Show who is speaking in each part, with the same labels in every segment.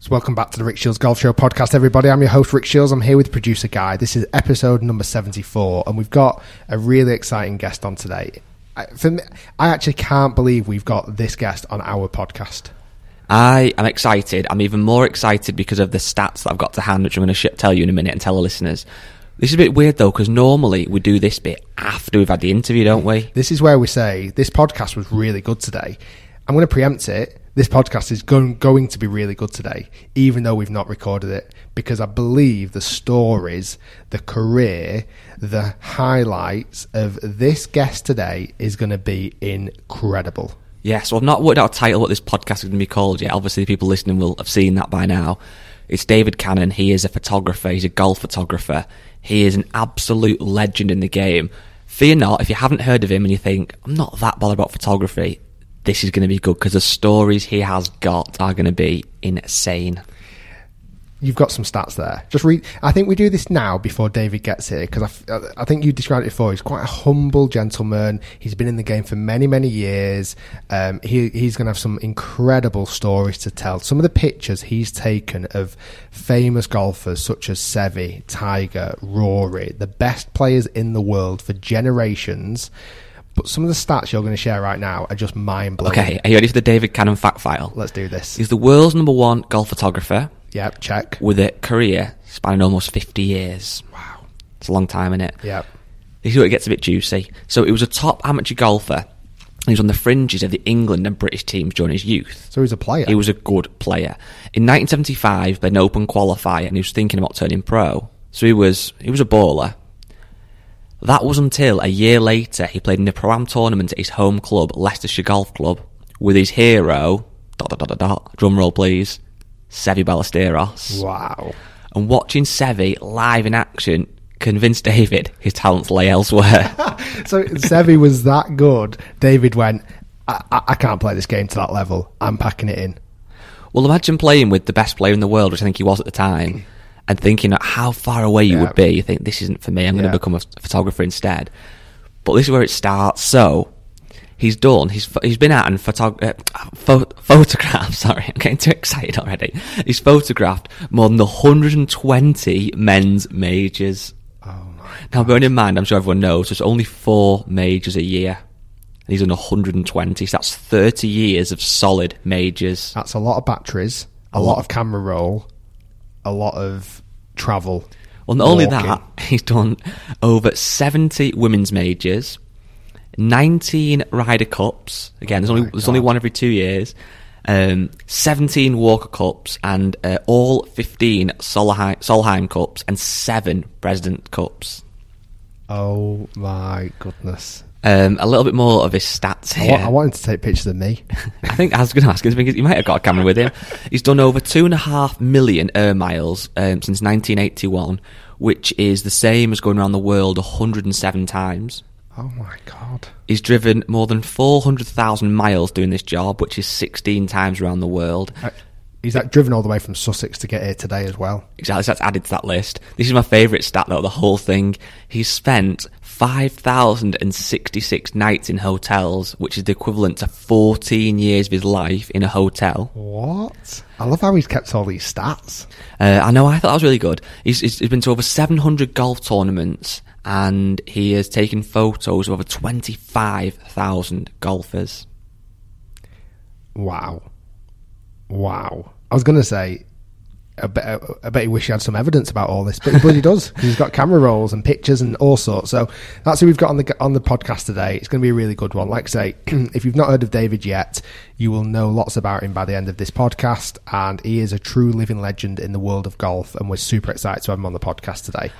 Speaker 1: So welcome back to the Rick Shields Golf Show podcast, everybody. I'm your host, Rick Shields. I'm here with producer Guy. This is episode number 74, and we've got a really exciting guest on today. I, for me, I actually can't believe we've got this guest on our podcast.
Speaker 2: I am excited. I'm even more excited because of the stats that I've got to hand, which I'm going to sh- tell you in a minute and tell the listeners. This is a bit weird though, because normally we do this bit after we've had the interview, don't we?
Speaker 1: This is where we say this podcast was really good today. I'm going to preempt it. This podcast is going, going to be really good today, even though we've not recorded it, because I believe the stories, the career, the highlights of this guest today is going to be incredible.
Speaker 2: Yeah, so I've not worked out a title what this podcast is going to be called yet. Obviously, the people listening will have seen that by now. It's David Cannon. He is a photographer. He's a golf photographer. He is an absolute legend in the game. Fear not, if you haven't heard of him and you think, I'm not that bothered about photography, this is going to be good because the stories he has got are going to be insane.
Speaker 1: You've got some stats there. Just read. I think we do this now before David gets here because I, f- I think you described it before. He's quite a humble gentleman. He's been in the game for many, many years. Um, he, he's going to have some incredible stories to tell. Some of the pictures he's taken of famous golfers such as Seve, Tiger, Rory, the best players in the world for generations. But some of the stats you're going to share right now are just mind blowing.
Speaker 2: Okay, are you ready for the David Cannon fact file?
Speaker 1: Let's do this.
Speaker 2: He's the world's number one golf photographer
Speaker 1: Yep, check.
Speaker 2: with a career spanning almost 50 years.
Speaker 1: Wow.
Speaker 2: It's a long time, isn't it?
Speaker 1: Yep.
Speaker 2: This is where it gets a bit juicy. So he was a top amateur golfer. He was on the fringes of the England and British teams during his youth.
Speaker 1: So he's a player.
Speaker 2: He was a good player. In 1975, an open qualifier, and he was thinking about turning pro. So he was he was a baller. That was until a year later he played in a pro am tournament at his home club, Leicestershire Golf Club, with his hero dot dot dot dot dot. Drum roll, please. Seve Ballesteros.
Speaker 1: Wow.
Speaker 2: And watching Seve live in action convinced David his talents lay elsewhere.
Speaker 1: So Sevi was that good. David went, I, I, I can't play this game to that level. I'm packing it in.
Speaker 2: Well, imagine playing with the best player in the world, which I think he was at the time, and thinking of how far away you
Speaker 1: Yeah.
Speaker 2: would be. You think, this isn't for me, I'm going
Speaker 1: Yeah.
Speaker 2: to become a photographer instead. But this is where it starts. So, he's done, he's, pho- he's been out and photog- uh, pho- photographed, sorry, I'm getting too excited already. He's photographed more than 120 men's majors.
Speaker 1: Oh my.
Speaker 2: Now, bearing in mind, I'm sure everyone knows, there's only four majors a year. And he's done 120, so that's 30 years of solid majors.
Speaker 1: That's a lot of batteries, a
Speaker 2: Oh.
Speaker 1: lot of camera roll, a lot of travel.
Speaker 2: Well, not only
Speaker 1: walking.
Speaker 2: that, he's done over 70 women's majors, 19 Ryder Cups. Again,
Speaker 1: Oh
Speaker 2: there's only there's only one every two years. Um, 17 Walker Cups and uh, all 15 Solheim, Solheim Cups and seven President Cups.
Speaker 1: Oh my goodness.
Speaker 2: Um, a little bit more of his stats
Speaker 1: I
Speaker 2: here.
Speaker 1: wa- I wanted to take pictures of me.
Speaker 2: I think I was going to ask him because he might have got a camera with him. He's done over two and a half million air miles um, since 1981, which is the same as going around the world 107 times.
Speaker 1: Oh my god.
Speaker 2: He's driven more than 400,000 miles doing this job, which is 16 times around the world.
Speaker 1: Uh, He's like driven all the way from Sussex to get here today as well.
Speaker 2: Exactly, so that's added to that list. This is my favourite stat, though, the whole thing. He's spent 5,066 nights in hotels, which is the equivalent to 14 years of his life in a hotel.
Speaker 1: What? I love how he's kept all these stats.
Speaker 2: Uh, I know. I thought that was really good. He's, he's, he's been to over 700 golf tournaments, and he has taken photos of over 25,000 golfers.
Speaker 1: Wow. Wow. I was going to say, I bet, I bet he wish he had some evidence about all this, but he bloody does. 'cause He's got camera rolls and pictures and all sorts. So that's who we've got on the on the podcast today. It's going to be a really good one. Like I say, if you've not heard of David yet, you will know lots about him by the end of this podcast. And he is a true living legend in the world of golf, and we're super excited to have him on the podcast today.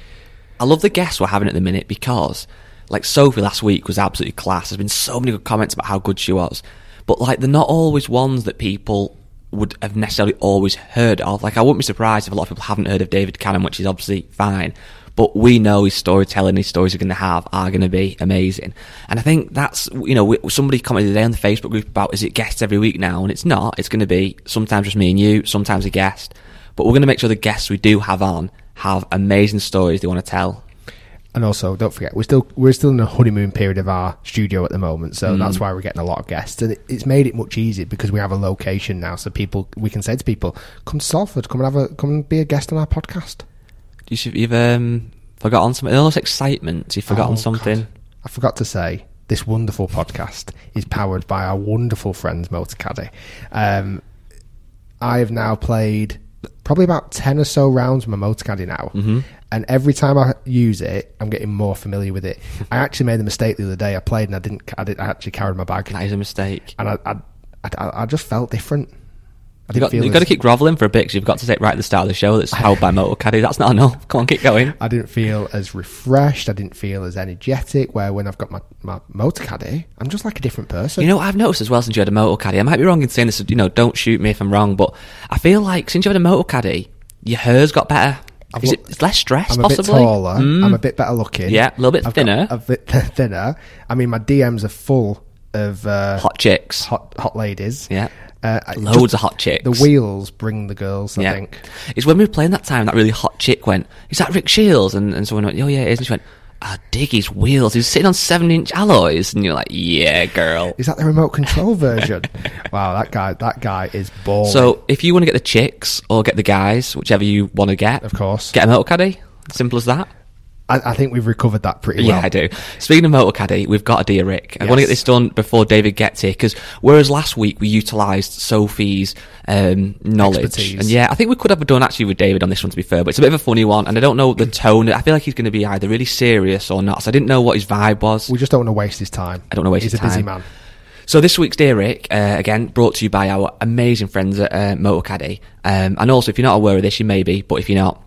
Speaker 2: I love the guests we're having at the minute because, like, Sophie last week was absolutely class. There's been so many good comments about how good she was. But, like, they're not always ones that people would have necessarily always heard of. Like, I wouldn't be surprised if a lot of people haven't heard of David Cannon, which is obviously fine. But we know his storytelling, his stories we're going to have are going to be amazing. And I think that's, you know, we- somebody commented today on the Facebook group about is it guests every week now? And it's not. It's going to be sometimes just me and you, sometimes a guest. But we're going to make sure the guests we do have on have amazing stories they want to tell.
Speaker 1: And also, don't forget, we're still we're still in the honeymoon period of our studio at the moment, so that's why we're getting a lot of guests, and it, it's made it much easier because we have a location now, so people we can say to people, "Come to Salford, come and have a come and be a guest on our podcast."
Speaker 2: You should, you've um, forgotten something. All this excitement. You've forgotten
Speaker 1: Oh,
Speaker 2: something.
Speaker 1: God. I forgot to say this wonderful podcast is powered by our wonderful friends Motor Caddy. Um, I have now played probably about ten or so rounds with my Motor Caddy now,
Speaker 2: Mm-hmm.
Speaker 1: and every time I use it, I'm getting more familiar with it. I actually made the mistake the other day. I played and I didn't. I, did, I actually carried my bag,
Speaker 2: That is a mistake.
Speaker 1: and I, I, I, I just felt different. I
Speaker 2: You've got, you've got to
Speaker 1: as-
Speaker 2: keep grovelling for a bit 'cause you've got to take right at the start of the show that's held by Motor Caddy. That's not enough. Come on, keep going.
Speaker 1: I didn't feel as refreshed. I didn't feel as energetic. Where when I've got my my motor caddy, I'm just like a different person.
Speaker 2: You know, what I've noticed as well since you had a Motor Caddy, I might be wrong in saying this, you know, don't shoot me if I'm wrong, but I feel like since you had a Motor Caddy, your hair's got better.
Speaker 1: I've
Speaker 2: Is it,
Speaker 1: looked-
Speaker 2: it's less stress,
Speaker 1: I'm a
Speaker 2: possibly? Mm.
Speaker 1: bit taller. I'm a bit better looking.
Speaker 2: Yeah, a little bit
Speaker 1: I've got
Speaker 2: thinner.
Speaker 1: A bit thinner. I mean, my DMs are full of uh,
Speaker 2: Hot chicks.
Speaker 1: hot hot ladies.
Speaker 2: Yeah.
Speaker 1: uh, I-
Speaker 2: Loads
Speaker 1: just-
Speaker 2: of hot chicks.
Speaker 1: The wheels bring the girls. I think.
Speaker 2: It's when we were playing that time, that really hot chick went, Is that Rick Shields? And, and someone went, Oh, yeah, it is. And she went, I dig his wheels. He's sitting on seven inch alloys. And you're like, Yeah, girl.
Speaker 1: Is that the remote control version? wow, that guy, that guy is balling.
Speaker 2: So if you want to get the chicks or get the guys, whichever you want to get,
Speaker 1: Of course.
Speaker 2: get a motor caddy. Simple as that.
Speaker 1: I, I think we've recovered that pretty well.
Speaker 2: Yeah, I do. Speaking of motor caddy, we've got a dear Rick. I want to
Speaker 1: Yes.
Speaker 2: get this done before David gets here because whereas last week we utilised Sophie's um, knowledge,
Speaker 1: Expertise.
Speaker 2: and yeah, I think we could have done actually with David on this one to be fair, but it's a bit of a funny one, and I don't know the tone. I feel like he's going to be either really serious or not. So I didn't know what his vibe was.
Speaker 1: We just don't want to waste his time.
Speaker 2: I don't wanna waste
Speaker 1: He's
Speaker 2: his
Speaker 1: a busy
Speaker 2: time.
Speaker 1: man.
Speaker 2: So this week's Dear Rick, uh, again, brought to you by our amazing friends at uh, Motor Caddy. Um, and also, if you're not aware of this, you may be, but if you're not,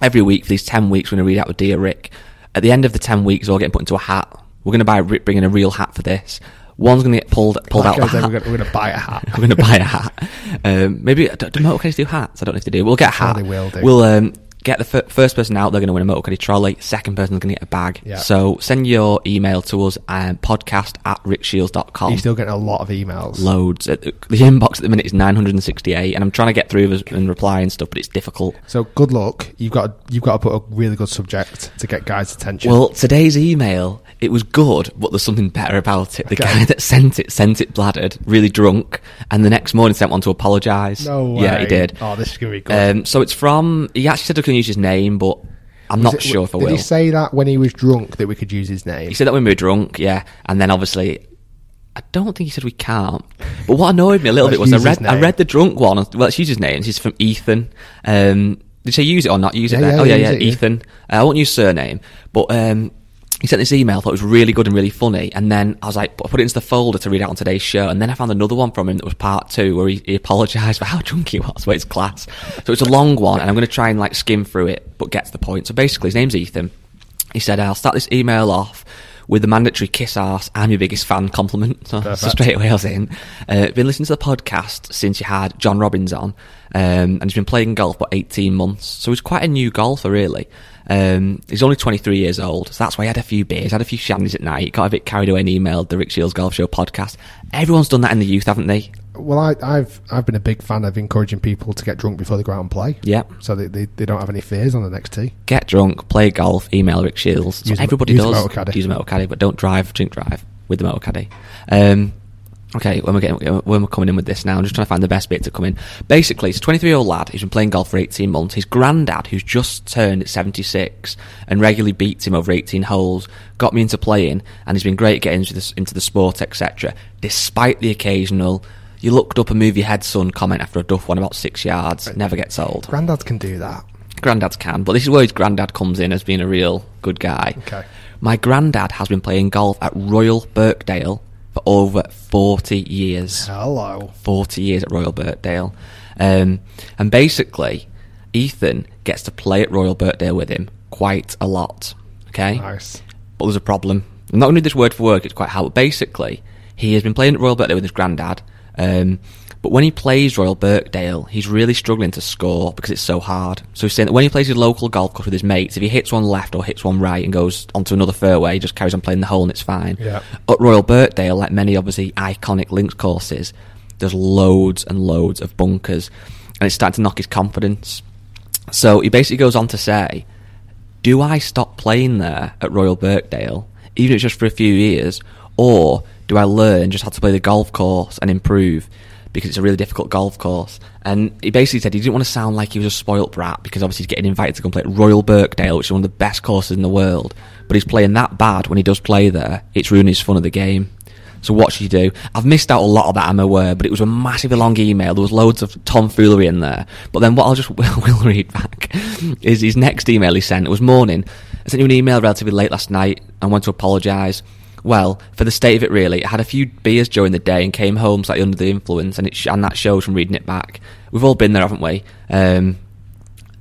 Speaker 2: every week for these 10 weeks, we're going to read out a Dear Rick. At the end of the 10 weeks, they're all getting put into a hat. We're going to buy, bring in a real hat for this. One's going to get pulled, pulled
Speaker 1: Like
Speaker 2: out
Speaker 1: I
Speaker 2: of
Speaker 1: said,
Speaker 2: the
Speaker 1: we're
Speaker 2: hat.
Speaker 1: going we're gonna buy a hat.
Speaker 2: I'm going to buy a hat. Um, maybe do, do motorcades do hats? I don't know if they do. We'll get a hat.
Speaker 1: they will do.
Speaker 2: We'll um, get the fir- first person out. They're going to win a motorcade trolley. Second person's going to get a bag.
Speaker 1: Yeah.
Speaker 2: So send your email to us um, podcast at rickshields.com.
Speaker 1: He's still getting a lot of emails.
Speaker 2: Loads. Uh, The inbox at the minute is 968, and I'm trying to get through this and reply and stuff, but it's difficult.
Speaker 1: So good luck. You've got you've got to put a really good subject to get guys' attention.
Speaker 2: Well, today's email, it was good, but there's something better about it. The
Speaker 1: Okay.
Speaker 2: guy that sent it sent it bladdered, really drunk, and the next morning sent one to apologise.
Speaker 1: no
Speaker 2: Yeah,
Speaker 1: way.
Speaker 2: he did.
Speaker 1: Oh, this is gonna be good.
Speaker 2: Um, so it's from. He actually said I can use his name, but I'm not
Speaker 1: Is it-
Speaker 2: sure if I
Speaker 1: did
Speaker 2: will.
Speaker 1: he say that when he was drunk that we could use his name?
Speaker 2: He said that when we were drunk, yeah, and then obviously. I don't think he said we can't. But what annoyed me a little
Speaker 1: Let's
Speaker 2: bit was I
Speaker 1: use his
Speaker 2: read I
Speaker 1: name.
Speaker 2: read the drunk one. Well, let's use his name. This is from Ethan. Um, did you say use it or not? Use
Speaker 1: Yeah,
Speaker 2: it then.
Speaker 1: yeah,
Speaker 2: oh yeah,
Speaker 1: use
Speaker 2: yeah,
Speaker 1: it, yeah.
Speaker 2: Ethan. Uh, I won't use surname, but um, he sent this email. I thought it was really good and really funny. And then I was like, I put it into the folder to read out on today's show. And then I found another one from him that was part two, where he, he apologised for how drunk he was, but it's class. So it's a long one, and I'm going to try and like skim through it, but get to the point. So basically, his name's Ethan. He said, "I'll start this email off." With the mandatory kiss ass, I'm your biggest fan compliment. So, so straight away I was in. Uh, been listening to the podcast since you had John Robbins on, um, and he's been playing golf for 18 months. So he's quite a new golfer, really. Um, he's only 23 years old, so that's why he had a few beers, had a few shandies at night, got a bit carried away and emailed the Rick Shields Golf Show podcast. Everyone's done that in the youth, haven't they?
Speaker 1: well, I, I've I've been a big fan of encouraging people to get drunk before they go out and play.
Speaker 2: Yeah.
Speaker 1: So they, they, they don't have any fears on the next tee.
Speaker 2: Get drunk, play golf, email Rick Shields. So
Speaker 1: Use a-
Speaker 2: everybody
Speaker 1: use a
Speaker 2: does
Speaker 1: motor caddy.
Speaker 2: use a motor caddy, but don't drive, drink drive with the motor caddy. Um, okay, when we're getting when we're coming in with this now, I'm just trying to find the best bit to come in. Basically, it's a 23 year old lad who's been playing golf for 18 months. His granddad, who's just turned 76 and regularly beats him over 18 holes, got me into playing, and he's been great at getting into the, into the sport, etc. Despite the occasional You looked up a move your head, son comment after a duff one about six yards. Never gets old.
Speaker 1: Grandad can do that.
Speaker 2: Grandad's can, but this is where his granddad comes in as being a real good guy.
Speaker 1: Okay.
Speaker 2: My granddad has been playing golf at Royal Birkdale for over 40 years.
Speaker 1: Hello.
Speaker 2: 40 years at Royal Birkdale. Um, and basically, Ethan gets to play at Royal Birkdale with him quite a lot. Okay?
Speaker 1: Nice.
Speaker 2: But there's a problem. I'm not going to do this word for word, it's quite how, but basically, he has been playing at Royal Birkdale with his granddad. Um, but when he plays Royal Birkdale, he's really struggling to score because it's so hard. So he's saying that when he plays his local golf course with his mates, if he hits one left or hits one right and goes onto another fairway, he just carries on playing the hole and it's fine.
Speaker 1: Yeah.
Speaker 2: At Royal Birkdale, like many obviously iconic links courses, there's loads and loads of bunkers, and it's starting to knock his confidence. So he basically goes on to say, do I stop playing there at Royal Birkdale, even if it's just for a few years, or do I learn just how to play the golf course and improve? Because it's a really difficult golf course. And he basically said he didn't want to sound like he was a spoilt brat because obviously he's getting invited to go and play at Royal Birkdale, which is one of the best courses in the world. But he's playing that bad when he does play there, it's ruining his fun of the game. So what should you do? I've missed out a lot of that, I'm aware, but it was a massively long email. There was loads of tomfoolery in there. But then what I'll just will will read back is his next email he sent. It was morning. I sent you an email relatively late last night and want to apologise. Well, for the state of it, really, I had a few beers during the day and came home slightly under the influence, and it sh- and that shows from reading it back. We've all been there, haven't we? Um,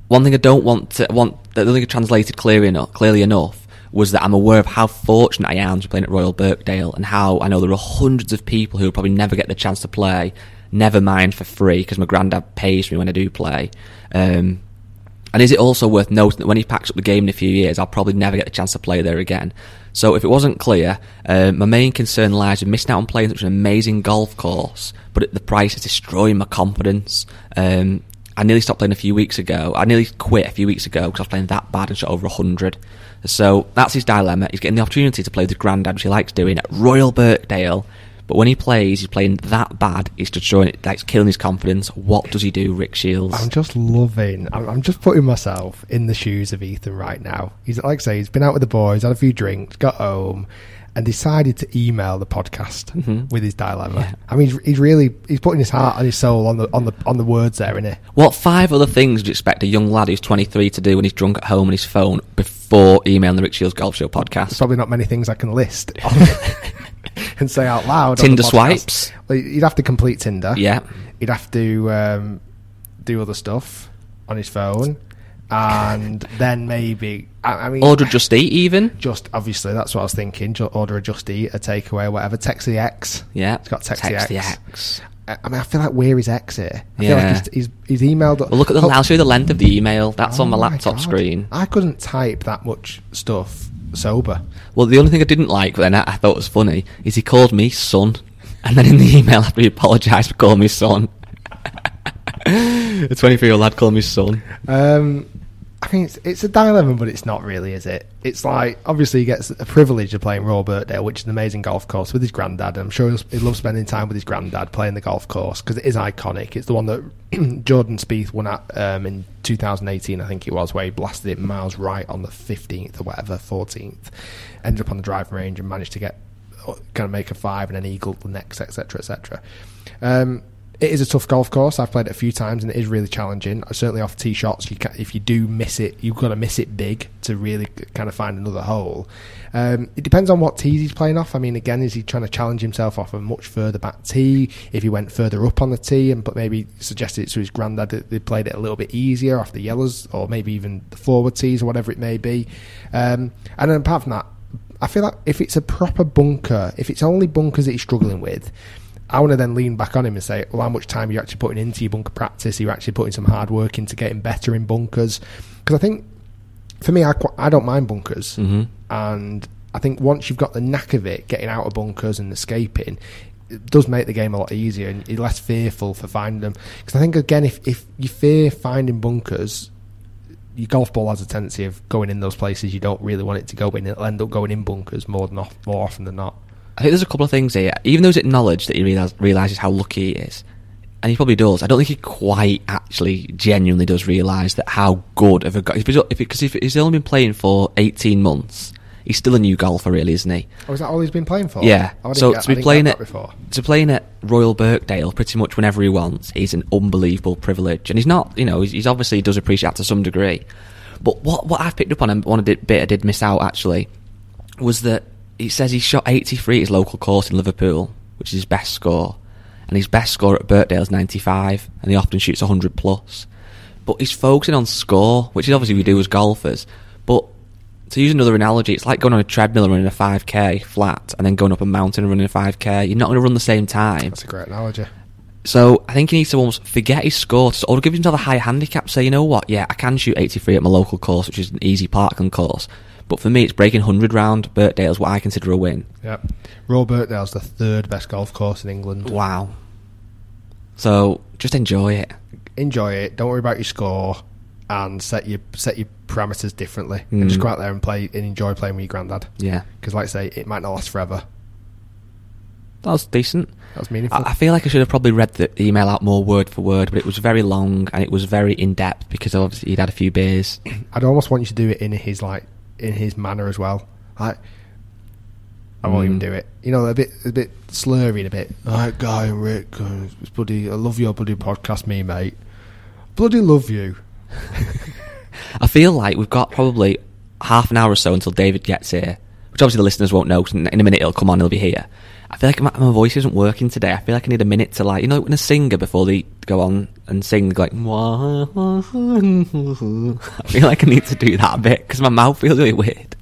Speaker 2: one thing I don't want to want that I don't think I translated clearly enough, clearly enough was that I'm aware of how fortunate I am to be playing at Royal Birkdale and how I know there are hundreds of people who will probably never get the chance to play, never mind for free because my granddad pays me when I do play. Um, and is it also worth noting that when he packs up the game in a few years, I'll probably never get the chance to play there again? So, if it wasn't clear, uh, my main concern lies with missing out on playing such an amazing golf course, but at the price is destroying my confidence. Um, I nearly stopped playing a few weeks ago. I nearly quit a few weeks ago because I was playing that bad and shot over 100. So, that's his dilemma. He's getting the opportunity to play with his granddad, which he likes doing, at Royal Birkdale. But when he plays, he's playing that bad, it's destroying it, that's killing his confidence. What does he do, Rick Shields?
Speaker 1: I'm just loving. I'm, I'm just putting myself in the shoes of Ethan right now. He's like I say, he's been out with the boys, had a few drinks, got home, and decided to email the podcast
Speaker 2: Mm-hmm.
Speaker 1: with his dilemma. I mean, he's, he's really he's putting his heart and his soul on the on the on the words there, isn't he?
Speaker 2: What five other things would you expect a young lad who's 23 to do when he's drunk at home on his phone before emailing the Rick Shields Golf Show podcast?
Speaker 1: Probably not many things I can list on- and say out loud. on the
Speaker 2: Tinder
Speaker 1: podcast.
Speaker 2: swipes?
Speaker 1: Well, he'd have to complete Tinder.
Speaker 2: Yeah.
Speaker 1: he'd have to um, do other stuff on his phone, and then maybe I, I mean
Speaker 2: Order Just Eat, even?
Speaker 1: just obviously that's what I was thinking. Just order a just eat, a takeaway, whatever. Text the ex.
Speaker 2: Yeah.
Speaker 1: it's got text,
Speaker 2: Text
Speaker 1: the
Speaker 2: the
Speaker 1: ex.
Speaker 2: ex.
Speaker 1: I I mean, I feel like we're his ex here. I
Speaker 2: Yeah.
Speaker 1: feel like he's, he's, he's emailed.
Speaker 2: Well, look at the, I'll show you the length of the email. That's on my
Speaker 1: Oh my
Speaker 2: laptop
Speaker 1: God.
Speaker 2: screen.
Speaker 1: I couldn't type that much stuff sober.
Speaker 2: Well, the only thing I didn't like, then I, I thought was funny, is he called me son. And then in the email after he apologised for calling me son. a 23 year old lad called me son.
Speaker 1: Um, I mean, it's, it's a dilemma, but it's not really, is it? It's like obviously he gets the privilege of playing Royal Birkdale, which is an amazing golf course with his granddad. I'm sure he'll, he loves spending time with his granddad playing the golf course because it is iconic. It's the one that Jordan Spieth won at um, in 2018, I think it was, where he blasted it miles right on the 15th or whatever, 14th. Ended up on the driving range and managed to get kind of make a five and an eagle the next, etc., etc. Um, it is a tough golf course. I've played it a few times and it is really challenging. Certainly off tee shots, you can, if you do miss it, you've got to miss it big to really kind of find another hole. Um, it depends on what tees he's playing off. I mean, again, is he trying to challenge himself off a much further back tee? If he went further up on the tee and but maybe suggested it to his granddad that they played it a little bit easier off the yellows or maybe even the forward tees or whatever it may be. Um, and then apart from that, I feel like if it's a proper bunker, if it's only bunkers that he's struggling with, I want to then lean back on him and say, well, how much time are you actually putting into your bunker practice? Are you actually putting some hard work into getting better in bunkers? Because I think, for me, I, qu- I don't mind bunkers. And I think once you've got the knack of it, getting out of bunkers and escaping, it does make the game a lot easier and you're less fearful for finding them. Because I think, again, if, if you fear finding bunkers, your golf ball has a tendency of going in those places you don't really want it to go in. It'll end up going in bunkers more than off, more often than not.
Speaker 2: I think there's a couple of things here. Even though it's acknowledged that he realize, realizes how lucky he is, and he probably does. I don't think he quite actually genuinely does realize that how good of a guy. Because if, he's- if he's only been playing for 18 months, He's still a new golfer, really, isn't he?
Speaker 1: Oh, is that all he's been playing for?
Speaker 2: Yeah.
Speaker 1: Oh, I didn't
Speaker 2: So
Speaker 1: get- I didn't
Speaker 2: to be
Speaker 1: get
Speaker 2: playing
Speaker 1: that
Speaker 2: at
Speaker 1: before.
Speaker 2: to playing at Royal Birkdale pretty much whenever he wants is an unbelievable privilege, and he's not. You know, he's, he's obviously does appreciate that to some degree. But what what I've picked up on and one bit bit I did miss out actually was that he says he shot 83 at his local course in Liverpool, which is his best score, and his best score at Birkdale is 95, and he often shoots 100 plus. But he's focusing on score, which is obviously we do as golfers. But to use another analogy, it's like going on a treadmill and running a 5k flat, and then going up a mountain and running a 5k. You're not going to run the same time.
Speaker 1: That's a great analogy.
Speaker 2: So I think he needs to almost forget his score to- or give himself a high handicap. Say, you know what? Yeah, I can shoot 83 at my local course, which is an easy parkland course. But for me, it's breaking 100 round Birkdale's what I consider a win.
Speaker 1: Yeah. Royal Birkdale's the third best golf course in England.
Speaker 2: Wow. So just enjoy it.
Speaker 1: Enjoy it. Don't worry about your score, and set your set your parameters differently. And
Speaker 2: Mm.
Speaker 1: just go out there and play and enjoy playing with your granddad.
Speaker 2: Yeah.
Speaker 1: Because, like I say, it might not last forever.
Speaker 2: That was decent.
Speaker 1: That was meaningful.
Speaker 2: I, I feel like I should have probably read the email out more word for word, but it was very long and it was very in depth because obviously he'd had a few beers.
Speaker 1: I'd almost want you to do it in his like in his manner as well. Like, I won't
Speaker 2: Hmm.
Speaker 1: even do it. You know, a bit a bit slurry, and a bit. Alright, guy and Rick, uh, it's bloody, I love your bloody podcast, me mate. Bloody love you.
Speaker 2: I feel like we've got probably half an hour or so until David gets here, which obviously the listeners won't know. 'cause In in a minute, he'll come on. He'll be here. I feel like my, my voice isn't working today. I feel like I need a minute to like you know when a singer before they go on and sing like. I feel like I need to do that a bit because my mouth feels really weird.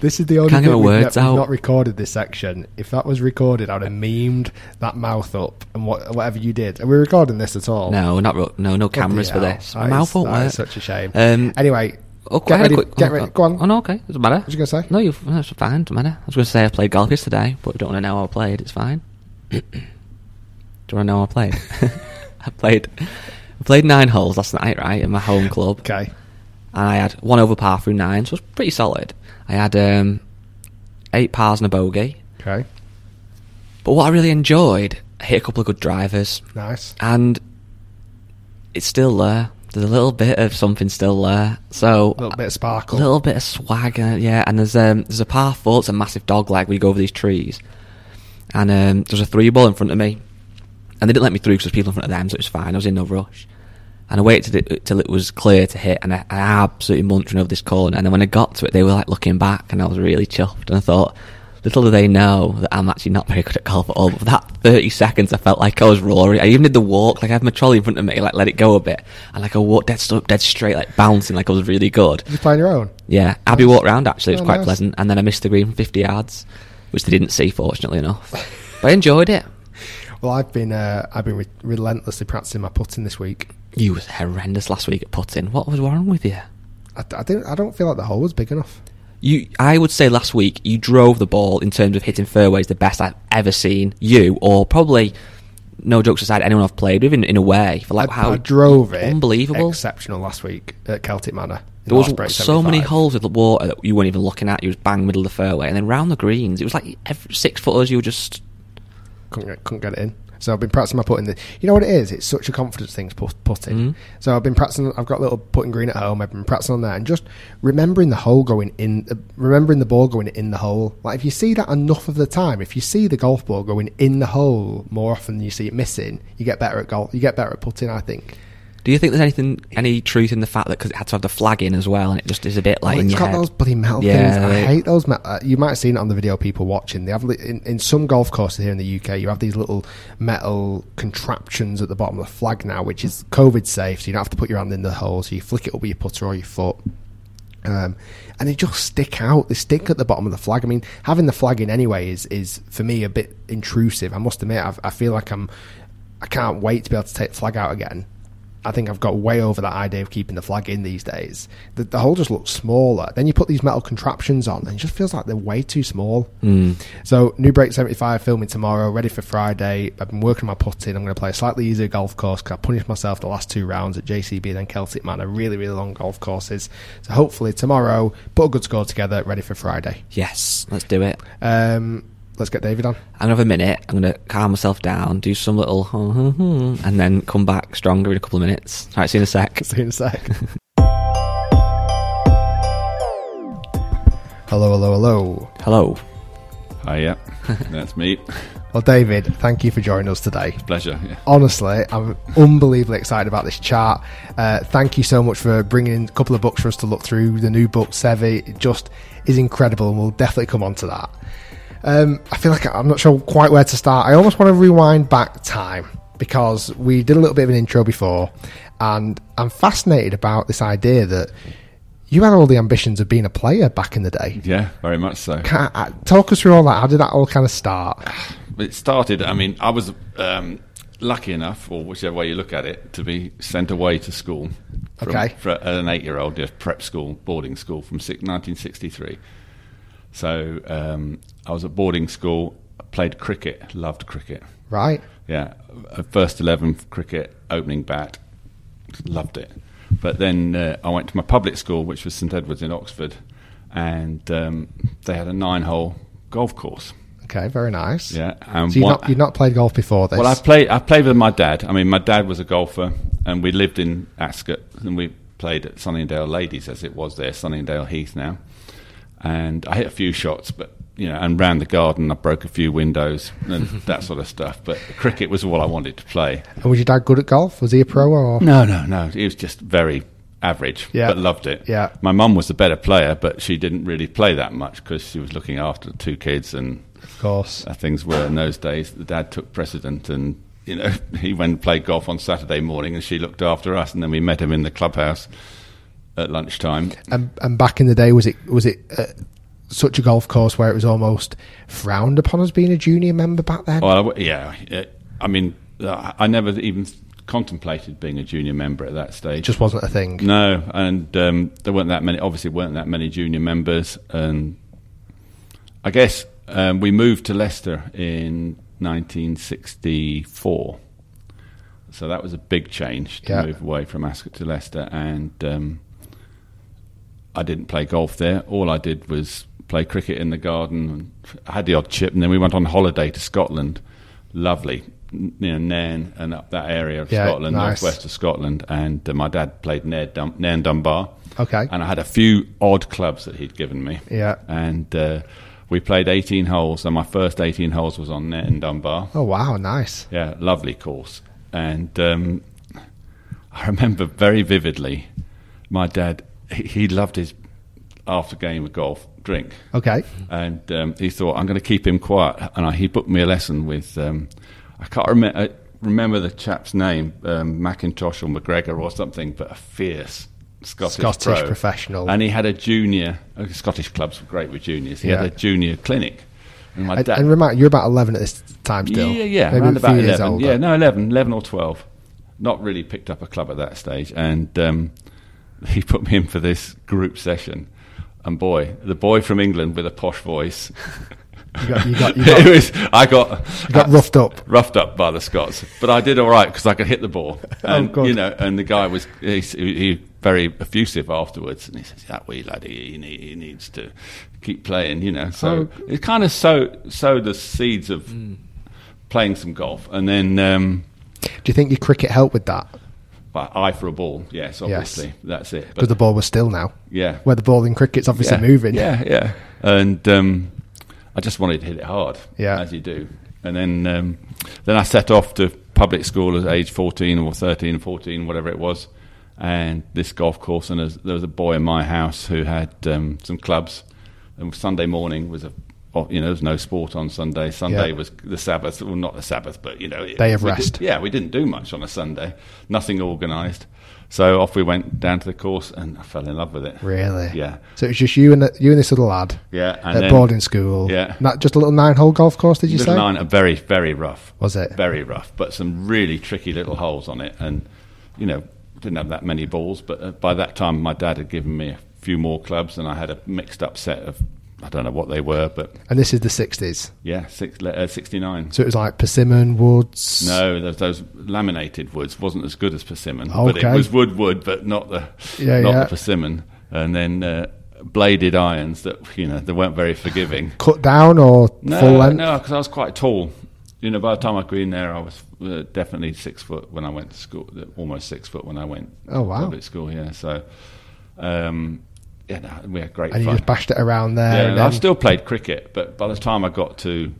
Speaker 1: This is the only
Speaker 2: Can't get
Speaker 1: thing
Speaker 2: my
Speaker 1: we've
Speaker 2: words
Speaker 1: ne- we've
Speaker 2: out.
Speaker 1: not recorded this section. If that was recorded, I'd have memed that mouth up and what, whatever you did. Are we recording this at all?
Speaker 2: No, not real, no, no
Speaker 1: Oh. Bloody
Speaker 2: cameras for
Speaker 1: hell.
Speaker 2: this. My
Speaker 1: That
Speaker 2: mouth
Speaker 1: is-
Speaker 2: won't
Speaker 1: that
Speaker 2: work.
Speaker 1: is such a shame.
Speaker 2: Um,
Speaker 1: anyway,
Speaker 2: Oh,
Speaker 1: get
Speaker 2: I had a
Speaker 1: ready.
Speaker 2: quick-
Speaker 1: get
Speaker 2: oh,
Speaker 1: ready.
Speaker 2: oh,
Speaker 1: Go on.
Speaker 2: Oh, no, okay. Doesn't matter. What
Speaker 1: you gonna say?
Speaker 2: No, you that's fine. Doesn't matter. I was going to say I played golf yesterday, but I don't want to know how I played. It's fine. Do you want to know how I played? I played I played nine holes last night, right, in my home club.
Speaker 1: Okay.
Speaker 2: And I had one over par through nine, so it was pretty solid. I had um, eight pars and a bogey.
Speaker 1: Okay.
Speaker 2: But what I really enjoyed, I hit a couple of good drivers
Speaker 1: Nice.
Speaker 2: and it's still there. There's a little bit of something still there. So
Speaker 1: Little bit of sparkle.
Speaker 2: little bit of swagger, yeah. And there's um, there's a par four, it's a massive dog leg. We go over these trees, and um, there's a three ball in front of me, and they didn't let me through because there's people in front of them, so it was fine. I was in no rush, and I waited till it, till it was clear to hit, and I, I absolutely munching over this corner. And then when I got to it, they were like looking back, and I was really chuffed. And I thought, little do they know that I'm actually not very good at golf at all. But for that 30 seconds, I felt like I was Rory. I even did the walk, like I had my trolley in front of me, like let it go a bit, and like I walked dead, st- dead straight, like bouncing, like I was really good.
Speaker 1: you playing your own?
Speaker 2: Yeah, Abbey walked round actually. It was
Speaker 1: Oh,
Speaker 2: quite
Speaker 1: nice.
Speaker 2: pleasant, and then I missed the green from fifty yards, which they didn't see, fortunately enough. But I enjoyed it.
Speaker 1: Well, I've been uh, I've been re- relentlessly practicing my putting this week.
Speaker 2: You was horrendous last week at putting. What was wrong with you?
Speaker 1: I, d- I didn't. I don't feel like the hole was big enough.
Speaker 2: You, I would say last week you drove the ball in terms of hitting fairways the best I've ever seen you, or probably no jokes aside, anyone I've played with in, in a way for like
Speaker 1: I,
Speaker 2: how
Speaker 1: I drove it.
Speaker 2: unbelievable.
Speaker 1: Exceptional last week at Celtic Manor. in
Speaker 2: There was
Speaker 1: Osprey,
Speaker 2: so many
Speaker 1: 75.
Speaker 2: holes with the water that you weren't even looking at. You was bang middle of the fairway, and then round the greens, it was like every six footers. You were just
Speaker 1: Couldn't get, couldn't get it in. So I've been practicing my putting. The, you know what it is? It's such a confidence thing, put, putting. So I've been practicing. I've got a little putting green at home. I've been practicing on that and just remembering the hole going in, uh, remembering the ball going in the hole. Like if you see that enough of the time, if you see the golf ball going in the hole more often than you see it missing, you get better at golf. You get better at putting. I think.
Speaker 2: Do you think there's anything, any truth in the fact that because it had to have the flag in as well, and it just is a bit like
Speaker 1: Oh,
Speaker 2: in
Speaker 1: it's
Speaker 2: your
Speaker 1: got
Speaker 2: head?
Speaker 1: those bloody metal
Speaker 2: Yeah,
Speaker 1: things. I
Speaker 2: they-
Speaker 1: hate those. Me- uh, you might have seen it on the video. People watching, they have li- in, in some golf courses here in the UK. You have these little metal contraptions at the bottom of the flag now, which is COVID safe, so you don't have to put your hand in the hole. So you flick it up with your putter or your foot. Um, and they just stick out. They stick at the bottom of the flag. I mean, having the flag in anyway is is for me a bit intrusive. I must admit, I've, I feel like I'm. I can't wait to be able to take the flag out again. I think I've got way over that idea of keeping the flag in these days. The, the hole just looks smaller. Then you put these metal contraptions on, and it just feels like they're way too small. So, New Break 75 filming tomorrow, ready for Friday. I've been working on my putting. I'm going to play a slightly easier golf course because I punished myself the last two rounds at JCB, then Celtic Manor. Really, really long golf courses. So, hopefully, tomorrow, put a good score together, ready for Friday.
Speaker 2: yes, let's do it.
Speaker 1: Um, let's get David on.
Speaker 2: I'm gonna have a minute. I'm gonna calm myself down, do some little, and then come back stronger in a couple of minutes. All right, see you in a sec.
Speaker 1: See you in a sec. Hello, hello, hello.
Speaker 2: Hello.
Speaker 3: Hi, Oh, yeah. That's me.
Speaker 1: Well, David, thank you for joining us today.
Speaker 3: Pleasure. Yeah.
Speaker 1: Honestly, I'm unbelievably excited about this chart. Uh, thank you so much for bringing in a couple of books for us to look through. The new book, Sevi, it just is incredible, and we'll definitely come on to that. Um, I feel like I'm not sure quite where to start. I almost want to rewind back time because we did a little bit of an intro before, and I'm fascinated about this idea that you had all the ambitions of being a player back in the day.
Speaker 3: Yeah, very much so.
Speaker 1: Can I- I- talk us through all that. How did that all kind of start?
Speaker 3: It started, I mean, I was um, lucky enough, or whichever way you look at it, to be sent away to school. From,
Speaker 1: Okay.
Speaker 3: fr- an eight year old, prep school, boarding school from six, 1963. So um, I was at boarding school, played cricket, loved cricket.
Speaker 1: Right.
Speaker 3: Yeah, uh, first 11 cricket, opening bat, loved it. But then uh, I went to my public school, which was St Edward's in Oxford, and um, they had a nine hole golf course.
Speaker 1: Okay. Very nice.
Speaker 3: Yeah, and
Speaker 1: So you've
Speaker 3: what-
Speaker 1: not, you've not played golf before this.
Speaker 3: Well, I played, I played with my dad. I mean, my dad was a golfer, and we lived in Ascot, and we played at Sunningdale Ladies, as it was there, Sunningdale Heath now. And I hit a few shots, but, you know, and round the garden, I broke a few windows and that sort of stuff. But cricket was all I wanted to play.
Speaker 1: and was your dad good at golf? Was he a pro or?
Speaker 3: No, no, no. He was just very average,
Speaker 1: Yeah.
Speaker 3: but loved it.
Speaker 1: Yeah.
Speaker 3: My mum was the better player, but she didn't really play that much because she was looking after two kids and
Speaker 1: Of course.
Speaker 3: uh, things were in those days. The dad took precedent and, you know, he went and played golf on Saturday morning and she looked after us. And then we met him in the clubhouse at lunchtime.
Speaker 1: And, and back in the day, was it was it uh, such a golf course where it was almost frowned upon as being a junior member back then?
Speaker 3: Well, I w- yeah. uh, I mean, uh, I I never even contemplated being a junior member at that
Speaker 1: it
Speaker 3: stage.
Speaker 1: just wasn't a thing.
Speaker 3: No, and um, there weren't that many. Obviously, weren't that many junior members, and I guess um, we moved to Leicester in 1964. So that was a big change to
Speaker 1: Yeah.
Speaker 3: move away from Ascot to Leicester, and um, I didn't play golf there. All I did was play cricket in the garden. And I had the odd chip, and then we went on holiday to Scotland. Lovely, n- you know, Nairn and up that area of
Speaker 1: Yeah,
Speaker 3: Scotland,
Speaker 1: nice.
Speaker 3: northwest of Scotland. And uh, my dad played Nairn, Dun- Nairn Dunbar.
Speaker 1: Okay.
Speaker 3: And I had a few odd clubs that he'd given me.
Speaker 1: Yeah.
Speaker 3: And uh, we played 18 holes, and my first 18 holes was on Nairn Dunbar.
Speaker 1: Oh wow, nice.
Speaker 3: Yeah, lovely course. And um, I remember very vividly my dad, he, he loved his after game of golf drink.
Speaker 1: Okay.
Speaker 3: And um, he thought, I'm going to keep him quiet. And I, he booked me a lesson with, um, I can't remember. Remember the chap's name, um, McIntosh or McGregor or something, but a fierce Scottish,
Speaker 1: Scottish
Speaker 3: pro.
Speaker 1: professional.
Speaker 3: And he had a junior. oh, Scottish clubs were great with juniors. He
Speaker 1: Yeah.
Speaker 3: had a junior clinic, and my
Speaker 1: And,
Speaker 3: dad
Speaker 1: and remind you're about eleven at this time still.
Speaker 3: yeah, yeah,
Speaker 1: Maybe
Speaker 3: around
Speaker 1: a few
Speaker 3: about
Speaker 1: years
Speaker 3: 11.
Speaker 1: older.
Speaker 3: Yeah, no, 11, 11 or 12. Not really picked up a club at that stage. And um, he put me in for this group session. And boy, the boy from England with a posh voice.
Speaker 1: You got- you got- you got-
Speaker 3: it was, I got,
Speaker 1: got roughed up.
Speaker 3: roughed up by the Scots, but I did all right because I could hit the ball.
Speaker 1: Oh,
Speaker 3: And,
Speaker 1: God.
Speaker 3: you know, and the guy was he, he very effusive afterwards, and he says, "That wee laddie, he, need, he needs to keep playing." You know, so
Speaker 1: Oh.
Speaker 3: it kind of sow sowed the seeds of
Speaker 1: Hmm.
Speaker 3: playing some golf, and then. Um,
Speaker 1: Do you think your cricket helped with that?
Speaker 3: but eye for a ball, yes, obviously, that's it.
Speaker 1: Because the ball was still now.
Speaker 3: Yeah.
Speaker 1: Where the ball in cricket's obviously
Speaker 3: yeah,
Speaker 1: moving.
Speaker 3: Yeah, yeah. And um, I just wanted to hit it hard,
Speaker 1: Yeah.
Speaker 3: as you do. And then, um, then I set off to public school at age 14 or 13, 14, whatever it was, and this golf course. And there's- there was a boy in my house who had um, some clubs. And Sunday morning was a, oh, you know, there was no sport on Sunday. Sunday
Speaker 1: Yeah.
Speaker 3: was the Sabbath, well, not the Sabbath, but, you know, it-
Speaker 1: Day of
Speaker 3: we
Speaker 1: rest.
Speaker 3: Did, yeah, we didn't do much on a Sunday, nothing organised. So off we went down to the course, and I fell in love with it.
Speaker 1: Really?
Speaker 3: Yeah.
Speaker 1: So it was just you and you and this other lad.
Speaker 3: Yeah, and
Speaker 1: at
Speaker 3: then-
Speaker 1: boarding school.
Speaker 3: Yeah.
Speaker 1: Not just a little nine hole golf course, did you
Speaker 3: Little
Speaker 1: say?
Speaker 3: nine are very, very rough.
Speaker 1: Was it?
Speaker 3: Very rough, but some really tricky little holes on it. And, you know, didn't have that many balls. But uh, by that time, my dad had given me a few more clubs and I had a mixed up set of, I don't know what they were, but
Speaker 1: And this is the sixties.
Speaker 3: yeah, six, le- uh, 69.
Speaker 1: So it was like persimmon woods.
Speaker 3: No, those, those laminated woods wasn't as good as persimmon, but
Speaker 1: Okay.
Speaker 3: it was wood wood, but not the
Speaker 1: Yeah,
Speaker 3: not
Speaker 1: yeah.
Speaker 3: the persimmon. And then uh, bladed irons that you know they weren't very forgiving.
Speaker 1: Cut down or
Speaker 3: No,
Speaker 1: full length.
Speaker 3: no, because I was quite tall. You know, by the time I got in there, I was uh, definitely six foot when I went uh, to school. Almost six foot when I went.
Speaker 1: Oh, wow.
Speaker 3: to Public school, yeah. So, um, yeah, no, we had great
Speaker 1: and you
Speaker 3: fun.
Speaker 1: just bashed it around there.
Speaker 3: yeah,
Speaker 1: and
Speaker 3: I
Speaker 1: then-
Speaker 3: still played cricket, but by the time I got to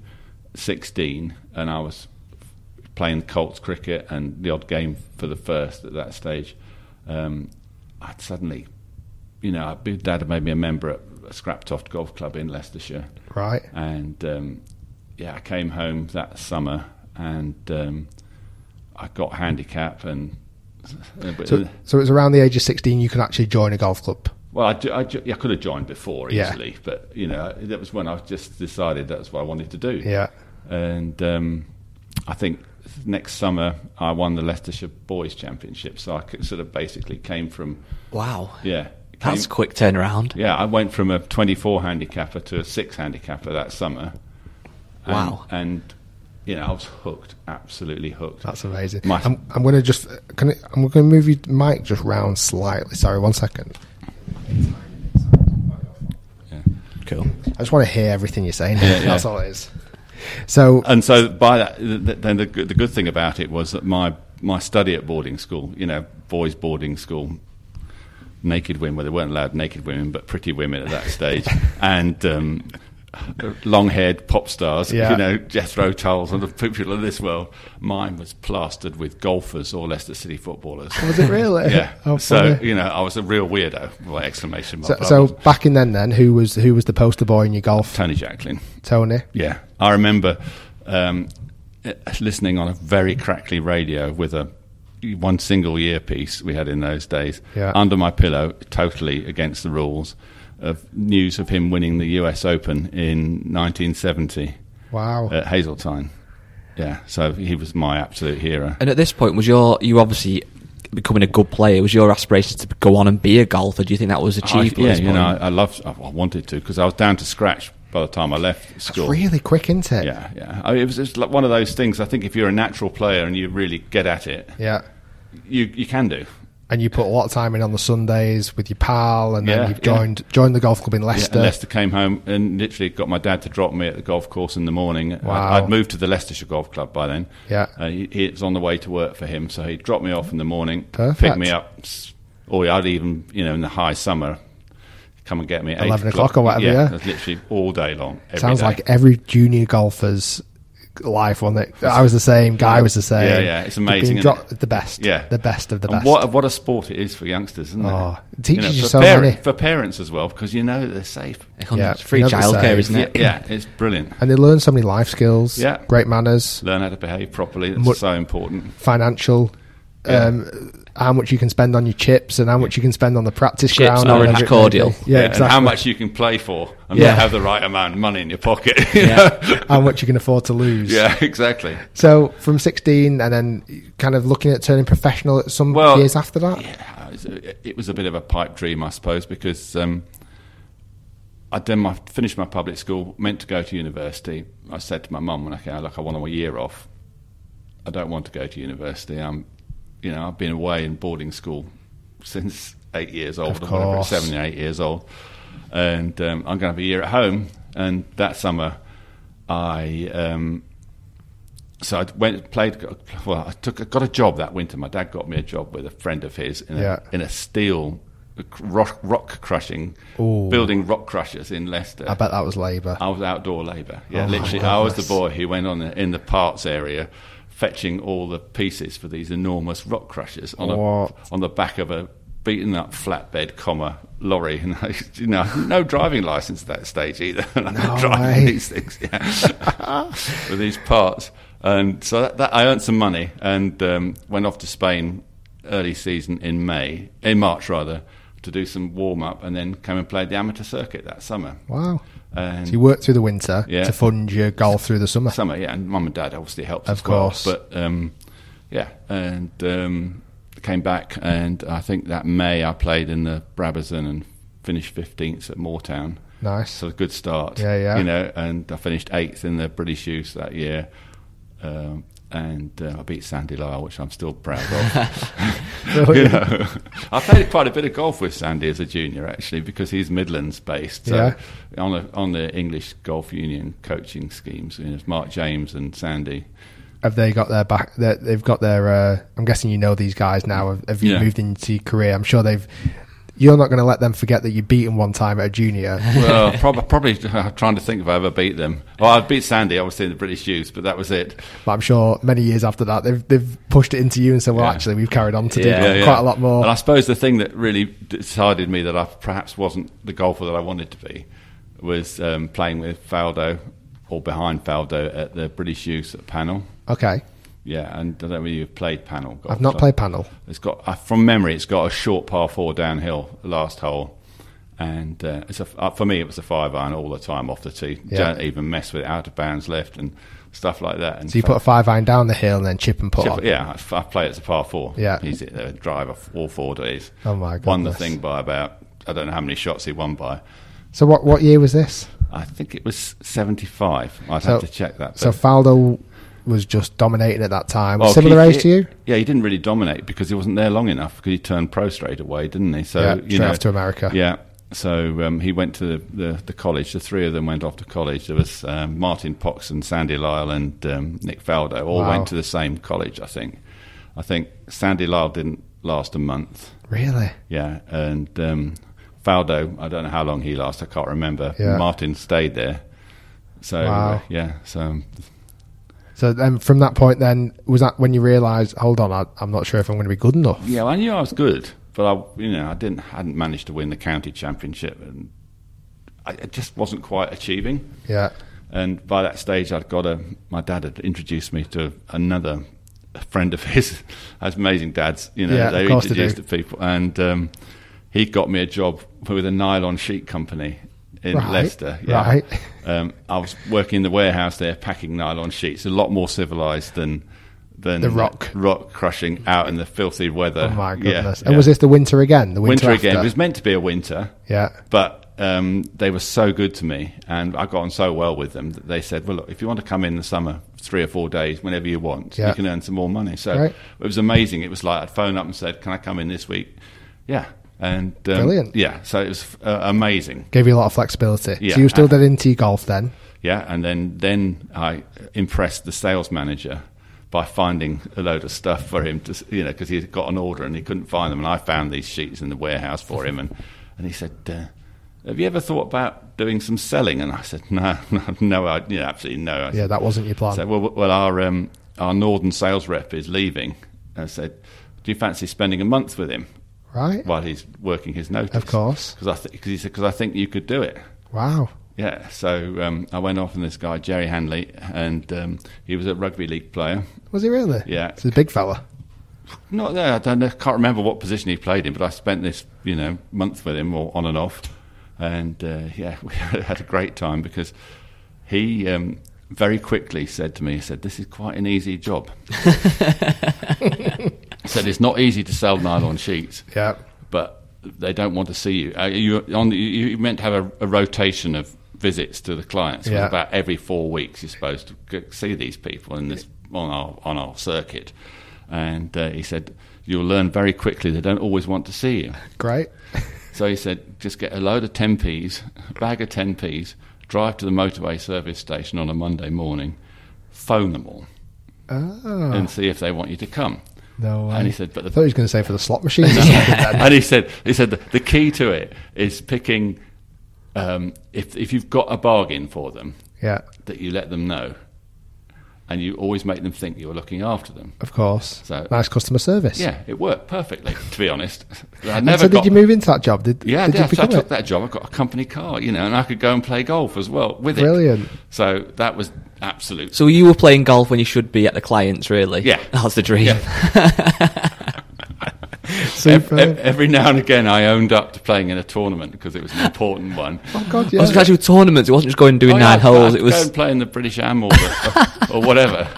Speaker 3: 16 and I was playing Colts cricket and the odd game for the first at that stage, um, I'd suddenly, you know, my dad had made me a member at Scraptoft Golf Club in Leicestershire.
Speaker 1: right.
Speaker 3: And um, yeah, I came home that summer and um, I got handicap and.
Speaker 1: So, so it was around the age of 16 you could actually join a golf club.
Speaker 3: Well, I, ju- I, ju- yeah, I could have joined before
Speaker 1: Yeah.
Speaker 3: easily, but you know that was when I just decided that's what I wanted to do.
Speaker 1: Yeah.
Speaker 3: and um, I think next summer I won the Leicestershire Boys Championship, so I could- sort of basically came from
Speaker 2: Wow.
Speaker 3: yeah. came-
Speaker 2: That's a quick turnaround.
Speaker 3: yeah, I went from a 24 handicapper to a 6 handicapper that summer. And,
Speaker 2: Wow.
Speaker 3: And, you know, I was hooked, absolutely hooked.
Speaker 1: That's amazing.
Speaker 3: My-
Speaker 1: I'm, I'm going to just can I, I'm going to move your mic just round slightly. Sorry, one second.
Speaker 2: Cool.
Speaker 1: I just want to hear everything you're saying.
Speaker 3: Yeah, Uh, yeah.
Speaker 1: That's all it is. So
Speaker 3: and so by that, th- th- then the, good- the good thing about it was that my my study at boarding school, you know, boys boarding school, naked women. Well, they weren't allowed naked women, but pretty women at that stage, and. Um, Long-haired pop stars,
Speaker 1: Yeah.
Speaker 3: you know Jethro Tulls and the people of this world. Mine was plastered with golfers or Leicester City footballers.
Speaker 1: was it really?
Speaker 3: Yeah,
Speaker 1: Oh,
Speaker 3: so
Speaker 1: funny.
Speaker 3: you know I was a real weirdo. Well, exclamation
Speaker 1: So,
Speaker 3: mark! I
Speaker 1: so
Speaker 3: was
Speaker 1: back in then, then who was who was the poster boy in your golf?
Speaker 3: Tony Jacklin.
Speaker 1: Tony.
Speaker 3: Yeah, I remember um, eh, listening on a very crackly radio with a one single earpiece we had in those days
Speaker 1: Yeah.
Speaker 3: under my pillow, totally against the rules. Of news of him winning the U.S. Open in 1970
Speaker 1: Wow.
Speaker 3: at Hazeltine. Yeah, so he was my absolute hero.
Speaker 2: And at this point, was your you obviously becoming a good player? Was your aspiration to go on and be a golfer? Do you think that was
Speaker 3: I,
Speaker 2: achieved? at
Speaker 3: yeah,
Speaker 2: this
Speaker 3: you
Speaker 2: point?
Speaker 3: know, I, I loved. I I wanted to because I was down to scratch by the time I left school.
Speaker 1: It's really quick, isn't it?
Speaker 3: Yeah, yeah. I mean, it was just like one of those things. I think if you're a natural player and you really get at it,
Speaker 1: Yeah.
Speaker 3: you you can do.
Speaker 1: And you put a lot of time in on the Sundays with your pal, and then
Speaker 3: Yeah,
Speaker 1: you've
Speaker 3: yeah.
Speaker 1: joined joined the golf club in
Speaker 3: Yeah,
Speaker 1: Leicester.
Speaker 3: and Leicester came home and literally got my dad to drop me at the golf course in the morning. I'd-
Speaker 1: Wow.
Speaker 3: I'd, moved to the Leicestershire Golf Club by then.
Speaker 1: Yeah.
Speaker 3: Uh, he, he- it was on the way to work for him, so he dropped me off in the morning,
Speaker 1: Perfect.
Speaker 3: picked me up, s- or I'd even you know in the high summer come and get me at
Speaker 1: 11
Speaker 3: eight
Speaker 1: o'clock or whatever, yeah.
Speaker 3: it was literally all day long. every
Speaker 1: Sounds
Speaker 3: day.
Speaker 1: like every junior golfer's life one that I was the same, guy was the same.
Speaker 3: Yeah, yeah, it's
Speaker 1: They've
Speaker 3: amazing,
Speaker 1: been
Speaker 3: isn't
Speaker 1: dro-
Speaker 3: it?
Speaker 1: the best,
Speaker 3: yeah,
Speaker 1: the best of the
Speaker 3: And
Speaker 1: best.
Speaker 3: What a- what a sport it is for youngsters, isn't
Speaker 1: Oh,
Speaker 3: it?
Speaker 1: it teaches you
Speaker 3: for
Speaker 1: so
Speaker 3: parent-
Speaker 1: many.
Speaker 3: for parents as well because you know that they're safe.
Speaker 1: yeah,
Speaker 2: it's free
Speaker 1: you know the
Speaker 2: childcare,
Speaker 1: saying.
Speaker 2: isn't
Speaker 3: Yeah,
Speaker 2: it?
Speaker 3: yeah, it's brilliant.
Speaker 1: and they learn so many life skills.
Speaker 3: Yeah.
Speaker 1: great manners,
Speaker 3: Learn how to behave properly. It's
Speaker 1: Mo-
Speaker 3: so important.
Speaker 1: financial. Um, how much you can spend on your chips and how much you can spend on the practice
Speaker 2: Chips
Speaker 1: ground.
Speaker 2: and
Speaker 1: or
Speaker 2: orange
Speaker 1: whatever it may
Speaker 2: cordial.
Speaker 1: be. Yeah,
Speaker 3: And
Speaker 1: exactly.
Speaker 3: how much you can play for and
Speaker 1: Yeah.
Speaker 3: not have the right amount of money in your pocket.
Speaker 2: Yeah.
Speaker 3: yeah.
Speaker 1: how much you can afford to lose.
Speaker 3: yeah, exactly.
Speaker 1: So from 16 and then kind of looking at turning professional at some
Speaker 3: Well,
Speaker 1: years after that.
Speaker 3: Yeah, it was a, it was a bit of a pipe dream, I suppose, because um, I done my finished my public school, meant to go to university. I said to my mum when I came, look, I want a year off. I don't want to go to university. I'm, you know, I've been away in boarding school since eight years old,
Speaker 1: Of
Speaker 3: or whatever,
Speaker 1: course.
Speaker 3: seven or eight years old, and um, I'm going to have a year at home. And that summer, I. Um, so I went played. Well, I took I got a job that winter. My dad got me a job with a friend of his in a,
Speaker 1: Yeah.
Speaker 3: in a steel rock, rock crushing
Speaker 1: Ooh.
Speaker 3: building rock crushers in Leicester.
Speaker 1: I bet that was labour.
Speaker 3: I was outdoor labour. Yeah,
Speaker 1: Oh, my
Speaker 3: literally, I was the
Speaker 1: goodness.
Speaker 3: boy who went on the, in the parts area, fetching all the pieces for these enormous rock crushers on
Speaker 1: What?
Speaker 3: a, on the back of a beaten up flatbed, comma lorry. And I, you know, no driving license at that stage either. And
Speaker 1: No
Speaker 3: I'm
Speaker 1: way.
Speaker 3: driving these things yeah, with these parts. And so that, that I earned some money and um, went off to Spain early season in May, in March rather. To do some warm up and then came and played the amateur circuit that summer.
Speaker 1: Wow.
Speaker 3: And
Speaker 1: So you worked through the winter
Speaker 3: Yeah.
Speaker 1: to fund your golf through the summer.
Speaker 3: summer, yeah, and mum and dad obviously helped
Speaker 1: Of
Speaker 3: as well.
Speaker 1: course.
Speaker 3: But um, yeah, and um, came back, and I think that May I played in the Brabazon and finished fifteenth at Moortown.
Speaker 1: Nice.
Speaker 3: so a good start.
Speaker 1: Yeah, yeah.
Speaker 3: You know, and I finished eighth in the British Youth that year. Um, and uh, I beat Sandy Lyle, which I'm still proud of. you know, I played quite a bit of golf with Sandy as a junior, actually, because he's Midlands based. So
Speaker 1: Yeah.
Speaker 3: on the on the English Golf Union coaching schemes. You know, it's Mark James and Sandy.
Speaker 1: Have they got their back? their- They've got their. Uh, I'm guessing you know these guys now. Have, have you
Speaker 3: Yeah.
Speaker 1: moved into your career? I'm sure they've. you're not going to let them forget that you beat them one time at a junior.
Speaker 3: Well, prob- probably, I'm trying to think if I ever beat them. Well, I beat Sandy, obviously, in the British youth, but that was it.
Speaker 1: But I'm sure many years after that, they've they've pushed it into you and said, "Well,
Speaker 3: Yeah.
Speaker 1: actually, we've carried on to do
Speaker 3: Yeah, yeah.
Speaker 1: quite a lot more."
Speaker 3: And I suppose the thing that really decided me that I perhaps wasn't the golfer that I wanted to be was um, playing with Faldo or behind Faldo at the British Youth panel.
Speaker 1: okay,
Speaker 3: Yeah, and I don't know whether you've played panel. Golf,
Speaker 1: I've not
Speaker 3: so-
Speaker 1: played panel.
Speaker 3: It's got uh, from memory, it's got a short par four downhill last hole, and uh, it's a, uh, for me it was a five iron all the time off the tee.
Speaker 1: Yeah.
Speaker 3: Don't even mess with it, out of bounds left and stuff like that. And
Speaker 1: So you put a five iron down the hill and then chip and put on.
Speaker 3: yeah, I, I play it as a par four.
Speaker 1: Yeah.
Speaker 3: he's hit the drive off all four days.
Speaker 1: Oh, my
Speaker 3: Won the
Speaker 1: goodness.
Speaker 3: thing by about I don't know how many shots he won by.
Speaker 1: So what what year was this?
Speaker 3: I think it was seventy five. I'd have to check that.
Speaker 1: So
Speaker 3: but-
Speaker 1: Faldo was just dominating at that time.
Speaker 3: Well,
Speaker 1: Similar
Speaker 3: he-
Speaker 1: age to you?
Speaker 3: Yeah, he didn't really dominate because he wasn't there long enough because he turned pro straight away, didn't he? So
Speaker 1: Yeah,
Speaker 3: you
Speaker 1: straight
Speaker 3: know,
Speaker 1: off to America.
Speaker 3: Yeah. So um, he went to the, the, the college. The three of them went off to college. There was um, Martin Pox and Sandy Lyle and um, Nick Faldo all
Speaker 1: Wow.
Speaker 3: went to the same college. I think. I think Sandy Lyle didn't last a month.
Speaker 1: Really?
Speaker 3: Yeah, and um, Faldo, I don't know how long he lasted. I can't remember.
Speaker 1: Yeah.
Speaker 3: Martin stayed there. So uh,
Speaker 1: Wow.
Speaker 3: yeah, so
Speaker 1: So then from that point, then was that when you realised? Hold on, I, I'm not sure if I'm going to be good enough.
Speaker 3: yeah, well, I knew I was good, but I, you know, I didn't hadn't managed to win the county championship, and I, I just wasn't quite achieving.
Speaker 1: Yeah.
Speaker 3: And by that stage, I'd got a. My dad had introduced me to another friend of his. That's amazing, dads. You know,
Speaker 1: Yeah, of
Speaker 3: they
Speaker 1: course they
Speaker 3: introduced
Speaker 1: do.
Speaker 3: to people, and um, he got me a job with a nylon sheet company in
Speaker 1: Right,
Speaker 3: Leicester.
Speaker 1: right.
Speaker 3: Um, I was working in the warehouse there, packing nylon sheets. A lot more civilized than. Than
Speaker 1: The rock.
Speaker 3: rock crushing out in the filthy weather.
Speaker 1: Oh my
Speaker 3: Yeah,
Speaker 1: goodness!
Speaker 3: yeah.
Speaker 1: And was this the winter again? The winter,
Speaker 3: winter, again? It
Speaker 1: after?
Speaker 3: was meant to be a winter.
Speaker 1: Yeah.
Speaker 3: But um, they were so good to me, and I got on so well with them that they said, "Well, look, if you want to come in the summer, three or four days, whenever you want,
Speaker 1: Yeah.
Speaker 3: you can earn some more money." So
Speaker 1: Right.
Speaker 3: it was amazing. It was like I'd phone up and said, "Can I come in this week?" Yeah, and um,
Speaker 1: Brilliant.
Speaker 3: Yeah, so it was uh, amazing.
Speaker 1: Gave you a lot of flexibility.
Speaker 3: Yeah.
Speaker 1: So you were still dead into your golf then.
Speaker 3: Yeah, and then then I impressed the sales manager by finding a load of stuff for him to, s- you know, because he had got an order and he couldn't find them, and I found these sheets in the warehouse for him, and and he said. Uh, have you ever thought about doing some selling? And I said, no, no, no I, you know, absolutely no. I
Speaker 1: Yeah,
Speaker 3: said,
Speaker 1: that wasn't your plan.
Speaker 3: so, well, well, our um, our northern sales rep is leaving. I said, do you fancy spending a month with him
Speaker 1: right?
Speaker 3: while he's working his notice?
Speaker 1: Of course.
Speaker 3: because I th- cause he said, because I think you could do it.
Speaker 1: Wow.
Speaker 3: Yeah, so um, I went off on this guy Jerry Hanley, and um, he was a rugby league player.
Speaker 1: Was he really?
Speaker 3: Yeah.
Speaker 1: He's a big fella.
Speaker 3: Not there, I don't know, can't remember what position he played in, but I spent this you know month with him, or on and off, and uh, yeah, we had a great time because he um, very quickly said to me, he said, "This is quite an easy job." He said it's not easy to sell nylon sheets.
Speaker 1: Yeah.
Speaker 3: but they don't want to see you. Uh, you on the, you you meant to have a, a rotation of visits to the clients. It was
Speaker 1: Yeah.
Speaker 3: About every four weeks, you're supposed to g- see these people in this on our on our circuit. And uh, he said, "You'll learn very quickly. They don't always want to see you."
Speaker 1: Great.
Speaker 3: So he said, "Just get a load of ten p's, a bag of ten p's, drive to the motorway service station on a Monday morning, phone them all,
Speaker 1: Oh,
Speaker 3: and see if they want you to come."
Speaker 1: no way.
Speaker 3: And he said, "But
Speaker 1: I
Speaker 3: the
Speaker 1: thought he was going to say for the slot machine. or something then.
Speaker 3: and he said, he said the, the key to it is picking um, if if you've got a bargain for them
Speaker 1: Yeah,
Speaker 3: that you let them know, and you always make them think you're looking after them.
Speaker 1: of course.
Speaker 3: So-
Speaker 1: nice customer service.
Speaker 3: Yeah, it worked perfectly. To be honest, I
Speaker 1: And
Speaker 3: never
Speaker 1: so
Speaker 3: got.
Speaker 1: did you move into that job? Did,
Speaker 3: yeah, I
Speaker 1: did
Speaker 3: did.
Speaker 1: you
Speaker 3: So I
Speaker 1: become
Speaker 3: took
Speaker 1: it?
Speaker 3: that job. I got a company car, you know, and I could go and play golf as well with
Speaker 1: Brilliant.
Speaker 3: it. So that was absolute.
Speaker 2: So you were playing golf when you should be at the clients, really.
Speaker 3: Yeah.
Speaker 2: that's the dream.
Speaker 3: Yeah.
Speaker 1: Superb.
Speaker 3: Ev- e-, Every now and again, I owned up to playing in a tournament because it was an important one.
Speaker 1: oh God,
Speaker 2: I
Speaker 1: yeah.
Speaker 2: was actual tournaments. It wasn't just going and doing
Speaker 3: Oh,
Speaker 2: nine
Speaker 3: yeah, I'd-
Speaker 2: holes.
Speaker 3: I'd
Speaker 2: It
Speaker 3: go
Speaker 2: was
Speaker 3: and play in the British Am or, the- or whatever.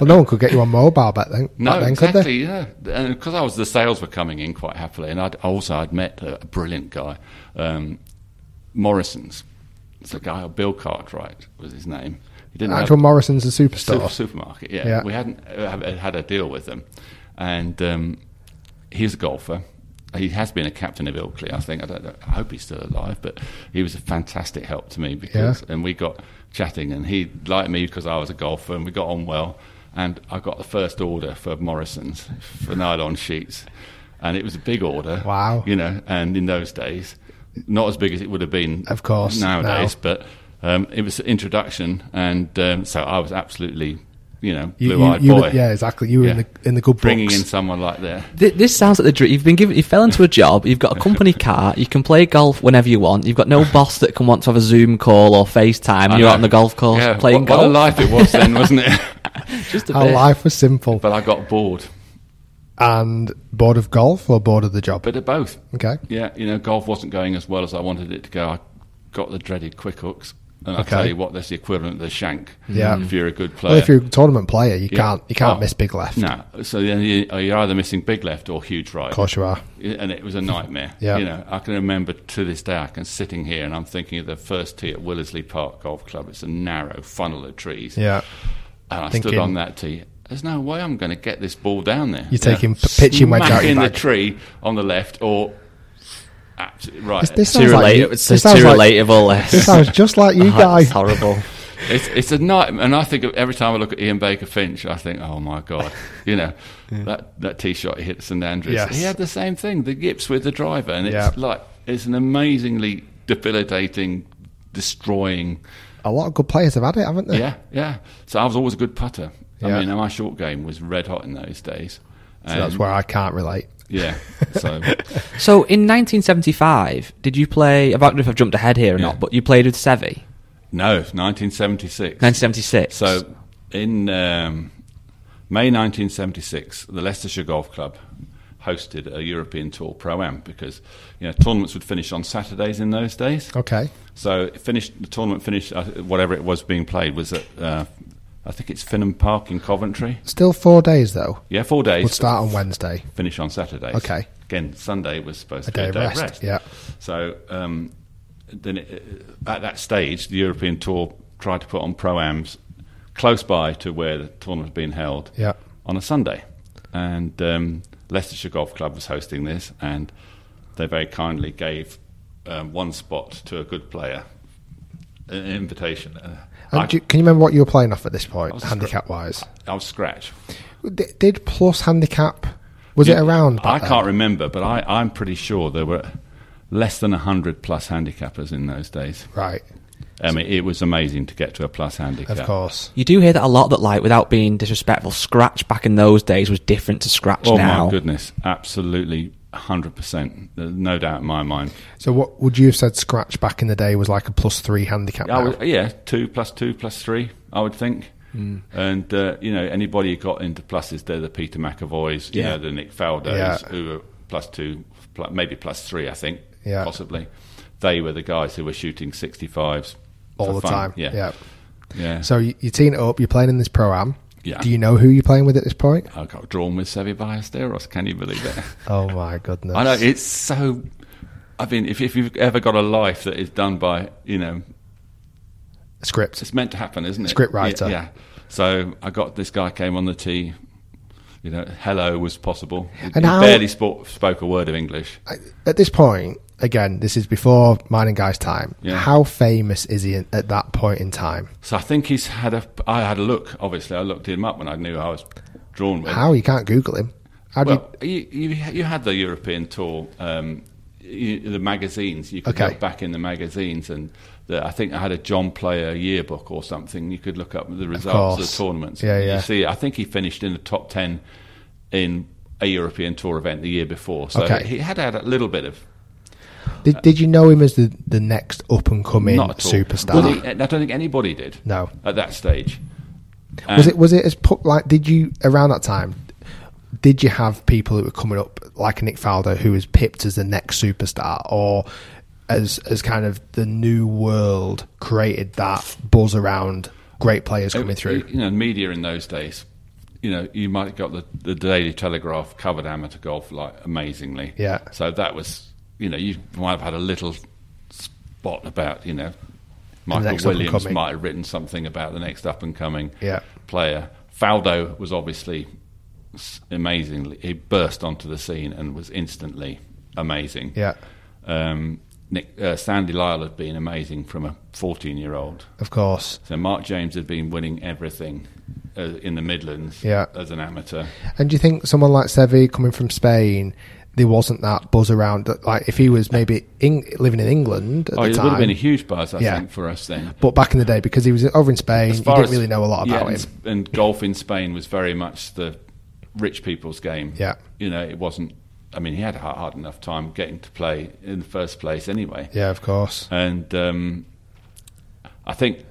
Speaker 1: well, no one could get you on mobile back then.
Speaker 3: No,
Speaker 1: back then, Could they?
Speaker 3: exactly. Yeah, because I was the sales were coming in quite happily, and I'd also I'd met a, a brilliant guy, um, Morrison's. It's a guy, Bill Cartwright was his name. He didn't
Speaker 1: Actual
Speaker 3: have
Speaker 1: Morrison's a
Speaker 3: super,
Speaker 1: superstar.
Speaker 3: supermarket. Yeah,
Speaker 1: Yeah.
Speaker 3: we hadn't uh, have- had a deal with them, and um, he's a golfer. He has been a captain of Ilkley, I think. I don't know. I hope he's still alive, but he was a fantastic help to me because, and we got chatting, and he liked me because I was a golfer, and we got on well. And I got the first order for Morrison's for nylon sheets, and it was a big order.
Speaker 1: Wow.
Speaker 3: You know, and in those days, not as big as it would have been,
Speaker 1: Of course,
Speaker 3: nowadays.
Speaker 1: no.
Speaker 3: But um, it was introduction, and um, so I was absolutely, you know,
Speaker 1: You- you-
Speaker 3: blue-eyed
Speaker 1: you were-
Speaker 3: boy.
Speaker 1: yeah, exactly. You were in
Speaker 3: Yeah.
Speaker 1: the- in the good
Speaker 3: bringing
Speaker 1: books.
Speaker 3: in someone like that.
Speaker 2: Th- This sounds like the dream. You've been given. You fell into a job. You've got a company car. You can play golf whenever you want. You've got no boss that can want to have a Zoom call or FaceTime.
Speaker 3: I
Speaker 2: You're
Speaker 3: know.
Speaker 2: out on the golf course
Speaker 3: Yeah,
Speaker 2: playing
Speaker 3: what, what a
Speaker 2: golf.
Speaker 3: life it was then, wasn't it?
Speaker 2: Just a
Speaker 1: Our
Speaker 2: bit.
Speaker 1: life was simple.
Speaker 3: but I got bored.
Speaker 1: And bored of golf or bored of the job?
Speaker 3: But they're both.
Speaker 1: Okay.
Speaker 3: Yeah, you know, golf wasn't going as well as I wanted it to go. I got the dreaded quick hooks, and I
Speaker 1: Okay.
Speaker 3: tell you what, that's the equivalent of the shank.
Speaker 1: Yeah.
Speaker 3: if you're a good player.
Speaker 1: Well, if you're a tournament player, you
Speaker 3: Yeah.
Speaker 1: can't you can't
Speaker 3: Oh,
Speaker 1: miss big left.
Speaker 3: No, so then you- you're either missing big left or huge right.
Speaker 1: Of course you are.
Speaker 3: and it was a nightmare.
Speaker 1: Yeah.
Speaker 3: You know, I can remember to this day, I can sitting here and I'm thinking of the first tee at Willersley Park Golf Club. It's a narrow funnel of trees.
Speaker 1: Yeah.
Speaker 3: And I stood
Speaker 1: Thinking-
Speaker 3: on that tee. There's no way I'm going to get this ball down there.
Speaker 1: You're taking p- pitching wedge out your
Speaker 3: Smacking the
Speaker 1: back.
Speaker 3: tree on the left or absolutely right.
Speaker 1: This- this
Speaker 2: Too
Speaker 1: sounds like you-
Speaker 2: relatable.
Speaker 1: this
Speaker 2: It's too
Speaker 1: sounds like-
Speaker 2: relatable. Like,
Speaker 1: This sounds just like you guys.
Speaker 2: horrible.
Speaker 3: It's, it's a nightmare. And I think of- every time I look at Ian Baker Finch, I think, oh my God, you know, that, that tee shot he hit at St Andrews.
Speaker 1: Yes.
Speaker 3: He had the same thing, the yips with the driver. And it's
Speaker 1: Yeah.
Speaker 3: like, it's an amazingly debilitating, destroying.
Speaker 1: A lot of good players have had it, haven't they?
Speaker 3: Yeah, yeah. So I was always a good putter.
Speaker 1: Yeah.
Speaker 3: I mean, my short game was red hot in those days.
Speaker 1: So that's
Speaker 3: And-
Speaker 1: where I can't relate.
Speaker 3: Yeah. So,
Speaker 2: So in 1975, did you play? I don't know if I've jumped ahead here or
Speaker 3: Yeah.
Speaker 2: not, but you played with Sevi.
Speaker 3: no, 1976.
Speaker 2: 1976.
Speaker 3: So, in um, May 1976, the Leicestershire Golf Club hosted a European Tour Pro Am because you know tournaments would finish on Saturdays in those days.
Speaker 1: Okay.
Speaker 3: So, it finished the tournament finished uh, whatever it was being played was at uh, I think it's Finham Park in Coventry.
Speaker 1: Still four days though.
Speaker 3: Yeah, four days.
Speaker 1: Would start on Wednesday.
Speaker 3: finish on Saturdays.
Speaker 1: Okay.
Speaker 3: Again, Sunday was supposed
Speaker 1: A
Speaker 3: to
Speaker 1: day
Speaker 3: be a
Speaker 1: of
Speaker 3: day
Speaker 1: rest,
Speaker 3: of rest.
Speaker 1: yeah.
Speaker 3: So um, then, it, uh, at that stage, the European Tour tried to put on proams close by to where the tournament was being held.
Speaker 1: Yeah.
Speaker 3: On a Sunday, and um, Leicestershire Golf Club was hosting this, and they very kindly gave um, one spot to a good player. An invitation. Uh,
Speaker 1: And
Speaker 3: I,
Speaker 1: do you, can you remember what you were playing off at this point,
Speaker 3: was a scr-
Speaker 1: handicap wise?
Speaker 3: I was scratch.
Speaker 1: Did, did plus handicap was it
Speaker 3: Yeah,
Speaker 1: around?
Speaker 3: I
Speaker 1: back then?
Speaker 3: can't remember, but I, I'm pretty sure there were less than 100 plus handicappers in those days.
Speaker 1: Right.
Speaker 3: I mean, it was amazing to get to a plus handicap.
Speaker 1: Of course.
Speaker 2: You do hear that a lot. That like, without being disrespectful, scratch back in those days was different to scratch
Speaker 3: Oh,
Speaker 2: now.
Speaker 3: my goodness. Absolutely 100%. There's no doubt in my mind.
Speaker 1: So what would you have said scratch back in the day was like a plus three handicap?
Speaker 3: I
Speaker 1: now?
Speaker 3: would- yeah, two plus two plus three, I would think.
Speaker 1: Mm.
Speaker 3: And, uh, you know, anybody who got into pluses, they're the Peter McAvoys, you
Speaker 2: Yeah.
Speaker 3: know, the Nick Faldos,
Speaker 1: Yeah.
Speaker 3: who were plus two, pl- maybe plus three, I think,
Speaker 1: Yeah.
Speaker 3: possibly. They were the guys who were shooting 65s.
Speaker 1: all
Speaker 3: for
Speaker 1: the
Speaker 3: fun.
Speaker 1: time.
Speaker 3: yeah.
Speaker 1: yeah.
Speaker 3: Yeah.
Speaker 1: So you, you team it up. You're playing in this pro am.
Speaker 3: Yeah.
Speaker 1: Do you know who you're playing with at this point?
Speaker 3: I got drawn with Sevi Ballesteros. Can you believe it?
Speaker 1: Oh my goodness!
Speaker 3: I know it's so. I mean, if, if you've ever got a life that is done by, you know,
Speaker 1: Script.
Speaker 3: it's meant to happen, isn't it?
Speaker 1: Script writer.
Speaker 3: Yeah, yeah. So I got this guy came on the tee. You know, hello was possible. He,
Speaker 1: And
Speaker 3: he
Speaker 1: how-
Speaker 3: barely spoke, spoke a word of English.
Speaker 1: I- At this point, again, this is before mine and guy's time.
Speaker 3: Yeah.
Speaker 1: How famous is he in, at that point in time?
Speaker 3: So I think he's had a. I had a look. Obviously, I looked him up when I knew I was drawn with.
Speaker 1: How you can't Google him? How do
Speaker 3: Well, you, you, you had the European tour, um, you, the magazines. You could
Speaker 1: Okay.
Speaker 3: look back in the magazines, and the, I think I had a John Player yearbook or something. You could look up the results of,
Speaker 1: course.
Speaker 3: the tournaments.
Speaker 1: Yeah,
Speaker 3: You
Speaker 1: yeah.
Speaker 3: see, I think he finished in the top ten in a European tour event the year before. So
Speaker 1: Okay.
Speaker 3: he had had a little bit of
Speaker 1: you, did, did you know him as the, the next up and coming
Speaker 3: uh, not at all.
Speaker 1: superstar?
Speaker 3: Well, he- uh, I don't think anybody did.
Speaker 1: No.
Speaker 3: at that stage.
Speaker 1: was
Speaker 3: And-
Speaker 1: it was it as pu- like did you around that time? Did you have people who were coming up like a Nick Faldo who was pipped as the next superstar or as as kind of the new world created that buzz around great players coming
Speaker 3: It-
Speaker 1: through?
Speaker 3: You know, media in those days, you know, you might have got the, the Daily Telegraph covered amateur golf like amazingly.
Speaker 1: Yeah.
Speaker 3: So that was, you know, you might have had a little spot about, you know, Michael
Speaker 1: next up and
Speaker 3: Williams
Speaker 1: coming.
Speaker 3: might have written something about the next up and coming
Speaker 1: Yeah.
Speaker 3: player. Faldo was obviously s- amazingly, he burst onto the scene and was instantly amazing.
Speaker 1: Yeah,
Speaker 3: Um, Nick, uh, Sandy Lyle had been amazing from a 14 year old.
Speaker 1: of course.
Speaker 3: So Mark James had been winning everything uh, in the Midlands
Speaker 1: Yeah.
Speaker 3: as an amateur.
Speaker 1: And do you think someone like Sevi coming from Spain there wasn't that buzz around. That like if he was maybe in, living in England at
Speaker 3: Oh,
Speaker 1: the
Speaker 3: it
Speaker 1: time,
Speaker 3: would have been a huge buzz, I
Speaker 1: Yeah.
Speaker 3: think, for us then.
Speaker 1: but back in the day because he was over in Spain, you didn't really know a lot
Speaker 3: yeah,
Speaker 1: about
Speaker 3: and,
Speaker 1: him.
Speaker 3: And golf in Spain was very much the rich people's game.
Speaker 1: Yeah.
Speaker 3: You know, it wasn't. I mean, he had a hard, hard enough time getting to play in the first place anyway.
Speaker 1: Yeah, of course.
Speaker 3: And um, I think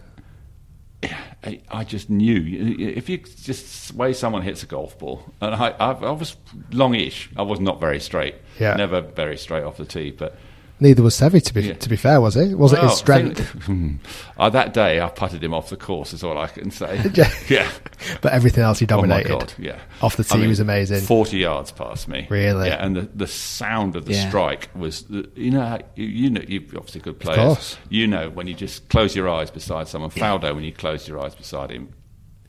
Speaker 3: I, I just knew if you just way someone hits a golf ball, and I, I, I was longish. I was not very straight.
Speaker 1: Yeah.
Speaker 3: Never very straight off the tee, but
Speaker 1: Neither was Sevi to be
Speaker 3: Yeah.
Speaker 1: to be fair, was he? Was not
Speaker 3: Well,
Speaker 1: his strength?
Speaker 3: I think- uh, that day, I putted him off the course. Is all I can say.
Speaker 1: Yeah.
Speaker 3: yeah.
Speaker 1: but everything else he
Speaker 3: Oh my
Speaker 1: dominated.
Speaker 3: god! Yeah.
Speaker 1: Off the tee
Speaker 3: I mean,
Speaker 1: was amazing.
Speaker 3: Forty yards past me.
Speaker 1: Really?
Speaker 3: Yeah. And the, the sound of the
Speaker 2: Yeah.
Speaker 3: strike was, the- you know, how- you, you know, you obviously good players.
Speaker 1: course.
Speaker 3: You know when you just close your eyes beside someone. Faldo, when you closed your eyes beside him,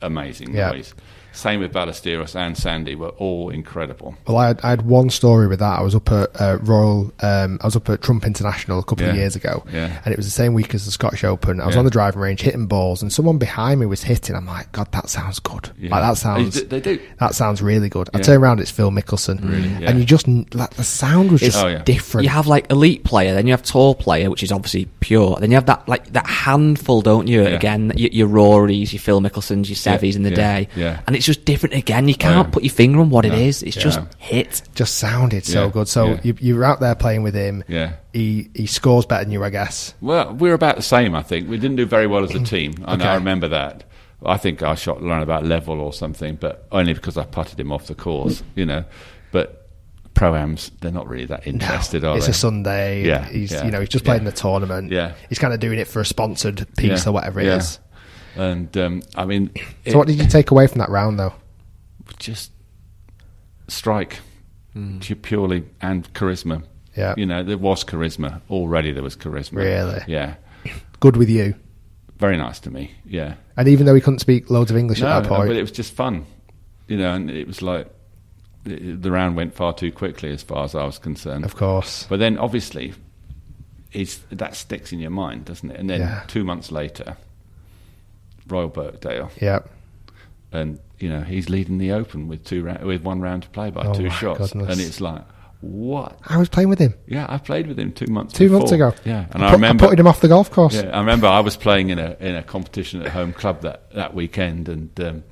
Speaker 3: amazing
Speaker 1: Yeah.
Speaker 3: noise. Same with Ballesteros and Sandy were all incredible.
Speaker 1: Well, I had, I had one story with that. I was up at uh, Royal, um, I was up at Trump International a couple of
Speaker 3: Yeah.
Speaker 1: years ago,
Speaker 3: Yeah.
Speaker 1: and it was the same week as the Scottish Open. I was
Speaker 3: Yeah.
Speaker 1: on the driving range hitting balls, and someone behind me was hitting. I'm like, God, that sounds good.
Speaker 3: Yeah.
Speaker 1: Like
Speaker 3: They
Speaker 1: that sounds,
Speaker 3: do- they do.
Speaker 1: That sounds really good. I
Speaker 3: Yeah.
Speaker 1: turn around, it's Phil Mickelson, Mm.
Speaker 3: yeah.
Speaker 1: and you just kn- like the sound was just
Speaker 3: Oh, yeah.
Speaker 1: different.
Speaker 2: You have like elite player, then you have tour player, which is obviously pure. Then you have that like that handful, don't you?
Speaker 3: Yeah.
Speaker 2: Again, your, your Rorys, your Phil Mickelsons, your Sevies in the
Speaker 3: yeah,
Speaker 2: day,
Speaker 3: yeah. Oh,
Speaker 2: and it's just different again. You can't
Speaker 3: yeah.
Speaker 2: put your finger on what it is. It's just
Speaker 3: yeah.
Speaker 2: hit.
Speaker 1: just sounded so
Speaker 3: Yeah,
Speaker 1: good. So
Speaker 3: yeah.
Speaker 1: you, you're out there playing with him.
Speaker 3: Yeah.
Speaker 1: he he scores better than you, I guess.
Speaker 3: Well, we were about the same, I think. We didn't do very well as a team. I, know,
Speaker 1: Mm.
Speaker 3: I
Speaker 1: Okay.
Speaker 3: remember that. I think I shot around about level or something, but only because I putted him off the
Speaker 1: Mm.
Speaker 3: course, you know. But proams, they're not really that interested, are
Speaker 1: it's
Speaker 3: they?
Speaker 1: a Sunday.
Speaker 3: Yeah,
Speaker 1: he's
Speaker 3: yeah,
Speaker 1: you know he's just
Speaker 3: yeah.
Speaker 1: playing the tournament.
Speaker 3: Yeah.
Speaker 1: he's kind of doing it for a sponsored piece
Speaker 3: Yeah,
Speaker 1: or whatever it is.
Speaker 3: yeah. And um, I mean, it
Speaker 1: So what did you take away from that round though?
Speaker 3: just strike Pu- purely and charisma.
Speaker 1: Mm. Yeah.
Speaker 3: you know, there was charisma already. There was charisma.
Speaker 1: Really?
Speaker 3: Yeah,
Speaker 1: Good with you.
Speaker 3: very nice to me. Yeah.
Speaker 1: And even though he couldn't speak loads of English
Speaker 3: No,
Speaker 1: at that
Speaker 3: no,
Speaker 1: point,
Speaker 3: but it was just fun, you know. And it was like it- the round went far too quickly, as far as I was concerned.
Speaker 1: of course.
Speaker 3: But then, obviously, it's, that sticks in your mind, doesn't it? And then
Speaker 1: Yeah.
Speaker 3: two months later, Royal Birkdale,
Speaker 1: Yeah.
Speaker 3: and you know he's leading the Open with two ra- with one round to play by
Speaker 1: Oh
Speaker 3: two
Speaker 1: my
Speaker 3: shots,
Speaker 1: goodness.
Speaker 3: and it's like what?
Speaker 1: I was playing with him
Speaker 3: Yeah, I played with him two months
Speaker 1: two months
Speaker 3: before.
Speaker 1: ago.
Speaker 3: Yeah, and
Speaker 1: I,
Speaker 3: I,
Speaker 1: put,
Speaker 3: remember
Speaker 1: I put him off the golf course.
Speaker 3: yeah, I remember I was playing in a in a competition at home club that, that weekend, and um,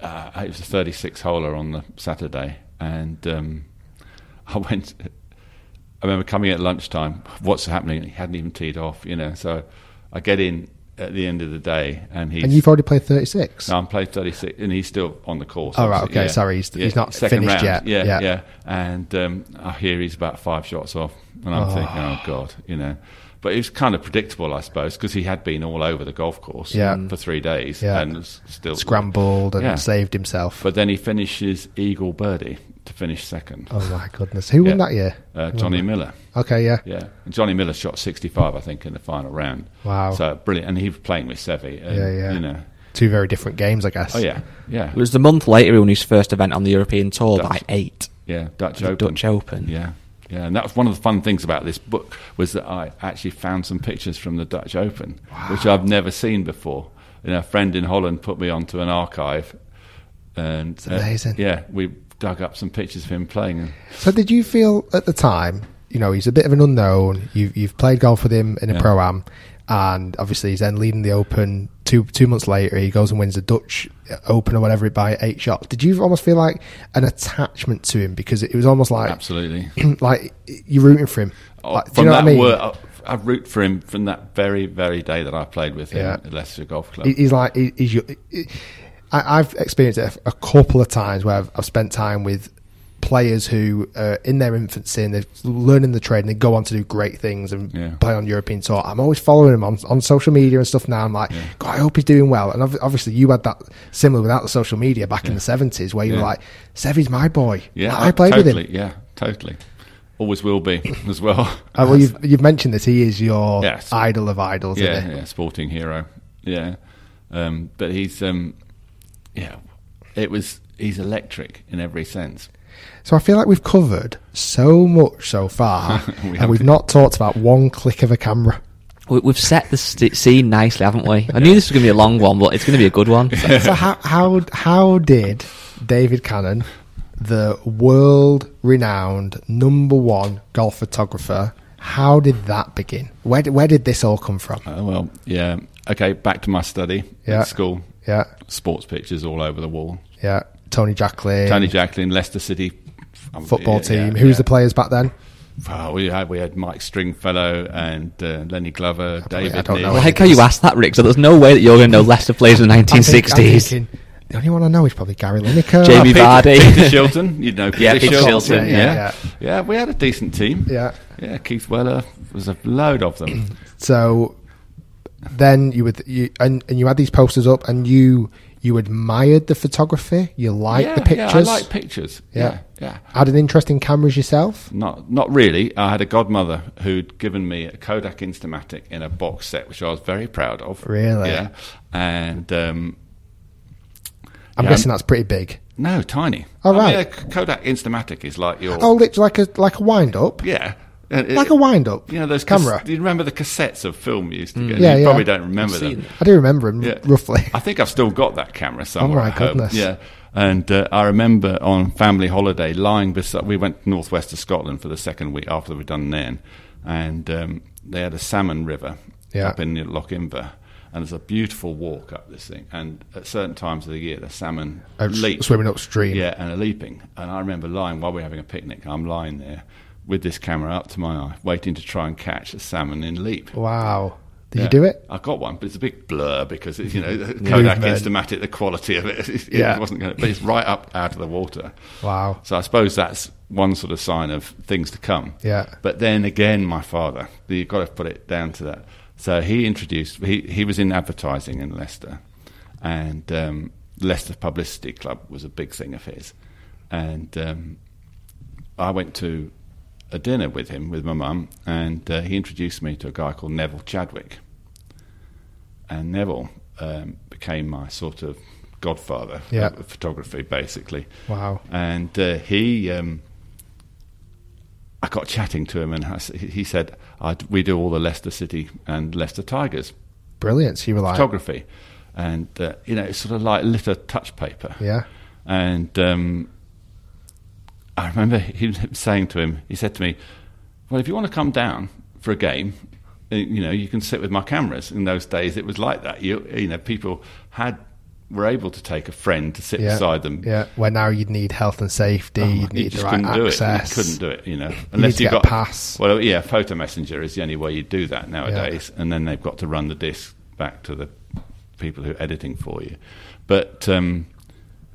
Speaker 3: uh, it was a 36 holer on the Saturday, and um, I went. I remember coming at lunchtime. What's happening? He hadn't even teed off, you know. So I get in at the end of the day, and he's
Speaker 1: And you've already played 36.
Speaker 3: no, I'm playing 36, and he's still on the course.
Speaker 1: Oh, right,
Speaker 3: obviously,
Speaker 1: okay, sorry, he's- he's not
Speaker 3: Second
Speaker 1: finished
Speaker 3: round,
Speaker 1: yet, yeah.
Speaker 3: Yeah, yeah. And um, I hear he's about five shots off, and I'm thinking, oh, God, you know. But it was kind of predictable, I suppose, because he had been all over the golf course
Speaker 1: Yeah.
Speaker 3: for three days
Speaker 1: Yeah.
Speaker 3: and was still
Speaker 1: Scrambled and
Speaker 3: Yeah.
Speaker 1: saved himself.
Speaker 3: But then he finishes eagle birdie to finish second.
Speaker 1: oh my goodness. Who won
Speaker 3: Yeah.
Speaker 1: that year?
Speaker 3: Uh, Johnny Miller.
Speaker 1: Okay, yeah.
Speaker 3: Yeah, And Johnny Miller shot 65, I think, in the final round.
Speaker 1: Wow.
Speaker 3: So brilliant. And he was playing with Sevi. And,
Speaker 1: Yeah, yeah.
Speaker 3: You know.
Speaker 1: Two very different games, I guess.
Speaker 3: Oh, yeah. Yeah.
Speaker 2: It was the month later he won his first event on the European Tour
Speaker 3: That's-
Speaker 2: by eight.
Speaker 3: Yeah, Dutch
Speaker 2: The
Speaker 3: Open.
Speaker 2: Dutch Open.
Speaker 3: Yeah, yeah, and that was one of the fun things about this book was that I actually found some pictures from the Dutch Open, which I've never seen before. And a friend in Holland put me onto an archive, and it's
Speaker 1: amazing.
Speaker 3: yeah, we dug up some pictures of him playing. And,
Speaker 1: So did you feel at the time, you know, he's a bit of an unknown. You've you've played golf with him in a
Speaker 3: Yeah.
Speaker 1: pro am, and obviously he's then leading the Open. Two two months later, he goes and wins the Dutch Open or whatever it by eight shots. Did you almost feel like an attachment to him because it was almost like
Speaker 3: absolutely. Oh,
Speaker 1: like you're rooting for him? Like, do
Speaker 3: from
Speaker 1: you know
Speaker 3: that
Speaker 1: what I mean?
Speaker 3: word, I, I root for him from that very, very day that I played with him
Speaker 1: Yeah.
Speaker 3: at Leicester Golf Club.
Speaker 1: He- He's like he- he's. your- he- I, I've experienced it a couple of times where I've, I've spent time with players who are in their infancy and they're learning the trade and they go on to do great things and
Speaker 3: Yeah.
Speaker 1: play on European tour. I'm always following them on, on social media and stuff now. I'm like, God, I hope he's doing well. And ob- obviously, you had that similar without the social media back in the 70s where you were
Speaker 3: Yeah.
Speaker 1: like, Sevi's my boy.
Speaker 3: yeah,
Speaker 1: Like, I played
Speaker 3: totally,
Speaker 1: with him.
Speaker 3: Yeah, totally. Always will be as well.
Speaker 1: Uh, well, you've, you've mentioned this. He is your
Speaker 3: Yes.
Speaker 1: idol of idols.
Speaker 3: yeah,
Speaker 1: isn't he?
Speaker 3: yeah, sporting hero. Yeah, um, but he's um, yeah, it was he's electric in every sense.
Speaker 1: So I feel like we've covered so much so far,
Speaker 3: We
Speaker 1: and
Speaker 3: have.
Speaker 1: we've not talked about one click of a camera.
Speaker 2: We, we've set the st- scene nicely, haven't we? I knew this was going to be a long one, but it's going to be a good one.
Speaker 1: So how how how did David Cannon the world renowned number one golf photographer. How did that begin? Where did, where did this all come from?
Speaker 3: Oh, well, yeah. Okay, back to my study
Speaker 1: Yeah.
Speaker 3: at school.
Speaker 1: Yeah,
Speaker 3: Sports pictures all over the wall.
Speaker 1: yeah. Tony Jacklin,
Speaker 3: Tony Jacklin, Leicester City um,
Speaker 1: football
Speaker 3: yeah,
Speaker 1: team.
Speaker 3: yeah,
Speaker 1: Who was
Speaker 3: yeah.
Speaker 1: the players back then?
Speaker 3: Well, we had we had Mike Stringfellow and uh, Lenny Glover, David.
Speaker 1: I don't know.
Speaker 3: Neal.
Speaker 2: I like how you asked that, Rick. So there's no way that you're going to know Leicester players in the
Speaker 1: I'm think-
Speaker 2: 1960s.
Speaker 1: I'm thinking, the only one I know is probably Gary Lineker.
Speaker 2: Jamie
Speaker 3: Peter,
Speaker 2: Vardy.
Speaker 3: Peter Shilton, you know Peter,
Speaker 2: Yeah, Peter
Speaker 3: Shilton,
Speaker 2: Shilton,
Speaker 3: yeah.
Speaker 1: yeah,
Speaker 3: Yeah. we had a decent team.
Speaker 1: Yeah.
Speaker 3: yeah. Keith Weller was a load of them.
Speaker 1: So then you would you and, and you had these posters up, and you you admired the photography. You liked
Speaker 3: yeah,
Speaker 1: the pictures.
Speaker 3: Yeah, I like pictures.
Speaker 1: Yeah.
Speaker 3: Yeah, yeah.
Speaker 1: Had an interest in cameras yourself.
Speaker 3: Not, not really. I had a godmother who'd given me a Kodak Instamatic in a box set, which I was very proud of.
Speaker 1: Really?
Speaker 3: Yeah. And um,
Speaker 1: I'm
Speaker 3: Yeah,
Speaker 1: guessing
Speaker 3: I'm-
Speaker 1: that's pretty big.
Speaker 3: no, tiny.
Speaker 1: Oh,
Speaker 3: I mean,
Speaker 1: right.
Speaker 3: a K- Kodak Instamatic is like your.
Speaker 1: Oh, literally like a like a wind up,
Speaker 3: Yeah. And it-
Speaker 1: like a wind up.
Speaker 3: You know those cas-
Speaker 1: camera. Mm.
Speaker 3: Do you remember the cassettes of film you used to get?
Speaker 1: Yeah,
Speaker 3: you
Speaker 1: yeah.
Speaker 3: probably don't remember them.
Speaker 1: I do remember him
Speaker 3: Yeah.
Speaker 1: roughly.
Speaker 3: I think I've still got that camera somewhere.
Speaker 1: my
Speaker 3: at home.
Speaker 1: goodness.
Speaker 3: Yeah. And uh, I remember on family holiday lying beside. We went northwest of Scotland for the second week after we'd done Nairn, and um, they had a salmon river
Speaker 1: Yeah.
Speaker 3: up in Loch Inver, and there's a beautiful walk up this thing. And at certain times of the year, the salmon
Speaker 1: Uh,
Speaker 3: leap
Speaker 1: swimming upstream.
Speaker 3: Yeah, and a leaping. And I remember lying while we were having a picnic. I'm lying there with this camera up to my eye, waiting to try and catch a salmon in leap.
Speaker 1: Wow. Did you
Speaker 3: Yeah.
Speaker 1: do it?
Speaker 3: I got one, but it's a big blur because it's, you know the Kodak
Speaker 1: Movement.
Speaker 3: Instamatic, the quality of it, it
Speaker 1: Yeah.
Speaker 3: wasn't going. to But it's right up out of the water.
Speaker 1: Wow.
Speaker 3: So I suppose that's one sort of sign of things to come.
Speaker 1: Yeah.
Speaker 3: But then again, my father, you've got to put it down to that. So he introduced. He he was in advertising in Leicester, and um, Leicester Publicity Club was a big thing of his, and um, I went to a dinner with him with my mum, and uh, he introduced me to a guy called Neville Chadwick and Neville um, became my sort of godfather
Speaker 1: Yeah.
Speaker 3: of photography, basically.
Speaker 1: Wow.
Speaker 3: And uh, he, um, I got chatting to him, and I s he said, I d "We do all the Leicester City and Leicester Tigers
Speaker 1: Brilliant. So you were like,
Speaker 3: photography," and uh, you know, it's sort of like litter touch paper.
Speaker 1: yeah,
Speaker 3: And um, I remember him saying to him, he said to me, Well, if you want to come down for a game, uh, you know, you can sit with my cameras. In those days, it was like that. You, you know, people had were able to take a friend to sit
Speaker 1: yeah.
Speaker 3: beside them.
Speaker 1: Yeah. Where now you'd need health and safety.
Speaker 3: Oh,
Speaker 1: you'd need the right access.
Speaker 3: It. You couldn't do it, you know,
Speaker 1: to
Speaker 3: unless you
Speaker 1: get a
Speaker 3: got
Speaker 1: pass.
Speaker 3: Well, yeah, photo messenger is the only way you do that nowadays, and then they've got to run the disc back to the people who are editing for you. But um,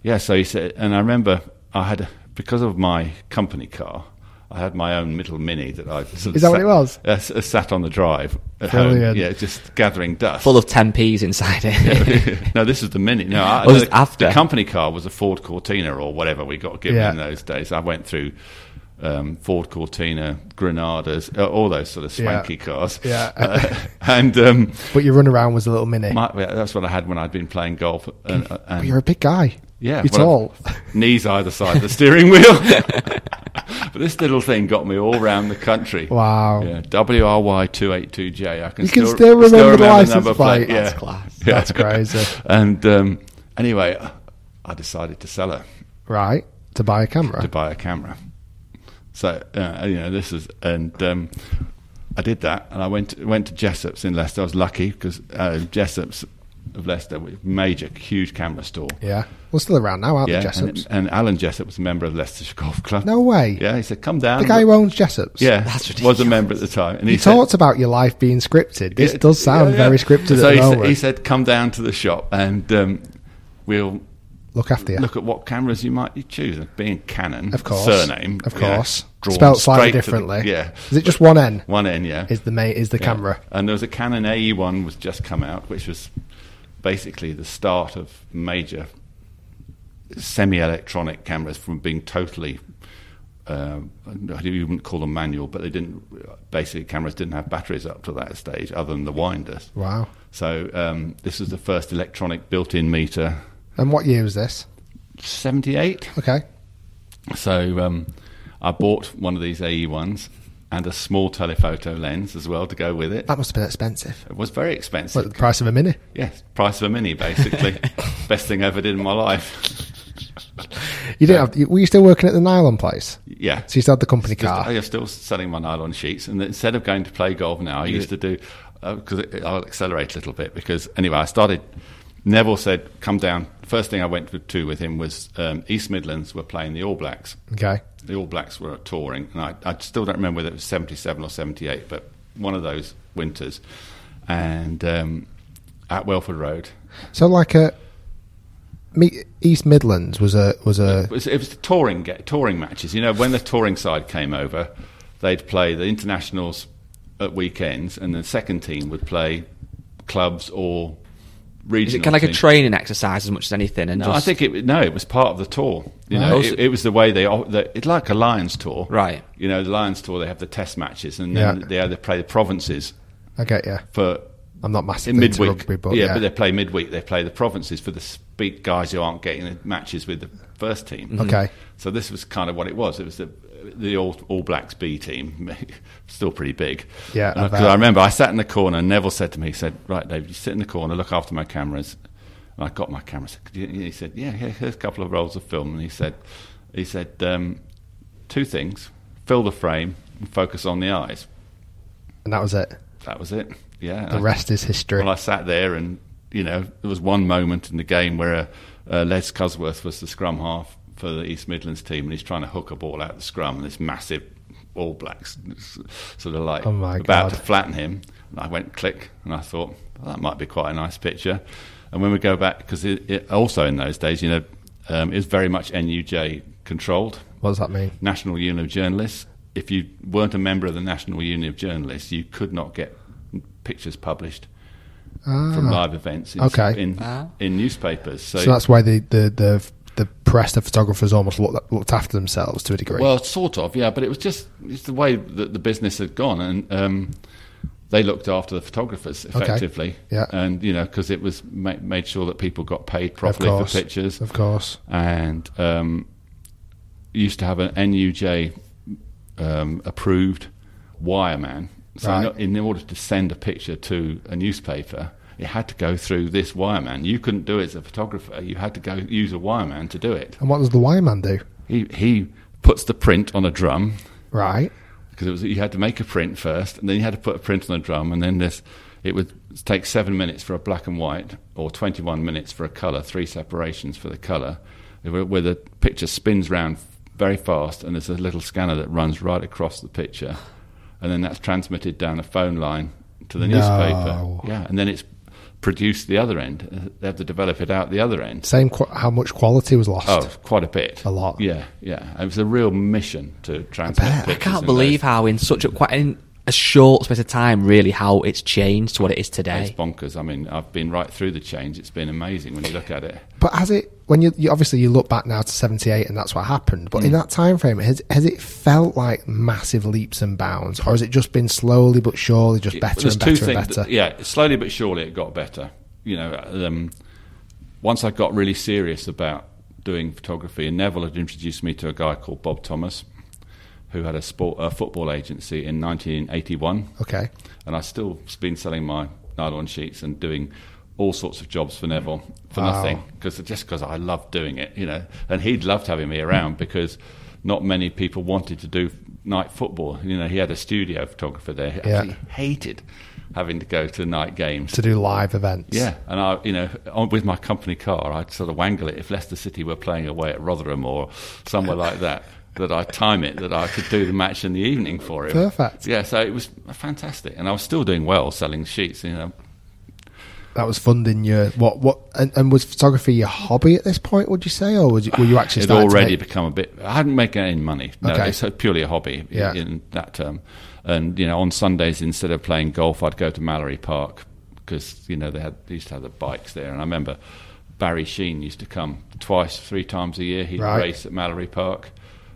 Speaker 3: yeah, so he said, and I remember I had because of my company car. I had my own little mini that I sort of
Speaker 1: Is that what
Speaker 3: sat-
Speaker 1: it was?
Speaker 3: uh, s- uh, sat on the drive at
Speaker 1: Brilliant.
Speaker 3: home. Yeah, just gathering dust.
Speaker 2: Full of 10p's inside it.
Speaker 3: no, this is the mini. No, I,
Speaker 2: Oh, this is
Speaker 3: the,
Speaker 2: after.
Speaker 3: the company car was a Ford Cortina or whatever we got given
Speaker 1: Yeah.
Speaker 3: in those days. I went through um, Ford Cortina, Granadas, uh, all those sort of
Speaker 1: Yeah.
Speaker 3: swanky cars.
Speaker 1: Yeah.
Speaker 3: Uh, and um,
Speaker 1: But your run around was a little mini.
Speaker 3: my, yeah, that's what I had when I'd been playing golf. And,
Speaker 1: But
Speaker 3: and
Speaker 1: you're a big guy.
Speaker 3: yeah,
Speaker 1: You're
Speaker 3: well,
Speaker 1: tall.
Speaker 3: knees either side of the steering wheel. But this little thing got me all round the country.
Speaker 1: Wow.
Speaker 3: Yeah, WRY282J. I can,
Speaker 1: You can
Speaker 3: still,
Speaker 1: still remember the license
Speaker 3: number plate.
Speaker 1: plate. That's
Speaker 3: yeah.
Speaker 2: class.
Speaker 3: Yeah.
Speaker 1: That's crazy.
Speaker 3: And um, anyway, I decided to sell her
Speaker 1: Right. To buy a camera.
Speaker 3: to buy a camera. So uh, you know, this is and um, I did that, and I went went to Jessop's in Leicester. I was lucky because uh, Jessop's of Leicester, was a major, huge camera store.
Speaker 1: yeah. Well, still around now, aren't
Speaker 3: Yeah,
Speaker 1: they, Jessops?
Speaker 3: and, and Alan Jessop was a member of Leicestershire Golf Club.
Speaker 1: No way.
Speaker 3: Yeah, he said, "Come down."
Speaker 1: The guy who owns Jessops.
Speaker 3: yeah,
Speaker 2: That's
Speaker 3: was a
Speaker 2: ridiculous.
Speaker 3: member at the time, and
Speaker 1: You
Speaker 3: he said-
Speaker 1: talked about your life being scripted. This
Speaker 3: Yeah,
Speaker 1: does sound
Speaker 3: yeah, yeah.
Speaker 1: very scripted
Speaker 3: So
Speaker 1: at
Speaker 3: he,
Speaker 1: the
Speaker 3: sa-
Speaker 1: moment.
Speaker 3: he said, "Come down to the shop, and um, we'll
Speaker 1: Look after you.
Speaker 3: look at what cameras you might choose. And Being Canon,
Speaker 1: Of course.
Speaker 3: surname,
Speaker 1: Of
Speaker 3: you know,
Speaker 1: course.
Speaker 3: drawn
Speaker 1: Spelt slightly
Speaker 3: straight to the-
Speaker 1: differently.
Speaker 3: yeah,
Speaker 1: Is it just one N?
Speaker 3: one N, yeah,
Speaker 1: Is the mate is the
Speaker 3: Yeah.
Speaker 1: camera.
Speaker 3: And there was a Canon AE one was just come out, which was basically the start of major semi-electronic cameras from being totally. Um, I don't- you wouldn't call them manual, but they didn't. Basically, cameras didn't have batteries up to that stage, other than the winders.
Speaker 1: Wow.
Speaker 3: So um, this was the first electronic built-in meter,
Speaker 1: And what year was this?
Speaker 3: seventy-eight.
Speaker 1: Okay.
Speaker 3: So um, I bought one of these AE ones and a small telephoto lens as well to go with it.
Speaker 1: That must have been expensive.
Speaker 3: It was very
Speaker 1: Like
Speaker 3: expensive.
Speaker 1: the price of a mini.
Speaker 3: yes, price of a mini, basically. Best thing I ever did in my life.
Speaker 1: You didn't have. you- Were you still working at the nylon place?
Speaker 3: Yeah. uh,
Speaker 1: So you still had the company car.
Speaker 3: I was still selling my nylon sheets, and instead of going to play golf now, I used to do because it I'll accelerate a little bit because anyway, I started. Neville said, "Come down." First thing I went to- to with him was um, East Midlands were playing the All Blacks.
Speaker 1: okay.
Speaker 3: The All Blacks were touring, and I, I still don't remember whether it was seventy-seven or seventy-eight, but one of those winters, and um, at Welford Road,
Speaker 1: So like a me, East Midlands was a was a
Speaker 3: It was, it was the touring ga- touring matches. You know, when the touring side came over, they'd play the internationals at weekends, and the second team would play clubs or regional.
Speaker 2: Is it kind of like a
Speaker 3: teams.
Speaker 2: training exercise as much as anything? And
Speaker 3: No,
Speaker 2: just,
Speaker 3: I think it, no, it was part of the tour. You
Speaker 2: Right.
Speaker 3: know,
Speaker 2: Oh, so-
Speaker 3: it, it was the way they. o- the- It's like a Lions tour,
Speaker 2: Right.
Speaker 3: You know, the Lions tour they have the test matches, and then
Speaker 1: Yeah.
Speaker 3: they they play the provinces
Speaker 1: I get you.
Speaker 3: for
Speaker 1: I'm not massive
Speaker 3: in
Speaker 1: into
Speaker 3: midweek.
Speaker 1: rugby, but
Speaker 3: yeah,
Speaker 1: yeah.
Speaker 3: but they play midweek. They play the provinces for the speak guys who aren't getting the matches with the first team.
Speaker 1: Mm-hmm. Okay.
Speaker 3: So this was kind of what it was. It was the the All, all Blacks B team, still pretty big.
Speaker 1: Yeah, I
Speaker 3: because
Speaker 1: bet.
Speaker 3: I remember I sat in the corner. and Neville said to me, he said, "Right, Dave, you sit in the corner, look after my cameras." And I got my cameras. He said, "Yeah, here- here's a couple of rolls of film." And he said, "He said um, two things: fill the frame and focus on the eyes."
Speaker 1: and that was it.
Speaker 3: That was it. Yeah,
Speaker 1: The
Speaker 3: I-
Speaker 1: rest is history.
Speaker 3: well, I sat there and, you know, there was one moment in the game where uh, uh, Les Cusworth was the scrum half for the East Midlands team and he's trying to hook a ball out of the scrum and this massive All Blacks s- sort of like
Speaker 1: Oh, my God.
Speaker 3: about to flatten him. And I went click and I thought, well, that might be quite a nice picture. And when we go back, because it, it, also in those days, you know, um, it was very much NUJ controlled.
Speaker 1: what does that mean?
Speaker 3: National Union of Journalists. If you weren't a member of the National Union of Journalists, you could not get pictures published from live events in,
Speaker 1: Ah. Okay.
Speaker 3: in, in newspapers. So,
Speaker 1: So that's why the the the, the press, the photographers, almost looked, looked after themselves to a degree.
Speaker 3: well, sort of, yeah, but it was just it's the way that the business had gone, and um, they looked after the photographers effectively,
Speaker 1: Yeah.
Speaker 3: and you know because it was ma- made sure that people got paid
Speaker 1: of
Speaker 3: properly
Speaker 1: course,
Speaker 3: for pictures,
Speaker 1: of course.
Speaker 3: and um, used to have an NUJ um, approved wireman. So
Speaker 1: Right.
Speaker 3: no- in order to send a picture to a newspaper, it had to go through this wireman. You couldn't do it as a photographer. You had to go use a wireman to do it.
Speaker 1: And what does the wireman do?
Speaker 3: He he puts the print on a drum
Speaker 1: Right.
Speaker 3: because it was you had to make a print first, and then you had to put a print on a drum, and then this it would take seven minutes for a black and white, or twenty-one minutes for a colour, three separations for the colour, where where the picture spins round very fast, and there's a little scanner that runs right across the picture, and then that's transmitted down a phone line to the
Speaker 1: No.
Speaker 3: newspaper, yeah, and then it's produced the other end. Uh, They have to develop it out the other end.
Speaker 1: Same. Qu- how much quality was lost?
Speaker 3: Oh, quite a bit.
Speaker 1: A lot.
Speaker 3: Yeah, yeah. It was a real mission to transmit
Speaker 1: bet. I
Speaker 3: pictures.
Speaker 2: I can't
Speaker 3: in
Speaker 2: believe
Speaker 3: those-
Speaker 2: how in such a quite in a short space of time, really, how it's changed to what it is
Speaker 3: It's
Speaker 2: today.
Speaker 3: bonkers. I mean, I've been right through the change. It's been amazing when you look at it.
Speaker 1: But has it? When you, you obviously you look back now to seventy eight, and that's what happened. But in
Speaker 3: Mm.
Speaker 1: that time frame, has has it felt like massive leaps and bounds, or has it just been slowly but surely just better
Speaker 3: There's
Speaker 1: and better
Speaker 3: two
Speaker 1: and
Speaker 3: things.
Speaker 1: better?
Speaker 3: yeah, slowly but surely it got better. You know, um, once I got really serious about doing photography, and Neville had introduced me to a guy called Bob Thomas, who had a sport a football agency in 1981.
Speaker 1: Okay.
Speaker 3: and I still been selling my nylon sheets and doing all sorts of jobs for Neville for
Speaker 1: Wow.
Speaker 3: nothing because just because I loved doing it, you know. And he loved having me around because not many people wanted to do night football. You know, he had a studio photographer there. He
Speaker 1: Yeah.
Speaker 3: actually hated having to go to night games.
Speaker 1: To do live events.
Speaker 3: Yeah, and I, you know, on, with my company car, I'd sort of wangle it if Leicester City were playing away at Rotherham or somewhere like that. That I time it that I could do the match in the evening for him.
Speaker 1: Perfect.
Speaker 3: Yeah, so it was fantastic, and I was still doing well selling sheets. You know,
Speaker 1: That was funding your what what and, and was photography your hobby at this point? Would you say, or was it, were you actually
Speaker 3: Ah, it
Speaker 1: starting to
Speaker 3: already
Speaker 1: make-
Speaker 3: become a bit. I hadn't made any money. No,
Speaker 1: Okay.
Speaker 3: it's purely a hobby i-
Speaker 1: Yeah.
Speaker 3: in that term. And you know, on Sundays instead of playing golf, I'd go to Mallory Park because you know they had they used to have the bikes there. And I remember Barry Sheen used to come twice, three times a year. He'd
Speaker 1: Right.
Speaker 3: race at Mallory Park,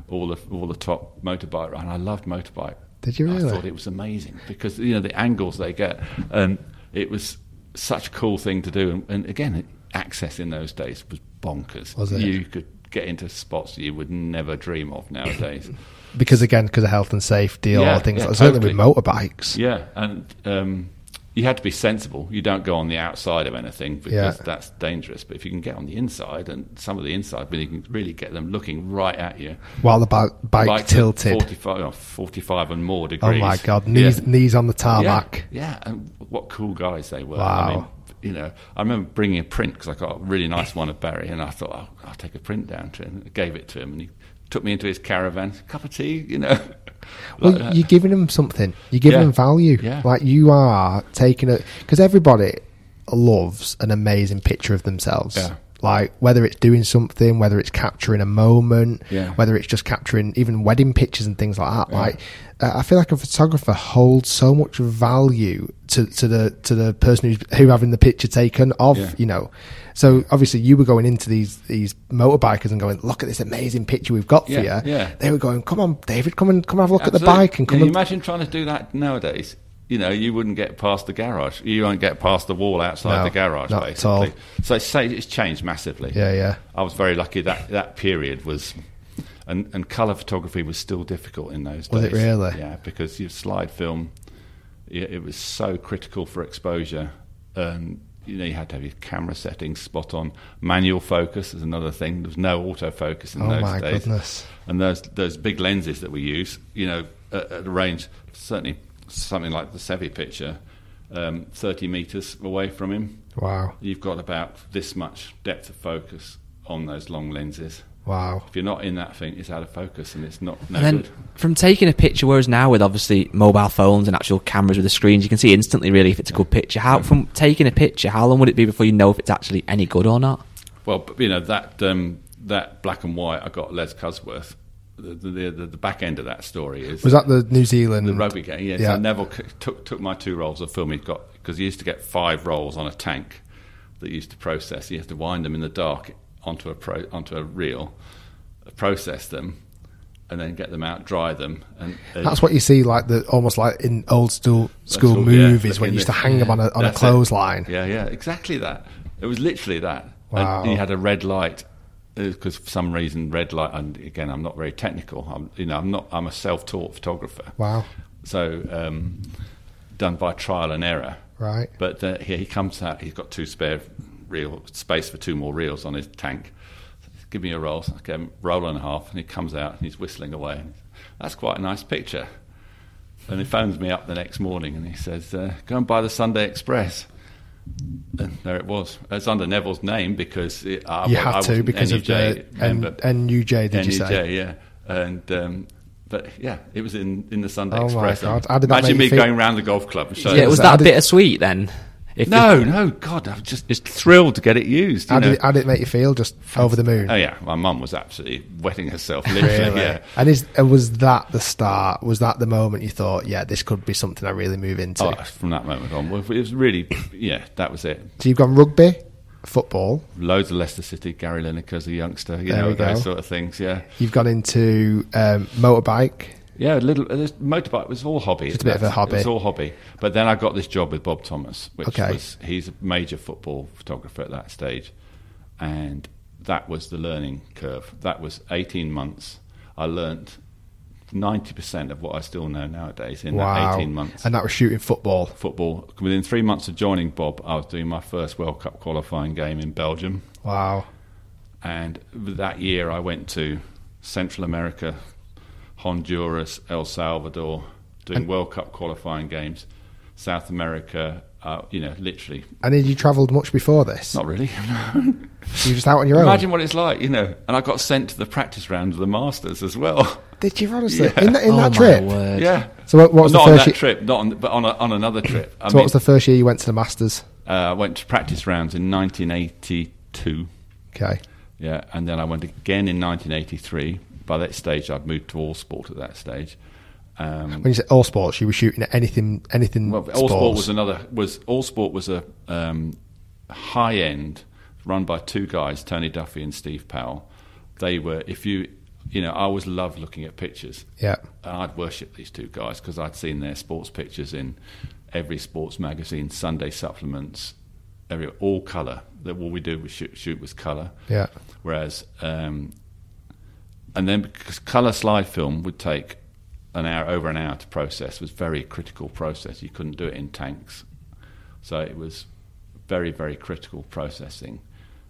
Speaker 3: all the all the top motorbike. And I loved motorbike.
Speaker 1: Did you really?
Speaker 3: I thought it was amazing because you know the angles they get, and it was such a cool thing to do. And, and again, access in those days was bonkers.
Speaker 1: Was it?
Speaker 3: You could get into spots you would never dream of nowadays.
Speaker 1: because again because of health and safety or
Speaker 3: Yeah,
Speaker 1: things
Speaker 3: yeah,
Speaker 1: like certainly with
Speaker 3: totally.
Speaker 1: motorbikes.
Speaker 3: yeah, and um, you had to be sensible. You don't go on the outside of anything because
Speaker 1: Yeah.
Speaker 3: that's dangerous. But if you can get on the inside, and some of the inside, but you can really get them looking right at you.
Speaker 1: while the bi- bike
Speaker 3: Like
Speaker 1: tilted.
Speaker 3: 45, oh, 45 and more
Speaker 1: Oh
Speaker 3: degrees.
Speaker 1: my god, knees
Speaker 3: Yeah.
Speaker 1: knees on the
Speaker 3: yeah,
Speaker 1: tarmac.
Speaker 3: yeah, and what cool guys they were. I
Speaker 1: Wow.
Speaker 3: mean, you know, I remember bringing a print because I got a really nice one of Barry, and I thought oh, I'll take a print down to him. I gave it to him, and he took me into his caravan. Cup of tea, you know.
Speaker 1: Well,
Speaker 3: Like that.
Speaker 1: you're giving them something. You're giving
Speaker 3: Yeah.
Speaker 1: them value.
Speaker 3: Yeah.
Speaker 1: Like you are taking it because everybody loves an amazing picture of themselves.
Speaker 3: Yeah.
Speaker 1: Like whether it's doing something, whether it's capturing a moment,
Speaker 3: Yeah.
Speaker 1: whether it's just capturing even wedding pictures and things like that. Like uh, I feel like a photographer holds so much value to, to the to the person who's who having the picture taken of
Speaker 3: Yeah.
Speaker 1: you know. So obviously you were going into these these motorbikers and going, look at this amazing picture we've got
Speaker 3: Yeah,
Speaker 1: for you.
Speaker 3: yeah.
Speaker 1: They were going, come on, David, come and come have a look look at the
Speaker 3: Absolutely.
Speaker 1: bike and come
Speaker 3: Can you
Speaker 1: and
Speaker 3: imagine trying to do that nowadays? You know, you wouldn't get past the garage. You won't get past the wall outside
Speaker 1: No,
Speaker 3: the garage,
Speaker 1: not at all.
Speaker 3: basically. So it's, say it's changed massively.
Speaker 1: Yeah, yeah.
Speaker 3: I was very lucky that that period was, and and color photography was still difficult in those
Speaker 1: Was it
Speaker 3: days.
Speaker 1: really?
Speaker 3: Yeah, because your slide film, yeah, it was so critical for exposure, and you know you had to have your camera settings spot on. Manual focus is another thing. There was no autofocus in
Speaker 1: Oh
Speaker 3: those
Speaker 1: my
Speaker 3: days
Speaker 1: goodness.
Speaker 3: and those those big lenses that we use, you know, at, at the range, certainly something like the Sevi picture, um, thirty meters away from him,
Speaker 1: wow,
Speaker 3: you've got about this much depth of focus on those long lenses.
Speaker 1: wow.
Speaker 3: If you're not in that thing, it's out of focus and it's not no
Speaker 2: And then
Speaker 3: good.
Speaker 2: from taking a picture, whereas now with obviously mobile phones and actual cameras with the screens, you can see instantly really if it's a good picture. How from taking a picture, how long would it be before you know if it's actually any good or not?
Speaker 3: Well, but, you know that um, that black and white I got Les Cusworth. The, the, the, the back end of that story is
Speaker 1: Was that the New Zealand
Speaker 3: the rugby game. Yeah,
Speaker 1: Yeah.
Speaker 3: so Neville c- took took my two rolls of film he'd got because he used to get five rolls on a tank that he used to process. He used to wind them in the dark onto a pro, onto a reel, process them, and then get them out, dry them, and and-
Speaker 1: That's what you see, like the almost like in old school school
Speaker 3: all- yeah,
Speaker 1: movies when
Speaker 3: looking
Speaker 1: you used to
Speaker 3: at-
Speaker 1: hang them on a on a
Speaker 3: That's it.
Speaker 1: clothesline.
Speaker 3: Yeah, yeah, exactly that. It was literally that.
Speaker 1: Wow.
Speaker 3: And he had a red light because for some reason red light. And again, I'm not very technical. I'm you know I'm not I'm a self-taught photographer.
Speaker 1: Wow.
Speaker 3: So um, done by trial and error.
Speaker 1: Right.
Speaker 3: But uh, here he comes out. He's got two spare reel space for two more reels on his tank. Give me a roll. So I gave him a roll and a half, and he comes out and he's whistling away. That's quite a nice picture. And he phones me up the next morning and he says, uh, "Go and buy the Sunday Express." And there it was. It's under Neville's name because it, I,
Speaker 1: You
Speaker 3: I
Speaker 1: had to
Speaker 3: wasn't
Speaker 1: because of
Speaker 3: NUJ
Speaker 1: the
Speaker 3: member.
Speaker 1: N- NUJ, did you say?
Speaker 3: NUJ, yeah. And um, but yeah, it was in, in the Sunday
Speaker 1: Oh my
Speaker 3: Express.
Speaker 1: God. How did that
Speaker 3: Imagine
Speaker 1: make
Speaker 3: me
Speaker 1: you feel?
Speaker 3: going round the golf club and showing
Speaker 2: yeah, was
Speaker 1: so
Speaker 2: that
Speaker 1: how
Speaker 2: a
Speaker 1: did-
Speaker 2: bittersweet then? If
Speaker 3: no,
Speaker 2: you-
Speaker 3: no, God, I'm just just thrilled to get it used. you
Speaker 1: How did,
Speaker 3: know.
Speaker 1: it, how did it make you feel? Just over the moon.
Speaker 3: oh yeah, my mum was absolutely wetting herself, literally.
Speaker 1: Really?
Speaker 3: Yeah.
Speaker 1: And is and was that the start? Was that the moment you thought, yeah, this could be something I really move into?
Speaker 3: Oh, from that moment on, well, it was really, yeah, that was it.
Speaker 1: So you've gone rugby, football.
Speaker 3: Loads of Leicester City, Gary Lineker as a youngster, you
Speaker 1: There
Speaker 3: know,
Speaker 1: we go.
Speaker 3: those sort of things. Yeah,
Speaker 1: You've gone into um, motorbike.
Speaker 3: yeah. a Little uh, this motorbike was all hobby.
Speaker 1: Just a bit of a hobby.
Speaker 3: It was all hobby. But then I got this job with Bob Thomas, which
Speaker 1: Okay.
Speaker 3: was he's a major football photographer at that stage, and that was the learning curve. That was eighteen months. I learnt ninety percent of what I still know nowadays in that
Speaker 1: wow.
Speaker 3: eighteen months.
Speaker 1: And that was shooting football.
Speaker 3: football. Within three months of joining Bob, I was doing my first World Cup qualifying game in Belgium.
Speaker 1: Wow.
Speaker 3: And that year I went to Central America, Honduras, El Salvador, doing World Cup qualifying games, South America, uh, you know, literally.
Speaker 1: And had you travelled much before this?
Speaker 3: Not really.
Speaker 1: You were just out on your own.
Speaker 3: Imagine what it's like, you know. And I got sent to the practice round of the Masters as well.
Speaker 1: Did you honestly
Speaker 3: Yeah.
Speaker 1: in, that in
Speaker 2: Oh,
Speaker 1: that
Speaker 2: my
Speaker 1: trip?
Speaker 2: word.
Speaker 3: yeah.
Speaker 1: So what- what was the
Speaker 3: not on
Speaker 1: first
Speaker 3: that
Speaker 1: ye-
Speaker 3: trip, not on, but on, a, on another trip. I
Speaker 1: So what was the first year you went to the Masters?
Speaker 3: uh, I went to practice rounds in 1982.
Speaker 1: Okay,
Speaker 3: Yeah, and then I went again in 1983. By that stage, I'd moved to all sport at that stage. Um,
Speaker 1: when you said all sports, you were shooting at anything, anything.
Speaker 3: well, all sport was another was all sport was a um, high end run by two guys, Tony Duffy and Steve Powell. They were if you you know I always loved looking at pictures.
Speaker 1: Yeah.
Speaker 3: and I'd worship these two guys because I'd seen their sports pictures in every sports magazine, Sunday supplements, every all color. That all we did was shoot, shoot was color.
Speaker 1: Yeah.
Speaker 3: Whereas, um, and then because color slide film would take an hour over an hour to process was very critical process. You couldn't do it in tanks. So it was very, very critical processing.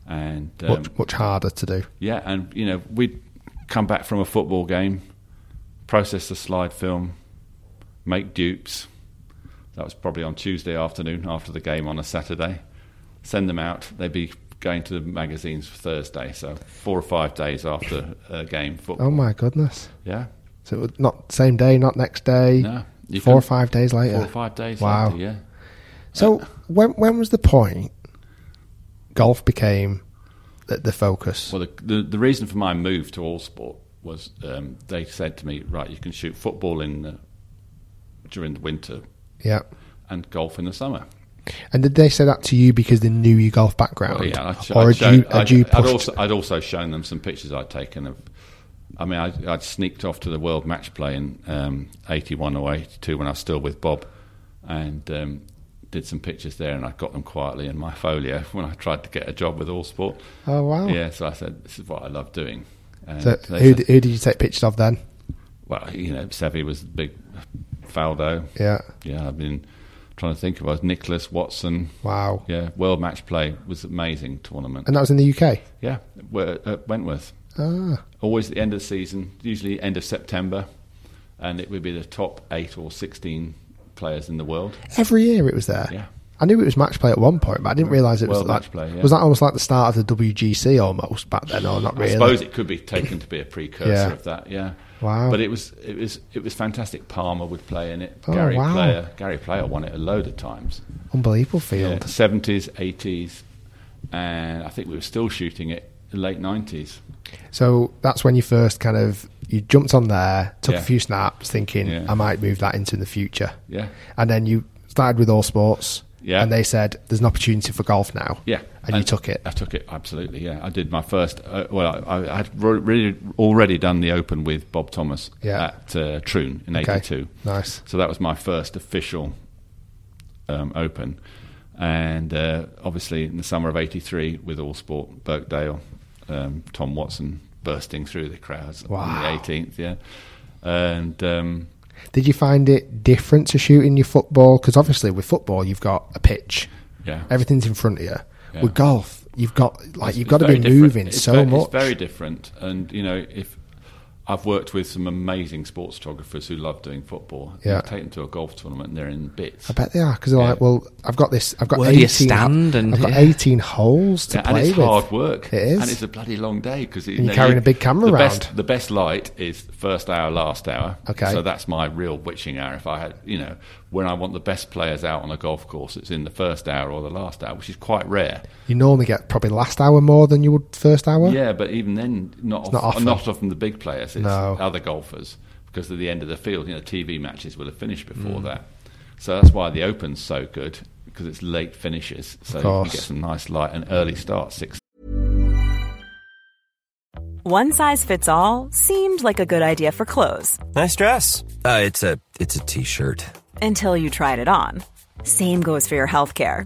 Speaker 3: And um,
Speaker 1: much much harder to do.
Speaker 3: yeah, and you know, we'd come back from a football game, process the slide film, make dupes. That was probably on Tuesday afternoon after the game on a Saturday. Send them out. They'd be going to the magazines for Thursday, so four or five days after a game football.
Speaker 1: Oh my goodness!
Speaker 3: Yeah,
Speaker 1: So it was not same day, not next day.
Speaker 3: No, you
Speaker 1: four or
Speaker 3: couldn't-
Speaker 1: five days later.
Speaker 3: four or five days
Speaker 1: Wow.
Speaker 3: after. Yeah,
Speaker 1: So when when was the point golf became the, the focus?
Speaker 3: Well, the, the the reason for my move to all sport was um, they said to me, right, you can shoot football in the, during the winter
Speaker 1: yeah.
Speaker 3: and golf in the summer.
Speaker 1: And did they say that to you because they knew your golf background,
Speaker 3: Well, yeah, I'd, sh-
Speaker 1: or
Speaker 3: I'd,
Speaker 1: had
Speaker 3: show,
Speaker 1: you, had
Speaker 3: I'd,
Speaker 1: you
Speaker 3: I'd
Speaker 1: pushed?
Speaker 3: also, I'd also shown them some pictures I'd taken of. I mean, I'd, I'd sneaked off to the world match play in um, 81 or 82 when I was still with Bob and um, did some pictures there and I got them quietly in my folio when I tried to get a job with All Sport.
Speaker 1: oh wow!
Speaker 3: Yeah, so I said, this is what I love doing. And
Speaker 1: So
Speaker 3: they
Speaker 1: who,
Speaker 3: said-
Speaker 1: d- who did you take pictures of then?
Speaker 3: well, you know, Sevi was the big Faldo.
Speaker 1: Yeah.
Speaker 3: Yeah, I've been trying to think of us. Nicholas Watson.
Speaker 1: Wow.
Speaker 3: Yeah, World Match Play was amazing tournament.
Speaker 1: And that was in the UK.
Speaker 3: yeah, we're at Wentworth.
Speaker 1: Ah.
Speaker 3: Always at the end of the season, usually end of September, and it would be the top eight or sixteen players in the world.
Speaker 1: Every year it was there.
Speaker 3: Yeah.
Speaker 1: I knew it was match play at one point, but I didn't realise it was
Speaker 3: World
Speaker 1: like.
Speaker 3: match play, yeah.
Speaker 1: Was that almost like the start of the WGC almost back then, or not really?
Speaker 3: I suppose it could be taken to be a precursor
Speaker 1: Yeah.
Speaker 3: of that. Yeah.
Speaker 1: Wow.
Speaker 3: But it was it was it was fantastic. Palmer would play in it.
Speaker 1: Oh,
Speaker 3: Gary
Speaker 1: wow.
Speaker 3: Player. Gary Player won it a load of times.
Speaker 1: Unbelievable field.
Speaker 3: Yeah, 70s, 80s, and I think we were still shooting it in the late 90s.
Speaker 1: So that's when you first kind of you jumped on there, took
Speaker 3: Yeah.
Speaker 1: a few snaps, thinking
Speaker 3: Yeah.
Speaker 1: I might move that into the future.
Speaker 3: Yeah.
Speaker 1: And then you started with all sports.
Speaker 3: Yeah.
Speaker 1: And they said there's an opportunity for golf now.
Speaker 3: Yeah.
Speaker 1: And, you took it.
Speaker 3: I took it, absolutely, yeah. I did my first, uh, well, I, I had re- really already done the Open with Bob Thomas
Speaker 1: Yeah.
Speaker 3: at uh, Troon in
Speaker 1: Okay.
Speaker 3: 82.
Speaker 1: Nice.
Speaker 3: So that was my first official um, Open. And uh, obviously, in the summer of 83, with All Sport, Birkdale, um, Tom Watson bursting through the crowds
Speaker 1: Wow.
Speaker 3: on the 18th, yeah. And. Um,
Speaker 1: Did you find it different to shooting your football? Because obviously with football you've got a pitch.
Speaker 3: Yeah.
Speaker 1: Everything's in front of you.
Speaker 3: Yeah.
Speaker 1: With golf, you've got like
Speaker 3: It's-
Speaker 1: you've
Speaker 3: it's
Speaker 1: got to be
Speaker 3: very different.
Speaker 1: moving
Speaker 3: It's
Speaker 1: so
Speaker 3: ve-
Speaker 1: much.
Speaker 3: It's very different, and you know, if I've worked with some amazing sports photographers who love doing football,
Speaker 1: Yeah.
Speaker 3: You take them to a golf tournament, and they're in bits.
Speaker 1: I bet they are because they're
Speaker 3: Yeah.
Speaker 1: like, well, I've got this. I've got
Speaker 2: Where do you
Speaker 1: 18,
Speaker 2: stand and-
Speaker 1: I've got
Speaker 2: yeah.
Speaker 1: 18 holes to
Speaker 3: Yeah,
Speaker 1: play
Speaker 3: and it's
Speaker 1: with.
Speaker 3: hard work.
Speaker 1: It is.
Speaker 3: and it's a bloody long day because
Speaker 1: And you're carrying a big camera
Speaker 3: the
Speaker 1: around.
Speaker 3: Best, the best light is first hour, last hour.
Speaker 1: Okay.
Speaker 3: so that's my real witching hour. If I had, you know, when I want the best players out on a golf course, it's in the first hour or the last hour, which is quite rare.
Speaker 1: You normally get probably last hour more than you would first hour.
Speaker 3: Yeah, but even then, not
Speaker 1: not
Speaker 3: off,
Speaker 1: often.
Speaker 3: not often the big players. It's
Speaker 1: No.
Speaker 3: other golfers because at the end of the field, you know, TV matches will have finished before
Speaker 1: Mm.
Speaker 3: that. So that's why the Open's so good because it's late finishes, so you
Speaker 1: course. Mm.
Speaker 3: can get some nice light and early start six
Speaker 4: One size fits all seemed like a good idea for clothes
Speaker 5: Nice dress. Uh, it's a it's a t-shirt.
Speaker 4: until you tried it on. Same goes for your healthcare.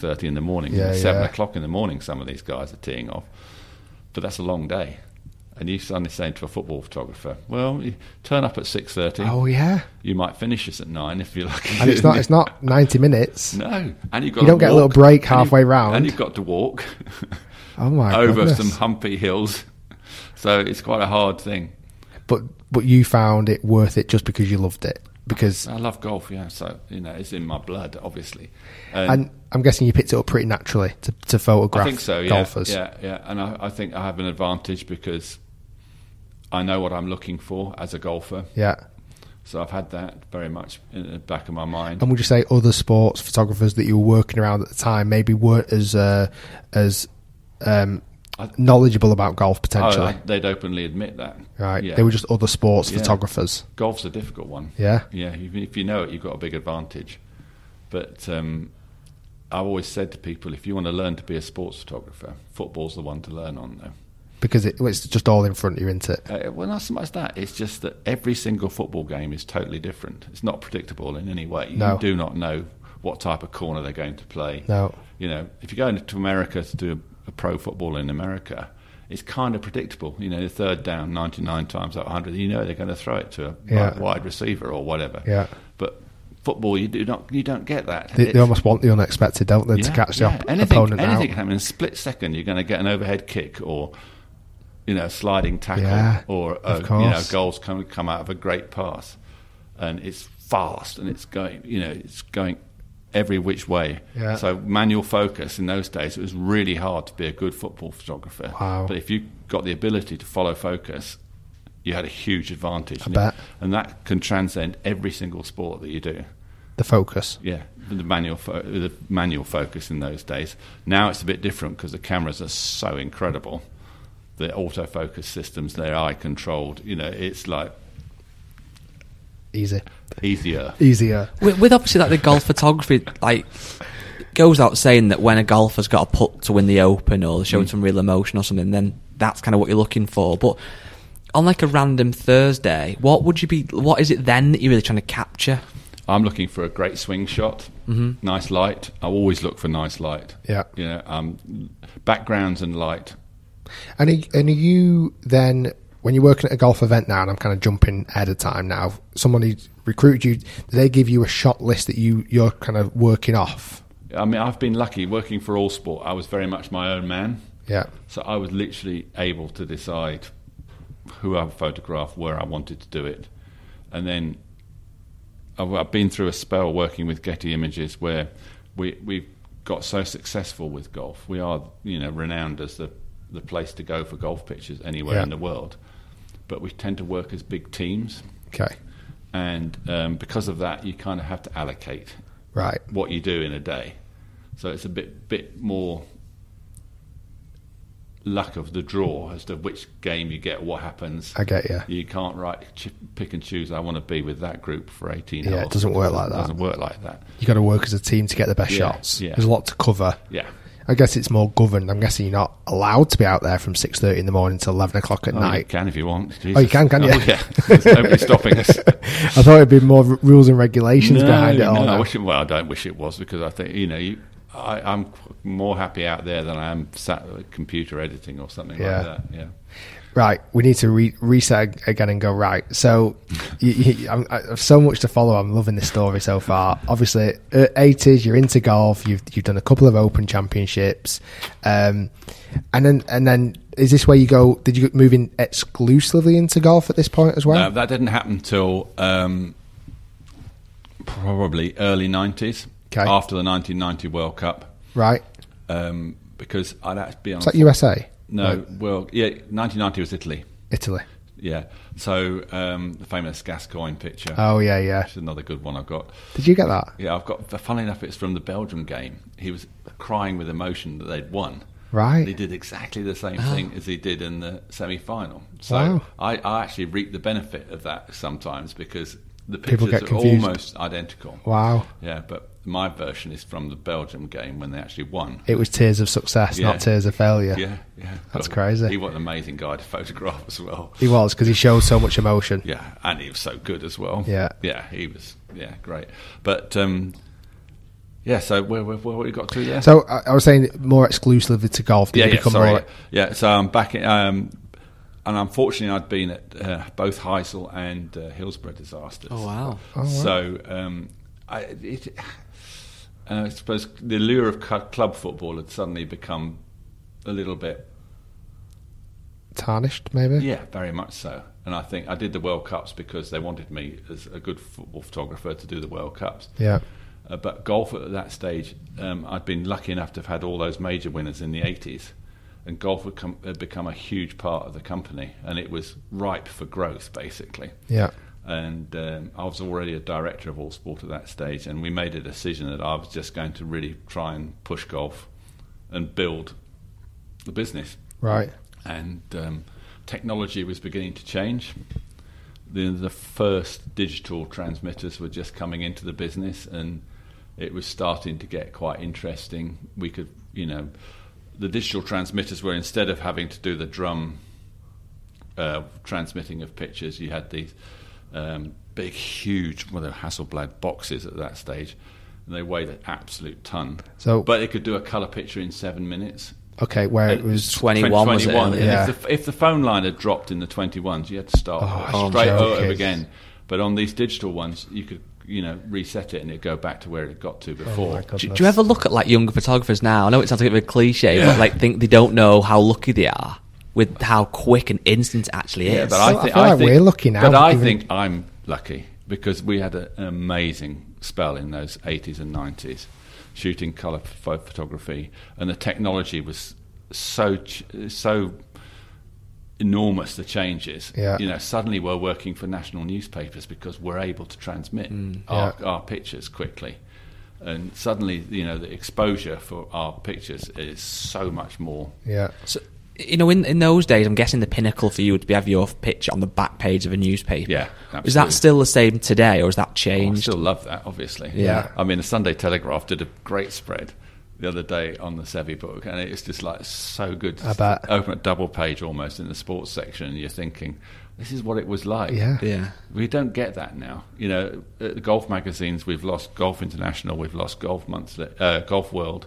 Speaker 3: thirty in the morning,
Speaker 1: Yeah,
Speaker 3: seven
Speaker 1: yeah.
Speaker 3: o'clock in the morning. Some of these guys are teeing off, but that's a long day. And you suddenly saying to a football photographer, "Well, you turn up at six thirty.
Speaker 1: Oh yeah,
Speaker 3: You might finish us at nine if you're lucky."
Speaker 1: and it's not it's not ninety minutes.
Speaker 3: No, and you've got
Speaker 1: You
Speaker 3: to
Speaker 1: don't get a
Speaker 3: walk.
Speaker 1: little break
Speaker 3: And
Speaker 1: halfway round.
Speaker 3: and you've got to walk
Speaker 1: Oh my
Speaker 3: over
Speaker 1: goodness.
Speaker 3: some humpy hills. So it's quite a hard thing.
Speaker 1: But but you found it worth it just because you loved it because
Speaker 3: I love golf, yeah. So you know, it's in my blood, obviously.
Speaker 1: and I'm guessing you picked it up pretty naturally to, to photograph
Speaker 3: I think so. Yeah,
Speaker 1: golfers.
Speaker 3: yeah, yeah. And I, I think I have an advantage because I know what I'm looking for as a golfer.
Speaker 1: Yeah.
Speaker 3: So I've had that very much in the back of my mind.
Speaker 1: And would you say other sports photographers that you were working around at the time maybe weren't as uh, as um, knowledgeable about golf
Speaker 3: Oh,
Speaker 1: potentially?
Speaker 3: they'd openly admit that.
Speaker 1: right.
Speaker 3: Yeah.
Speaker 1: They were just other sports
Speaker 3: Yeah.
Speaker 1: photographers.
Speaker 3: golf's a difficult one.
Speaker 1: Yeah.
Speaker 3: Yeah. If if you know it, you've got a big advantage. But um, I've always said to people, if you want to learn to be a sports photographer, football's the one to learn on, though.
Speaker 1: Because it, well, it's just all in front of you, isn't it?
Speaker 3: Uh, well, not so much that. It's just that every single football game is totally different. It's not predictable in any way.
Speaker 1: No.
Speaker 3: You do not know what type of corner they're going to play.
Speaker 1: No.
Speaker 3: You know, if you go into America to do a, a pro football in America, it's kind of predictable. You know, the third down, 99 times out of 100, you know they're going to throw it to a
Speaker 1: Yeah.
Speaker 3: wi- wide receiver or whatever.
Speaker 1: Yeah.
Speaker 3: But football, you do not you don't get that.
Speaker 1: They, they
Speaker 3: It's-
Speaker 1: almost want the unexpected, don't they, to catch the op-
Speaker 3: anything,
Speaker 1: opponent
Speaker 3: anything
Speaker 1: out?
Speaker 3: can happen in a split second. You're going to get an overhead kick or you know a sliding tackle
Speaker 1: Yeah,
Speaker 3: or a,
Speaker 1: of
Speaker 3: you know
Speaker 1: course.
Speaker 3: goals come come out of a great pass, and it's fast and it's going you know it's going every which way.
Speaker 1: Yeah.
Speaker 3: So manual focus in those days it was really hard to be a good football photographer.
Speaker 1: Wow.
Speaker 3: But if you got the ability to follow focus. You had a huge advantage, and,
Speaker 1: bet.
Speaker 3: and that can transcend every single sport that you do.
Speaker 1: The focus.
Speaker 3: Yeah, the manual fo- the manual focus in those days. Now it's a bit different because the cameras are so incredible. The autofocus systems, they're eye controlled. You know, it's like
Speaker 1: Easy.
Speaker 3: easier.
Speaker 1: Easier.
Speaker 2: with, with obviously like the golf photography, like it goes out saying that when a golfer's got a putt to win the Open or they're showing
Speaker 3: Mm.
Speaker 2: some real emotion or something, then that's kind of what you're looking for. But on like a random Thursday, what would you be? What is it then that you're really trying to capture?
Speaker 3: I'm looking for a great swing shot, nice light. I always look for nice light.
Speaker 1: Yeah.
Speaker 3: you know, um, backgrounds and light.
Speaker 1: And are, and are you then, when you're working at a golf event now, and I'm kind of jumping ahead of time now, someone who recruited you, do they give you a shot list that you, you're kind of working off?
Speaker 3: I mean, I've been lucky working for All Sport. I was very much my own man.
Speaker 1: Yeah.
Speaker 3: So I was literally able to decide who I would photograph, where I wanted to do it. And then I've, I've been through a spell working with Getty Images where we, we've got so successful with golf. We are, you know, renowned as the, the place to go for golf pictures anywhere
Speaker 1: Yeah.
Speaker 3: in the world. But we tend to work as big teams.
Speaker 1: Okay.
Speaker 3: And um, because of that, you kind of have to allocate
Speaker 1: Right.
Speaker 3: what you do in a day. So it's a bit bit more luck of the draw as to which game you get, what happens.
Speaker 1: I get you.
Speaker 3: You can't write ch- pick and choose. I want to be with that group for eighteen
Speaker 1: Yeah, it
Speaker 3: hours.
Speaker 1: doesn't work like that.
Speaker 3: Doesn't work like that.
Speaker 1: you got to work as a team to get the best
Speaker 3: Yeah,
Speaker 1: shots.
Speaker 3: yeah.
Speaker 1: There's a lot to cover.
Speaker 3: Yeah.
Speaker 1: I guess it's more governed. I'm guessing you're not allowed to be out there from 6.30 in the morning till 11 o'clock at
Speaker 3: Oh, you
Speaker 1: night.
Speaker 3: can if you want.
Speaker 1: Oh, you can, can
Speaker 3: Oh,
Speaker 1: you?
Speaker 3: yeah. There's nobody stopping us.
Speaker 1: I thought it'd be more r- rules and regulations behind it all.
Speaker 3: I
Speaker 1: now.
Speaker 3: wish it, well, I don't wish it was because I think you know you, I, I'm more happy out there than I am sat at a computer editing or something
Speaker 1: Yeah.
Speaker 3: like that. Yeah.
Speaker 1: Right, we need to re- reset ag- again and go right. So, you, you, I'm, I have so much to follow. I'm loving this story so far. Obviously, uh, 80s, you're into golf. You've you've done a couple of Open Championships, um, and then and then is this where you go? Did you move in exclusively into golf at this point as
Speaker 3: No,
Speaker 1: well?
Speaker 3: Uh, that didn't happen till um, probably early 90s,
Speaker 1: 'Kay.
Speaker 3: after the 1990 World Cup,
Speaker 1: right,
Speaker 3: um, because I'd actually be on.
Speaker 1: it's like USA,
Speaker 3: No, well, yeah, 1990 was Italy.
Speaker 1: Italy.
Speaker 3: Yeah, so um, the famous Gascoigne picture.
Speaker 1: Oh yeah, yeah.
Speaker 3: That's another good one I've got.
Speaker 1: Did you get that?
Speaker 3: Yeah, I've got. Funnily enough, it's from the Belgium game. He was crying with emotion that they'd won,
Speaker 1: Right. Ah.
Speaker 3: He did exactly the same thing as he did in the semi final. So
Speaker 1: Wow.
Speaker 3: I, I actually reap the benefit of that sometimes because the
Speaker 1: People
Speaker 3: pictures
Speaker 1: get
Speaker 3: are
Speaker 1: confused.
Speaker 3: almost identical.
Speaker 1: Wow.
Speaker 3: Yeah, but my version is from the Belgium game when they actually won.
Speaker 1: It was tears of success,
Speaker 3: Yeah.
Speaker 1: not tears of failure.
Speaker 3: Yeah, yeah.
Speaker 1: That's crazy.
Speaker 3: He was an amazing guy to photograph as well.
Speaker 1: He was because he showed so much emotion.
Speaker 3: Yeah, and he was so good as well.
Speaker 1: Yeah.
Speaker 3: yeah, he was. Yeah, great. But um, yeah, so where where, where we got to there?
Speaker 1: So I, I was saying more exclusively to golf. Did
Speaker 3: yeah,
Speaker 1: you
Speaker 3: yeah,
Speaker 1: become
Speaker 3: sorry.
Speaker 1: more?
Speaker 3: Yeah, so I'm back. In, um, and unfortunately, I'd been at uh, both Heysel and uh, Hillsborough disasters.
Speaker 2: Oh, wow.
Speaker 3: So um, I, it, uh, I suppose the allure of cu- club football had suddenly become a little bit
Speaker 1: tarnished, maybe.
Speaker 3: Yeah, very much so. And I think I did the World Cups because they wanted me as a good football photographer to do the World Cups.
Speaker 1: Yeah.
Speaker 3: Uh, but golf at that stage, um, I'd been lucky enough to have had all those major winners in the 80s. And golf had, come, had become a huge part of the company. And it was ripe for growth, basically.
Speaker 1: Yeah.
Speaker 3: And um, I was already a director of All Sport at that stage. And we made a decision that I was just going to really try and push golf and build the business
Speaker 1: Right.
Speaker 3: and um, technology was beginning to change. The, the first digital transmitters were just coming into the business, and it was starting to get quite interesting. We could, you know, the digital transmitters were instead of having to do the drum uh, transmitting of pictures, you had these um, big, huge, well, they were Hasselblad boxes at that stage, and they weighed an absolute ton.
Speaker 1: So-
Speaker 3: but it could do a color picture in seven minutes.
Speaker 1: Okay. Where it
Speaker 3: Uh,
Speaker 1: was.
Speaker 2: 21 was it?
Speaker 3: 21.
Speaker 2: earlier?
Speaker 3: And
Speaker 1: Yeah.
Speaker 3: If, the, if the phone line had dropped in the 21s, you had to start
Speaker 1: Oh,
Speaker 3: straight
Speaker 1: joking.
Speaker 3: over again. But on these digital ones, you could you know reset it and it'd go back to where it
Speaker 1: Oh,
Speaker 3: got to before.
Speaker 2: Do, do you ever look at like younger photographers now? I know it sounds like a bit of a cliche, but like think they don't know how lucky they are with how quick and instant it actually
Speaker 3: yeah,
Speaker 2: is.
Speaker 3: but
Speaker 1: I
Speaker 3: I,
Speaker 1: feel- I
Speaker 3: think,
Speaker 1: feel
Speaker 3: I
Speaker 1: like
Speaker 3: think-
Speaker 1: we're lucky now,
Speaker 3: But I
Speaker 1: even-
Speaker 3: think I'm lucky because we had a, an amazing spell in those 80s and 90s, shooting color pho- photography, and the technology was so ch- so enormous. The changes,
Speaker 1: Yeah.
Speaker 3: you know, suddenly we're working for national newspapers because we're able to transmit
Speaker 1: Mm,
Speaker 3: our, our pictures quickly. And suddenly, you know, the exposure for our pictures is so much more
Speaker 1: Yeah.
Speaker 2: So, you know, in, in those days, I'm guessing the pinnacle for you would be have your picture on the back page of a newspaper.
Speaker 3: Yeah,
Speaker 2: Is that
Speaker 3: absolutely.
Speaker 2: still the same today, or has that
Speaker 3: Oh, I
Speaker 2: changed?
Speaker 3: still love that, obviously.
Speaker 1: Yeah.
Speaker 3: I mean, the Sunday Telegraph did a great spread the other day on the Sevi book, and it's just like so good. to
Speaker 1: I bet.
Speaker 3: Open a double page almost in the sports section, and you're thinking, this is what it was like.
Speaker 1: Yeah.
Speaker 2: yeah.
Speaker 3: We don't get that now. You know, at the golf magazines, we've lost Golf International, we've lost Golf Monthly, uh, Golf World.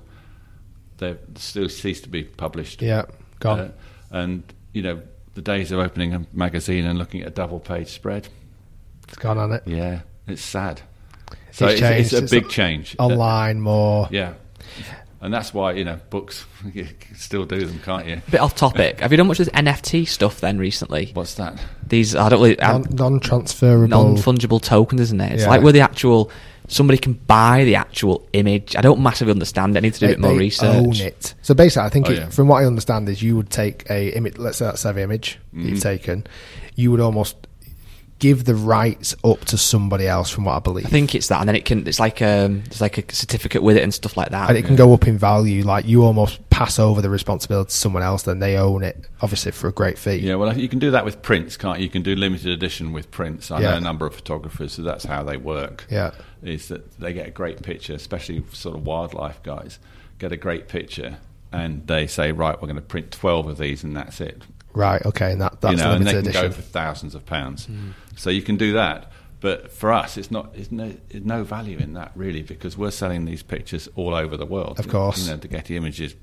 Speaker 3: They still cease to be published.
Speaker 1: Yeah. Gone.
Speaker 3: Uh, and, you know, the days of opening a magazine and looking at a double page spread.
Speaker 1: it's gone on it.
Speaker 3: Yeah, it's sad. So
Speaker 1: It's
Speaker 3: it's, it's
Speaker 1: changed.
Speaker 3: a
Speaker 1: It's
Speaker 3: big
Speaker 1: a-
Speaker 3: change. Uh,
Speaker 1: Online more.
Speaker 3: Yeah. And that's why, you know, books, you can still do them, can't you?
Speaker 2: Bit off topic. Have you done much of this NFT stuff then recently?
Speaker 3: What's that?
Speaker 2: These I don't really um,
Speaker 1: Non transferable.
Speaker 2: non fungible tokens, isn't it? It's
Speaker 1: Yeah.
Speaker 2: like where the actual somebody can buy the actual image. I don't massively understand. it. I need to do a bit more research.
Speaker 1: Own it. So basically, I think
Speaker 3: Oh,
Speaker 1: it,
Speaker 3: yeah.
Speaker 1: from what I understand is you would take a image. Let's say that's every image
Speaker 3: Mm.
Speaker 1: you've taken. You would almost give the rights up to somebody else. From what I believe,
Speaker 2: I think it's that, and then it can. It's like um, there's like a certificate with it and stuff like that.
Speaker 1: and it can go up in value. Like you almost pass over the responsibility to someone else, then they own it. Obviously, for a great fee.
Speaker 3: Yeah, well, you can do that with prints, can't you? You can do limited edition with prints. I
Speaker 1: Yeah.
Speaker 3: know a number of photographers, so that's how they work.
Speaker 1: Yeah.
Speaker 3: Is that they get a great picture, especially sort of wildlife guys, get a great picture and they say, right, we're going to print 12 of these and that's it.
Speaker 1: Right. Okay. And that that's
Speaker 3: you know, and
Speaker 1: limited
Speaker 3: they can
Speaker 1: edition. Hmm.
Speaker 3: go for thousands of pounds. So you can do that. But for us, it's not. It's no, it's no value in that really, because we're selling these pictures all over the world.
Speaker 1: Of course.
Speaker 3: you know, the Getty Images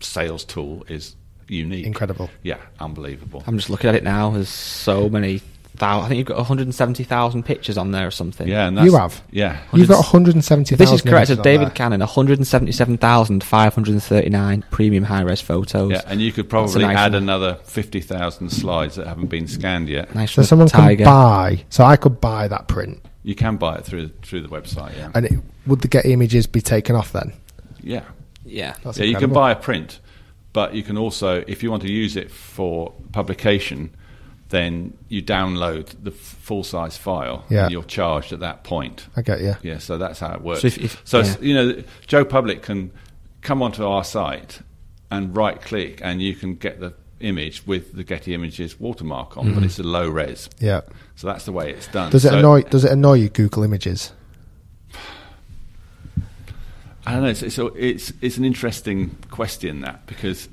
Speaker 3: sales tool is unique,
Speaker 1: Incredible.
Speaker 3: yeah, unbelievable.
Speaker 2: I'm just looking at it now. There's so many. Thou- I think you've got 170,000 pictures on there or something.
Speaker 3: yeah, and that's,
Speaker 1: You have?
Speaker 3: yeah,
Speaker 1: You've got 170.
Speaker 2: If this is correct, so David Cannon, 177,539 premium high res photos.
Speaker 3: yeah, and you could
Speaker 2: That's a
Speaker 3: probably
Speaker 2: nice
Speaker 3: add
Speaker 2: one.
Speaker 3: another fifty thousand slides that haven't been scanned yet.
Speaker 2: Nice
Speaker 1: So
Speaker 2: one,
Speaker 1: someone
Speaker 2: Tiger.
Speaker 1: can buy. So I could buy that print,
Speaker 3: You can buy it through through the website. Yeah,
Speaker 1: and it, would the get images be taken off then?
Speaker 3: yeah.
Speaker 2: Yeah.
Speaker 1: That's
Speaker 3: yeah, you can
Speaker 1: incredible.
Speaker 3: buy a print, but you can also, if you want to use it for publication, then you download the full size file
Speaker 1: Yeah.
Speaker 3: and you're charged at that point.
Speaker 1: I get you.
Speaker 3: Yeah, so that's how it works.
Speaker 2: So
Speaker 3: So,
Speaker 2: if- if-
Speaker 3: it's-
Speaker 2: yeah.
Speaker 3: you know, Joe Public can come onto our site and right click, and you can get the image with the Getty Images watermark on, but it's a low res.
Speaker 1: Mm-hmm. Yeah.
Speaker 3: So that's the way it's done.
Speaker 1: Does it
Speaker 3: So-
Speaker 1: annoy? Does it annoy you? Google Images.
Speaker 3: I don't know. It's, it's, it's, it's an interesting question that because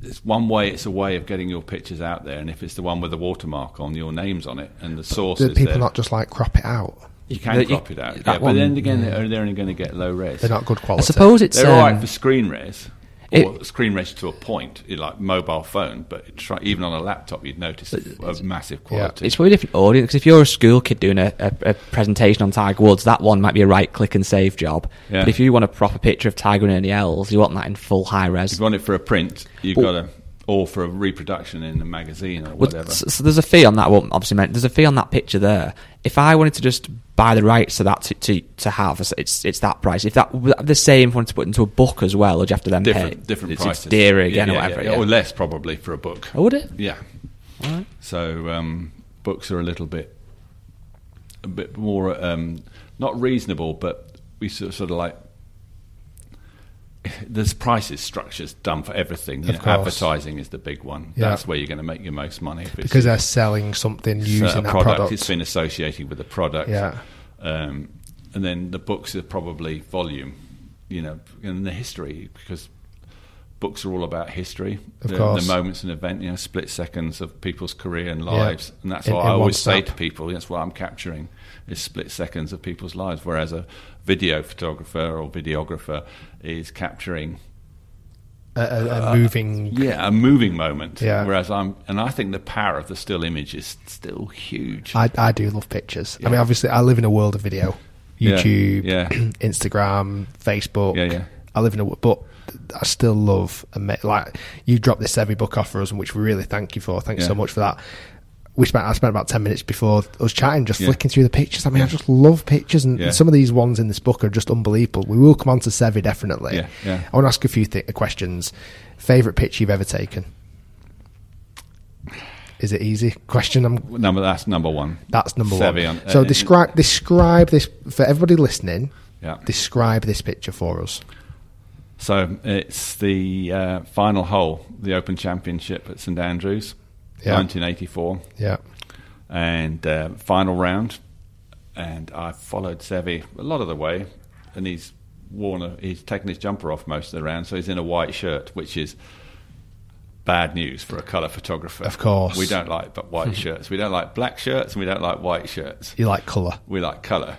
Speaker 3: it's one way. It's a way of getting your pictures out there, and if it's the one with the watermark on, your name's on it, and the source
Speaker 1: Do
Speaker 3: is
Speaker 1: people
Speaker 3: there.
Speaker 1: not just like crop it out?
Speaker 3: you can
Speaker 2: They-
Speaker 3: crop it out,
Speaker 2: that
Speaker 3: yeah, but
Speaker 2: one-
Speaker 3: then again, they're, they're only going to get low res.
Speaker 1: They're not good
Speaker 2: I
Speaker 1: quality.
Speaker 2: suppose it's
Speaker 3: They're all right
Speaker 2: um,
Speaker 3: for screen res. Or
Speaker 2: it-
Speaker 3: screen res to a point, you like mobile phone, but try, even on a laptop, you'd notice a massive quality.
Speaker 2: It's probably a different audience because if you're a school kid doing a, a, a presentation on Tiger Woods, that one might be a right click and save job.
Speaker 3: Yeah.
Speaker 2: But if you want a proper picture of Tiger and Ernie Els, you want that in full high
Speaker 3: If
Speaker 2: res.
Speaker 3: you want it for a print, you've
Speaker 2: Well-
Speaker 3: got to, or for a reproduction in a magazine or
Speaker 2: Well,
Speaker 3: whatever.
Speaker 2: So, so there's a fee on that one, obviously. Meant there's a fee on that picture there. If I wanted to just buy the rights to that to, to, to have, it's it's that price. If that were the same, if I wanted to put into a book as well, would you have to then pay
Speaker 3: different different
Speaker 2: it's,
Speaker 3: prices.
Speaker 2: It's dearer again
Speaker 3: Yeah,
Speaker 2: or
Speaker 3: yeah,
Speaker 2: whatever.
Speaker 3: yeah.
Speaker 2: yeah.
Speaker 3: or less probably for a book.
Speaker 2: Oh, would it?
Speaker 3: Yeah. So um, books are a little bit, a bit more um, not reasonable, but we sort of, sort of like. There's prices, structures done for everything. you
Speaker 1: Of
Speaker 3: know,
Speaker 1: course.
Speaker 3: advertising is the big one.
Speaker 1: Yeah.
Speaker 3: That's where you're going to make your most money if it's
Speaker 1: because they're selling something
Speaker 3: a
Speaker 1: using that
Speaker 3: product.
Speaker 1: product.
Speaker 3: It's been associated with a product.
Speaker 1: Yeah.
Speaker 3: Um, and then the books are probably volume, you know, and the history because books are all about history,
Speaker 1: Of
Speaker 3: the,
Speaker 1: course.
Speaker 3: the moments and event, you know, split seconds of people's career and
Speaker 1: Yeah.
Speaker 3: lives, and that's
Speaker 1: In-
Speaker 3: what
Speaker 1: in
Speaker 3: I
Speaker 1: one
Speaker 3: always say
Speaker 1: snap.
Speaker 3: to people. That's what I'm capturing is split seconds of people's lives. Whereas a video photographer or videographer is capturing
Speaker 1: a,
Speaker 3: uh,
Speaker 1: a, a moving.
Speaker 3: yeah a moving moment.
Speaker 1: Yeah.
Speaker 3: Whereas I'm, and I think the power of the still image is still huge.
Speaker 1: I, I do love pictures. I
Speaker 3: Yeah.
Speaker 1: mean, obviously, I live in a world of video,
Speaker 3: Yeah,
Speaker 1: YouTube,
Speaker 3: yeah.
Speaker 1: Instagram, Facebook.
Speaker 3: Yeah, yeah.
Speaker 1: I live in a wo- but I still love a ma- like you dropped this every book off for us, and which we really thank you for. Thanks
Speaker 3: Yeah.
Speaker 1: so much for that. We spent I spent about ten minutes before us chatting, just
Speaker 3: Yeah.
Speaker 1: flicking through the pictures. I mean, I just love pictures, and
Speaker 3: Yeah.
Speaker 1: some of these ones in this book are just unbelievable. We will come on to Sevi definitely.
Speaker 3: Yeah, yeah.
Speaker 1: I want to ask a few th- questions. Favorite picture you've ever taken? Is it easy question? I'm
Speaker 3: Number that's number one.
Speaker 1: that's number
Speaker 3: Sevi
Speaker 1: one.
Speaker 3: on-
Speaker 1: so
Speaker 3: uh,
Speaker 1: describe describe this for everybody listening.
Speaker 3: Yeah.
Speaker 1: Describe this picture for us.
Speaker 3: So it's the uh, final hole, the Open Championship at St Andrews,
Speaker 1: Yeah.
Speaker 3: 1984,
Speaker 1: Yeah.
Speaker 3: and uh, final round. And I followed Sevi a lot of the way, and he's worn a, he's taken his jumper off most of the round, so he's in a white shirt, which is bad news for a colour photographer.
Speaker 1: Of course.
Speaker 3: we don't like but white shirts. We don't like black shirts, and we don't like white shirts.
Speaker 1: You like colour.
Speaker 3: We like colour.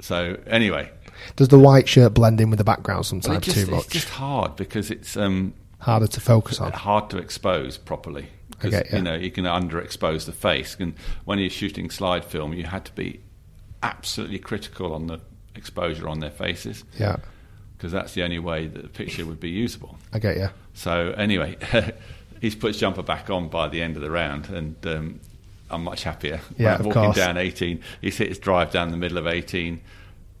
Speaker 3: So anyway,
Speaker 1: Does the white shirt blend in with the background
Speaker 3: Well, it
Speaker 1: sometimes
Speaker 3: just-
Speaker 1: too
Speaker 3: it's
Speaker 1: much?
Speaker 3: just hard because it's um,
Speaker 1: Harder to focus on.
Speaker 3: hard to expose properly. 'Cause,
Speaker 1: Okay, yeah.
Speaker 3: You know, you can underexpose the face, and when you're shooting slide film, you had to be absolutely critical on the exposure on their faces
Speaker 1: Yeah.
Speaker 3: because that's the only way that the picture would be usable.
Speaker 1: I get you.
Speaker 3: So anyway, he's put his jumper back on by the end of the round, and um, I'm much happier.
Speaker 1: Yeah,
Speaker 3: Like
Speaker 1: of
Speaker 3: walking
Speaker 1: course.
Speaker 3: down 18, he's hit his drive down the middle of 18,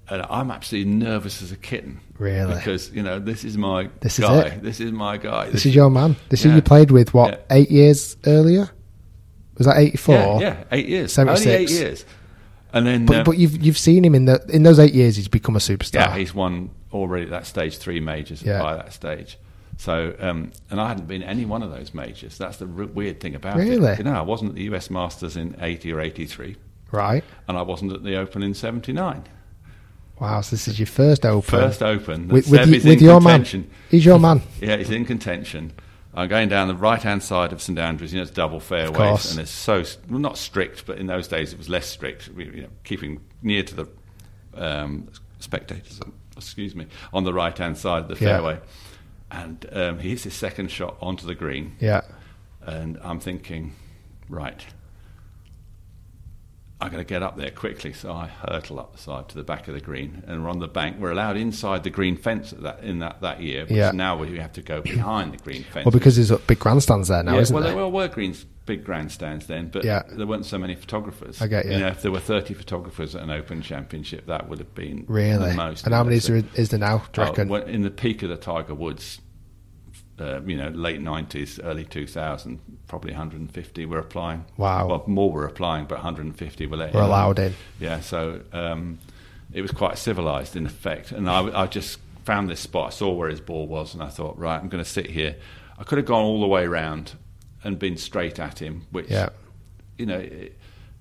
Speaker 3: and I'm absolutely nervous as a kitten.
Speaker 1: Really?
Speaker 3: because you know this is my
Speaker 1: This is
Speaker 3: guy.
Speaker 1: it.
Speaker 3: This is my guy.
Speaker 1: This is your man. This is who
Speaker 3: Yeah.
Speaker 1: you played with what
Speaker 3: Yeah.
Speaker 1: eight years earlier. Was that eighty four?
Speaker 3: Yeah, yeah, eight years. Only
Speaker 1: 76.
Speaker 3: eight years. And then,
Speaker 1: But
Speaker 3: uh,
Speaker 1: but you've you've seen him in the in those eight years. He's become a superstar.
Speaker 3: yeah, he's won already at that stage three majors
Speaker 1: Yeah.
Speaker 3: by that stage. So, um, and I hadn't been any one of those majors. That's the r- weird thing about
Speaker 1: Really?
Speaker 3: it. You know, I wasn't at the US Masters in 80 or 83,
Speaker 1: right.
Speaker 3: and I wasn't at the Open in 79.
Speaker 1: Wow. So this is your first open.
Speaker 3: First Open. that
Speaker 1: with, with,
Speaker 3: Seb
Speaker 1: y-
Speaker 3: is
Speaker 1: with
Speaker 3: in
Speaker 1: your
Speaker 3: contention.
Speaker 1: man. He's your man.
Speaker 3: Yeah, he's in contention. I'm going down the right hand side of St Andrews. You know, it's double
Speaker 1: course.
Speaker 3: fairways, and it's so well, not strict, but in those days it was less strict. We, you know, keeping near to the um, spectators, excuse me, on the right hand side of the
Speaker 1: Yeah.
Speaker 3: fairway. And um, he hits his second shot onto the green,
Speaker 1: Yeah.
Speaker 3: and I'm thinking, right, I got to get up there quickly. So I hurtle up the side to the back of the green, and we're on the bank. We're allowed inside the green fence at that in that that year. Because
Speaker 1: Yeah.
Speaker 3: Now we have to go behind the green fence.
Speaker 1: Well, because there's uh, big grandstands there now,
Speaker 3: yeah,
Speaker 1: isn't
Speaker 3: well,
Speaker 1: there?
Speaker 3: there were green, big grandstands then, but
Speaker 1: Yeah.
Speaker 3: there weren't so many photographers.
Speaker 1: I get you.
Speaker 3: You know, if there were thirty photographers at an Open Championship, that would have been
Speaker 1: Really?
Speaker 3: the most.
Speaker 1: and how many is
Speaker 3: impressive.
Speaker 1: there, is there now, do you
Speaker 3: Oh,
Speaker 1: reckon?
Speaker 3: well, in the peak of the Tiger Woods, uh, you know, late nineties, early two thousand, probably one hundred and fifty were applying.
Speaker 1: Wow.
Speaker 3: Well, more were applying, but one hundred and fifty were let
Speaker 1: Were allowed in.
Speaker 3: Yeah, so um, it was quite civilized in effect, and I, I just found this spot. I saw where his ball was, and I thought, right, I'm going to sit here. I could have gone all the way around and been straight at him, which,
Speaker 1: Yeah.
Speaker 3: you know, it,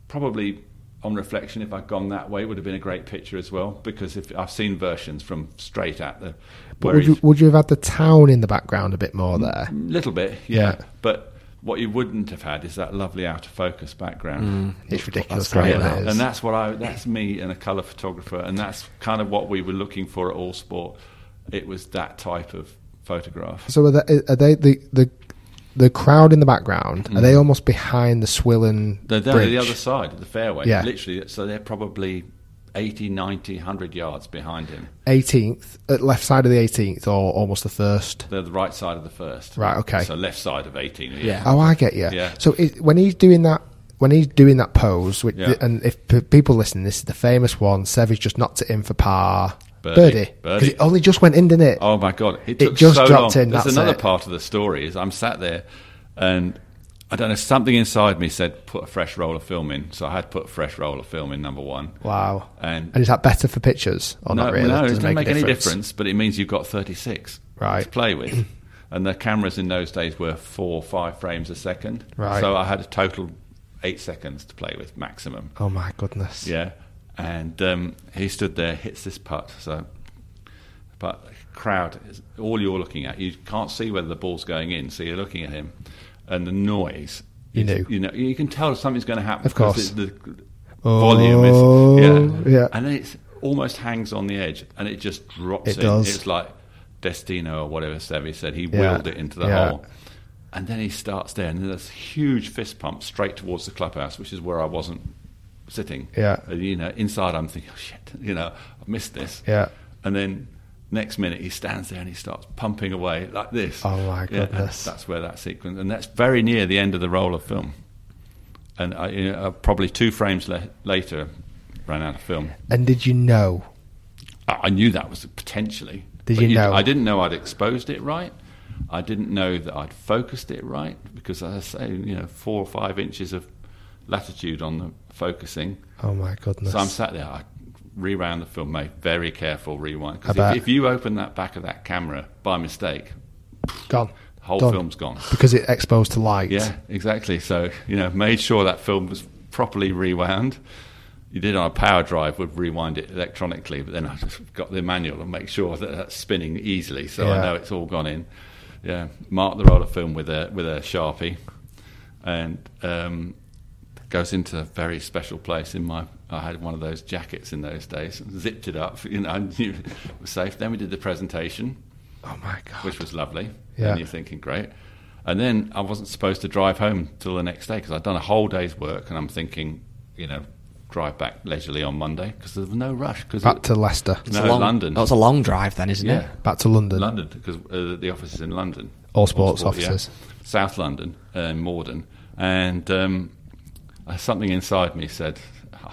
Speaker 3: probably on reflection, if I'd gone that way, it would have been a great picture as well. Because if I've seen versions from straight at the
Speaker 1: But
Speaker 3: where Mm,
Speaker 1: would you,
Speaker 3: he's-
Speaker 1: would you have had the town in the background a bit more there?
Speaker 3: little bit,
Speaker 1: Yeah.
Speaker 3: yeah. But what you wouldn't have had is that lovely out of focus background.
Speaker 1: It's ridiculous.
Speaker 2: That's great,
Speaker 1: how it
Speaker 2: that.
Speaker 1: is.
Speaker 3: And that's what I that's me and a colour photographer and that's kind of what we were looking for at All Sport. It was that type of photograph.
Speaker 1: So are they, are they the the the crowd in the background? Are they almost behind the Swillen
Speaker 3: Mm. They're down
Speaker 1: bridge?
Speaker 3: on the other side of the fairway,
Speaker 1: Yeah.
Speaker 3: literally. So they're probably 80, 90, 100 yards behind him.
Speaker 1: 18th, uh, left side of the 18th, or almost the first.
Speaker 3: They're the right side of the first.
Speaker 1: Right, okay.
Speaker 3: So left side of 18.
Speaker 2: Yeah.
Speaker 1: Oh, I get you.
Speaker 3: Yeah.
Speaker 1: So it, when he's doing that, when he's doing that pose, which,
Speaker 3: Yeah.
Speaker 1: and if p- people listen, this is the famous one. Sevich just knocked it in for par.
Speaker 3: Birdie.
Speaker 1: Birdie.
Speaker 3: Birdie.
Speaker 1: 'Cause it only just went in, didn't it?
Speaker 3: Oh my god,
Speaker 1: It just dropped in,
Speaker 3: There's
Speaker 1: that's
Speaker 3: another
Speaker 1: it.
Speaker 3: part of the story. Is I'm sat there, and I don't know. Something inside me said put a fresh roll of film in, so I had put a fresh roll of film in number one.
Speaker 1: Wow.
Speaker 3: And,
Speaker 1: is that better for pictures or
Speaker 3: no,
Speaker 1: not really?
Speaker 3: no, it
Speaker 1: Doesn't
Speaker 3: doesn't make, any difference. But it means you've got 36
Speaker 1: Right.
Speaker 3: to play with, and the cameras in those days were four, or five frames a second.
Speaker 1: Right.
Speaker 3: So I had a total eight seconds to play with maximum.
Speaker 1: Oh my goodness.
Speaker 3: Yeah, and um, he stood there, hits this putt. So, but crowd, is all you're looking at, you can't see whether the ball's going in, so you're looking at him, and the noise.
Speaker 1: You
Speaker 3: is-
Speaker 1: knew.
Speaker 3: you know, you can tell something's going to happen.
Speaker 1: Of
Speaker 3: 'cause
Speaker 1: course.
Speaker 3: the, the volume
Speaker 1: Oh,
Speaker 3: is yeah,
Speaker 1: yeah.
Speaker 3: and then it's almost hangs on the edge, and it just drops.
Speaker 1: It
Speaker 3: in.
Speaker 1: does.
Speaker 3: It's like Destino or whatever Sevi said. He
Speaker 1: Yeah.
Speaker 3: willed it into the
Speaker 1: Yeah.
Speaker 3: hole. And then he starts there, and there's this huge fist pump straight towards the clubhouse, which is where I wasn't sitting.
Speaker 1: Yeah.
Speaker 3: Uh, You know, inside I'm thinking, oh, shit, you know, I've missed this.
Speaker 1: Yeah.
Speaker 3: And then next minute he stands there and he starts pumping away like this.
Speaker 1: Oh, my
Speaker 3: Yeah, and
Speaker 1: goodness.
Speaker 3: that's where that sequence, and that's very near the end of the roll of film. And I, you know, uh, probably two frames le- later, ran out of film.
Speaker 1: And did you know?
Speaker 3: I Oh, I knew that was potentially.
Speaker 1: Did
Speaker 3: But
Speaker 1: you know?
Speaker 3: I didn't know I'd exposed it right. I didn't know that I'd focused it right because, as I say, you know, four or five inches of latitude on the focusing.
Speaker 1: Oh my goodness.
Speaker 3: So I'm sat there. I rewound the film, made very careful rewind.
Speaker 1: I
Speaker 3: Because
Speaker 1: bet.
Speaker 3: if, if you open that back of that camera by mistake,
Speaker 1: gone.
Speaker 3: the whole
Speaker 1: Done.
Speaker 3: film's gone.
Speaker 1: Because it exposed to light.
Speaker 3: Yeah, exactly. So you know, made sure that film was properly rewound. You did on a power drive would rewind it electronically, but then I just got the manual and make sure that that's spinning easily, so
Speaker 1: Yeah.
Speaker 3: I know it's all gone in. Yeah, mark the roll of film with a with a sharpie, and um, goes into a very special place in my. I had one of those jackets in those days, and zipped it up. You know, I knew it was safe. Then we did the presentation
Speaker 1: Oh my god.
Speaker 3: which was lovely.
Speaker 1: Yeah.
Speaker 3: And you're thinking, great. And then I wasn't supposed to drive home till the next day because I'd done a whole day's work, and I'm thinking, you know, drive back leisurely on Monday because there was no rush. Cause
Speaker 1: Back to Leicester.
Speaker 3: no,
Speaker 2: a long,
Speaker 3: London.
Speaker 2: That's a long drive, then, isn't
Speaker 3: yeah,
Speaker 2: it?
Speaker 1: Back to London.
Speaker 3: London because uh, the office is in London.
Speaker 1: All sports offices.
Speaker 3: South London, uh, Morden, and um, uh, something inside me said,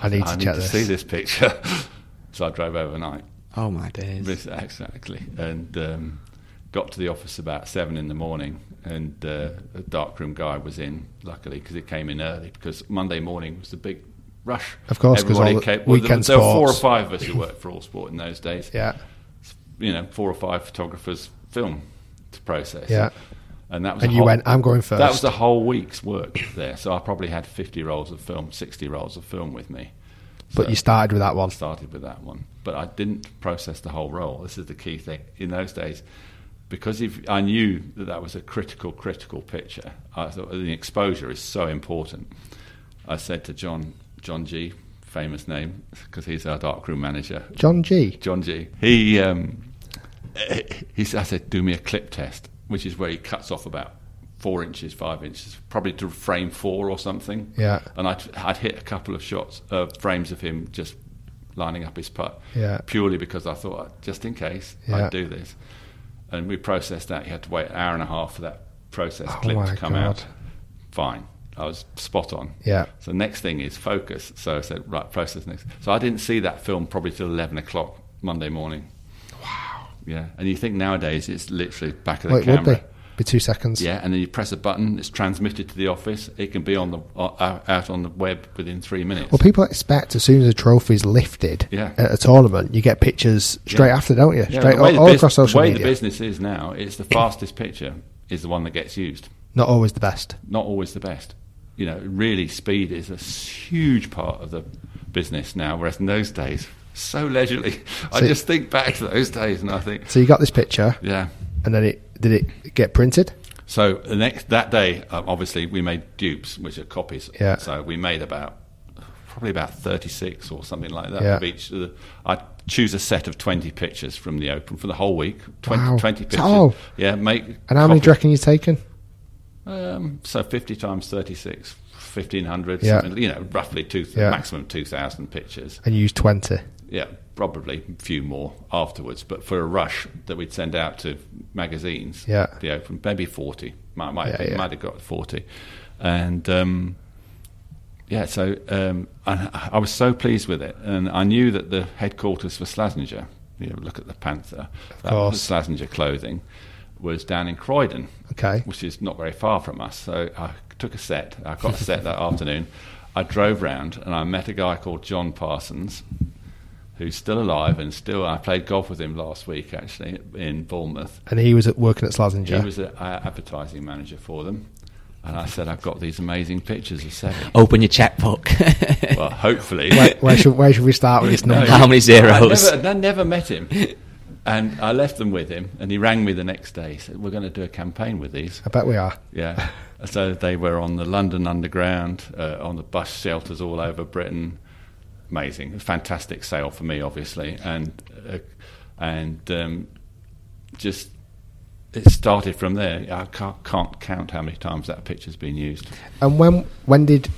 Speaker 1: I need to check this."
Speaker 3: see this picture. so I drove overnight.
Speaker 2: Oh my days.
Speaker 3: Yes, Exactly. And um, got to the office about seven in the morning, and uh, a darkroom guy was in, luckily, because it came in early, because Monday morning was the big rush.
Speaker 1: Of course, 'cause
Speaker 3: Everybody
Speaker 1: all the
Speaker 3: came- well, there,
Speaker 1: weekend
Speaker 3: there were four or
Speaker 1: sports.
Speaker 3: five of us who worked for All Sport in those days.
Speaker 1: Yeah.
Speaker 3: You know, four or five photographers film to process.
Speaker 1: Yeah.
Speaker 3: And that was
Speaker 1: And
Speaker 3: a
Speaker 1: you
Speaker 3: whole-
Speaker 1: went, "I'm going
Speaker 3: That
Speaker 1: first."
Speaker 3: was a whole week's work there. So I probably had 50 rolls of film, 60 rolls of film with me.
Speaker 1: But you started with that one.
Speaker 3: Started with that one, but I didn't process the whole role. This is the key thing in those days, because if I knew that that was a critical, critical picture, I thought the exposure is so important. I said to John, John G, famous name, because he's our darkroom manager.
Speaker 1: John G.
Speaker 3: John G. He, um, he said, I said, do me a clip test, which is where he cuts off about four inches, five inches, probably to frame four or something.
Speaker 1: Yeah.
Speaker 3: And I'd, I'd hit a couple of shots, uh, frames of him just lining up his putt.
Speaker 1: Yeah.
Speaker 3: Purely because I thought, just in case,
Speaker 1: Yeah.
Speaker 3: I'd do this. And we processed that. You had to wait an hour and a half for that process
Speaker 1: Oh
Speaker 3: clip
Speaker 1: my
Speaker 3: to come
Speaker 1: God.
Speaker 3: out. Fine. I was spot on.
Speaker 1: Yeah.
Speaker 3: So next thing is focus. So I said, right, process next. So I didn't see that film probably till eleven o'clock Monday morning. Wow. Yeah, and you think nowadays it's literally back of the
Speaker 1: Well, it would
Speaker 3: camera.
Speaker 1: be. Be two seconds.
Speaker 3: Yeah, and then you press a button. It's transmitted to the office. It can be on the uh, out on the web within three minutes.
Speaker 1: Well, people expect as soon as a trophy is lifted
Speaker 3: Yeah.
Speaker 1: at a tournament, you get pictures straight
Speaker 3: Yeah.
Speaker 1: after, don't you?
Speaker 3: Yeah,
Speaker 1: straight
Speaker 3: the way
Speaker 1: all,
Speaker 3: the
Speaker 1: all
Speaker 3: bus-
Speaker 1: across social
Speaker 3: the way
Speaker 1: media.
Speaker 3: the business is now, it's the fastest picture is the one that gets used.
Speaker 1: Not always the best.
Speaker 3: Not always the best. You know, really, speed is a s- huge part of the business now. Whereas in those days, so leisurely. I
Speaker 1: So-
Speaker 3: just think back to those days, and I think,
Speaker 1: So you got this picture,
Speaker 3: yeah.
Speaker 1: and then it did it get printed?
Speaker 3: So the next that day, um, obviously, we made dupes, which are copies.
Speaker 1: Yeah.
Speaker 3: So we made about probably about thirty six or something like that
Speaker 1: Yeah.
Speaker 3: of each. Of the, I choose a set of twenty pictures from the open for the whole week. 20,
Speaker 1: Wow.
Speaker 3: 20 pictures.
Speaker 1: Oh.
Speaker 3: Yeah. Make
Speaker 1: And how many do you
Speaker 3: copies.
Speaker 1: reckon you've taken?
Speaker 3: Um, so fifty times thirty six. 1500
Speaker 1: Yeah.
Speaker 3: something, you know roughly two
Speaker 1: Yeah.
Speaker 3: maximum 2000 pictures
Speaker 1: And you used twenty.
Speaker 3: yeah probably a few more afterwards but for a rush that we'd send out to magazines
Speaker 1: Yeah.
Speaker 3: the open maybe 40 might, might,
Speaker 1: Yeah, yeah.
Speaker 3: might have got 40 and um, yeah so um, I, I was so pleased with it and I knew that the headquarters for Slazenger you know, look at the Panther of
Speaker 1: course.
Speaker 3: Slazenger clothing was down in Croydon
Speaker 1: Okay.
Speaker 3: which is not very far from us so I took a set I got a set that afternoon I drove round and I met a guy called John Parsons who's still alive and still I played golf with him last week actually in Bournemouth.
Speaker 1: And he was at, working at Slazenger.
Speaker 3: He was an advertising manager for them, and I said I've got these amazing pictures of seven.
Speaker 2: Open your checkbook.
Speaker 3: well, hopefully,
Speaker 1: where, where should, where should we start with this
Speaker 3: No,
Speaker 1: number?
Speaker 2: How many zeros?
Speaker 3: I never, I never met him, and I left them with him, and he rang me the next day. He said we're going to do a campaign with these.
Speaker 1: I bet we are.
Speaker 3: Yeah. So they were on the London Underground, uh, on the bus shelters all over Britain. Amazing, fantastic sale for me, obviously, and uh, and um, just it started from there. I can't, can't count how many times that picture's been used.
Speaker 1: And when when did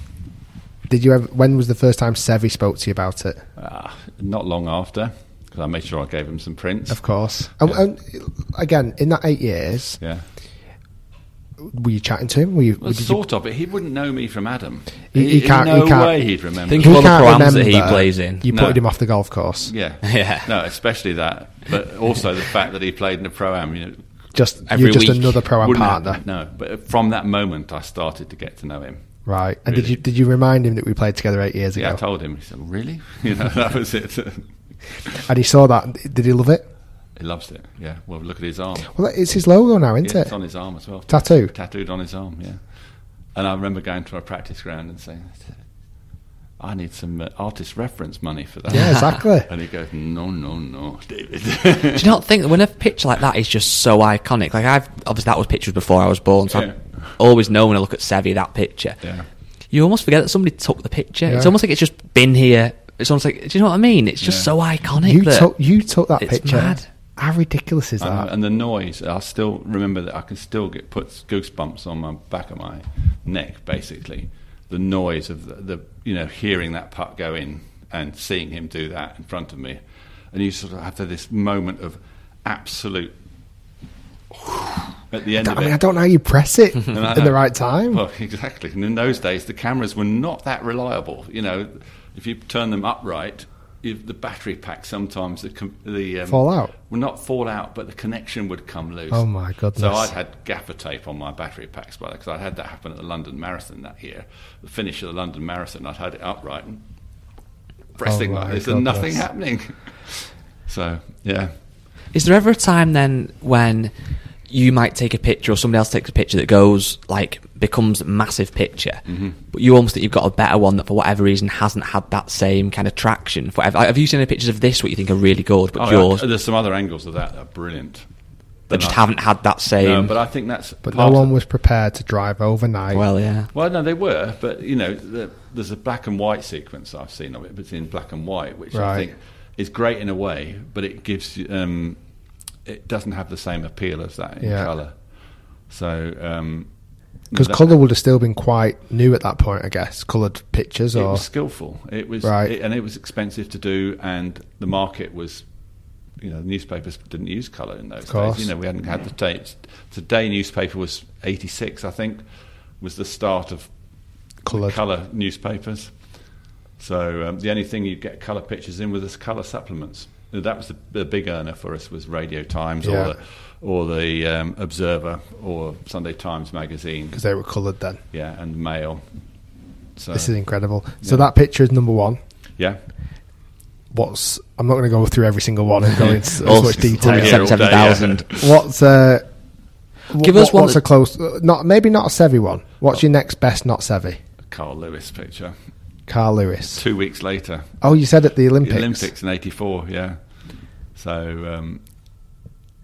Speaker 1: did you ever, when was the first time Sevi spoke to you about it?
Speaker 3: Uh, not long after, because I made sure I gave him some prints.
Speaker 1: Of course. And,
Speaker 3: Yeah.
Speaker 1: and again, in that eight years,
Speaker 3: Yeah,
Speaker 1: were you chatting to him? Were you?
Speaker 3: well,
Speaker 1: did you
Speaker 3: sort of. But he wouldn't know me from Adam.
Speaker 1: He- he can't- he
Speaker 3: No
Speaker 1: can't-
Speaker 3: way he'd remember.
Speaker 2: Think
Speaker 1: he
Speaker 2: of all the
Speaker 1: can't
Speaker 2: proams that he
Speaker 1: remember
Speaker 2: plays in.
Speaker 1: You
Speaker 3: No.
Speaker 1: put him off the golf course.
Speaker 3: Yeah,
Speaker 2: Yeah.
Speaker 3: No, especially that, but also the fact that he played in the pro am. You know,
Speaker 1: Just
Speaker 2: Every
Speaker 1: you're just
Speaker 2: week.
Speaker 1: another pro am
Speaker 3: wouldn't
Speaker 1: partner,
Speaker 3: have- no, but from that moment, I started to get to know him.
Speaker 1: right? And did you
Speaker 3: Really.
Speaker 1: did you remind him that we played together eight years ago?
Speaker 3: Yeah, I told him. He said, "Really?" You know, that was it. he
Speaker 1: and he saw that. Did he love it?
Speaker 3: loves it. Yeah. Well, look at his arm.
Speaker 1: Well, it's his logo now, isn't
Speaker 3: Yeah,
Speaker 1: it?
Speaker 3: it's on his arm as well.
Speaker 1: Tattoo?
Speaker 3: Tattooed on his arm. Yeah. And I remember going to a practice ground and saying, "I need some uh, artist reference money for that."
Speaker 1: Yeah, exactly.
Speaker 3: And he goes, "No, no, no, David."
Speaker 2: Do you not think that when a picture like that is just so iconic? Like I've obviously that was pictures before I was born, so
Speaker 3: Yeah.
Speaker 2: I always know when I look at Sevi that picture.
Speaker 3: Yeah.
Speaker 2: You almost forget that somebody took the picture.
Speaker 1: Yeah.
Speaker 2: It's almost like it's just been here. It's almost like do you know what I mean? It's just
Speaker 3: Yeah.
Speaker 2: so iconic.
Speaker 1: You
Speaker 2: that
Speaker 1: took you took that
Speaker 2: it's
Speaker 1: picture.
Speaker 2: mad.
Speaker 1: How ridiculous is
Speaker 3: And,
Speaker 1: that?
Speaker 3: and the noise, I still remember that I can still get puts goosebumps on my back of my neck, basically. The noise of the, the you know hearing that putt go in and seeing him do that in front of me, and you sort of have this moment of absolute at the end
Speaker 1: I
Speaker 3: of it.
Speaker 1: mean, I don't know how you press it in
Speaker 3: And I
Speaker 1: the
Speaker 3: know-
Speaker 1: right time.
Speaker 3: Well, exactly. And in those days, the cameras were not that reliable. You know, if you turn them upright, if the battery pack sometimes the com- the um,
Speaker 1: Fall out?
Speaker 3: Well, not fall out, but the connection would come loose.
Speaker 1: Oh, my goodness.
Speaker 3: So I'd had gaffer tape on my battery packs by because I'd had that happen at the London Marathon that year. The finish of the London Marathon, I'd had it upright and pressing
Speaker 1: Oh,
Speaker 3: like
Speaker 1: my
Speaker 3: this, and nothing
Speaker 1: goodness.
Speaker 3: happening. So yeah.
Speaker 2: Is there ever a time then when you might take a picture or somebody else takes a picture that goes like becomes a massive picture,
Speaker 3: Mm-hmm.
Speaker 2: but you almost think you've got a better one that for whatever reason hasn't had that same kind of traction? For, have you seen any pictures of this what you think are really good, but
Speaker 3: Oh, yeah,
Speaker 2: yours
Speaker 3: There's some other angles of that that are brilliant.
Speaker 2: that just haven't had that
Speaker 3: No,
Speaker 2: same?
Speaker 3: but I think that's
Speaker 1: but no
Speaker 3: part
Speaker 1: one
Speaker 3: of-
Speaker 1: was prepared to drive overnight.
Speaker 2: well, yeah.
Speaker 3: Well, no, they were, but you know, the, there's a black and white sequence I've seen of it, but it's in black and white, which I
Speaker 1: Right.
Speaker 3: think is great in a way, but it gives you- um, it doesn't have the same appeal as that in
Speaker 1: Yeah.
Speaker 3: colour. So um,
Speaker 1: because
Speaker 3: that-
Speaker 1: colour would have still been quite new at that point, I guess. Coloured pictures,
Speaker 3: it
Speaker 1: or
Speaker 3: was skillful. It was
Speaker 1: Right.
Speaker 3: it- and it was expensive to do, and the market was, you know, newspapers didn't use colour in those
Speaker 1: course.
Speaker 3: days. You know, we hadn't had the tapes. Today, newspaper was eighty six, I think, was the start of
Speaker 1: coloured.
Speaker 3: colour newspapers. So um, the only thing you'd get colour pictures in was this colour supplements. That was the, the big earner for us was Radio Times
Speaker 1: Yeah.
Speaker 3: or or the um, Observer or Sunday Times magazine.
Speaker 1: because they were coloured then.
Speaker 3: Yeah, and Mail. So
Speaker 1: This is incredible. So that picture is number one.
Speaker 3: yeah,
Speaker 1: What's I'm not going to go through every single one and go into so much
Speaker 3: Hundred
Speaker 1: detail.
Speaker 3: year old day, yeah.
Speaker 2: 177,000.
Speaker 1: What's uh, wh-
Speaker 2: Give us
Speaker 1: what-
Speaker 2: one
Speaker 1: What's
Speaker 2: that-
Speaker 1: a close? uh, Not maybe not a Sevy one. What's your next best? Not Sevy.
Speaker 3: Carl Lewis picture.
Speaker 1: Carl Lewis.
Speaker 3: Two weeks later,
Speaker 1: Oh, you said at the
Speaker 3: the
Speaker 1: Olympics.
Speaker 3: Olympics in '84. Yeah. So um,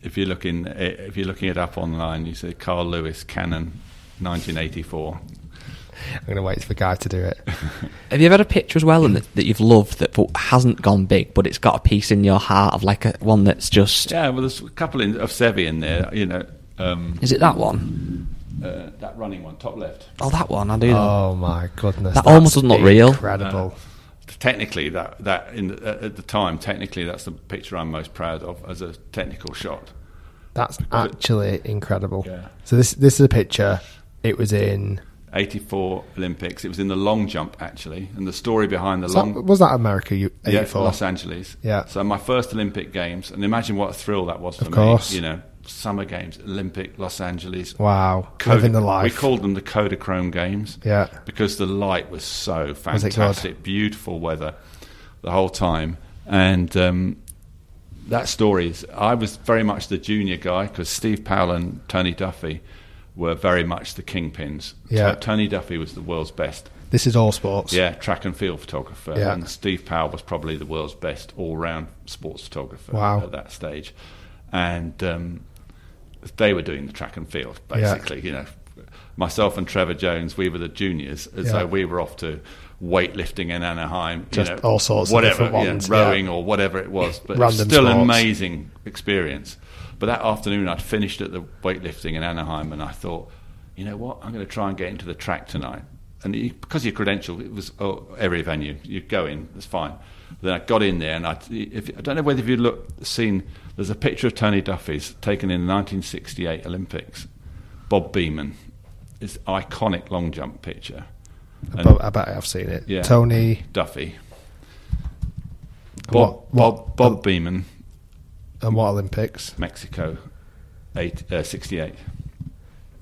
Speaker 3: if you're looking eh, if you're looking it up online, you see Carl Lewis Canon, 1984.
Speaker 1: I'm going to wait for Guy to do it.
Speaker 2: Have you ever had a picture as well and that, that you've loved that for, hasn't gone big, but it's got a piece in your heart of like a, one that's just.
Speaker 3: Yeah, well, there's a couple in, of Sevi in there. You know, um,
Speaker 2: Is it that one?
Speaker 3: uh, that running one, top left.
Speaker 2: Oh, that one. I do. know.
Speaker 1: Oh my goodness!
Speaker 2: That almost
Speaker 1: that's
Speaker 2: doesn't look real.
Speaker 1: Incredible.
Speaker 3: Technically, that that in the, at the time, technically, that's the picture I'm most proud of as a technical shot.
Speaker 1: That's actually incredible.
Speaker 3: Yeah.
Speaker 1: So this this is a picture. It was in.
Speaker 3: 84 Olympics. It was in the long jump actually, and the story behind the
Speaker 1: was
Speaker 3: long
Speaker 1: that- was that America? You
Speaker 3: Yeah,
Speaker 1: 84?
Speaker 3: Los Angeles.
Speaker 1: Yeah.
Speaker 3: So my first Olympic Games, and imagine what a thrill that was for
Speaker 1: Of
Speaker 3: me.
Speaker 1: course.
Speaker 3: You know, Summer Games, Olympic, Los Angeles.
Speaker 1: Wow,
Speaker 3: Coda-
Speaker 1: living the life.
Speaker 3: We called them the Kodachrome Games.
Speaker 1: Yeah.
Speaker 3: Because the light was so
Speaker 1: Was it good?
Speaker 3: fantastic, beautiful weather the whole time, and. Um, that story is I was very much the junior guy because Steve Powell and Tony Duffy were very much the kingpins.
Speaker 1: Yeah.
Speaker 3: T- Tony Duffy was the world's best
Speaker 1: This is all sports.
Speaker 3: yeah, track and field photographer.
Speaker 1: Yeah.
Speaker 3: And Steve Powell was probably the world's best all round sports photographer
Speaker 1: Wow.
Speaker 3: at that stage. And um, they were doing the track and field,
Speaker 1: Yeah.
Speaker 3: basically. You know, myself and Trevor Jones, we were the juniors. And
Speaker 1: Yeah.
Speaker 3: so we were off to weightlifting in Anaheim.
Speaker 1: Just
Speaker 3: you know,
Speaker 1: all sorts of
Speaker 3: whatever,
Speaker 1: different
Speaker 3: yeah,
Speaker 1: ones,
Speaker 3: rowing
Speaker 1: yeah.
Speaker 3: or whatever it was. But it was
Speaker 1: Random
Speaker 3: still an
Speaker 1: sports.
Speaker 3: amazing experience. But that afternoon, I'd finished at the weightlifting in Anaheim, and I thought, you know what, I'm going to try and get into the track tonight. And you, because your credential, it was oh, every venue you go in, that's fine. Then I got in there, and I, if, I don't know whether you've looked, seen. There's a picture of Tony Duffy's taken in the 1968 Olympics. Bob Beeman, this iconic long jump picture.
Speaker 1: I
Speaker 3: And
Speaker 1: bet- I bet I've seen it.
Speaker 3: Yeah.
Speaker 1: Tony.
Speaker 3: Duffy, Bob,
Speaker 1: What-
Speaker 3: Bob,
Speaker 1: what-
Speaker 3: Bob Beeman,
Speaker 1: And what Olympics?
Speaker 3: Mexico, eight, uh, 68.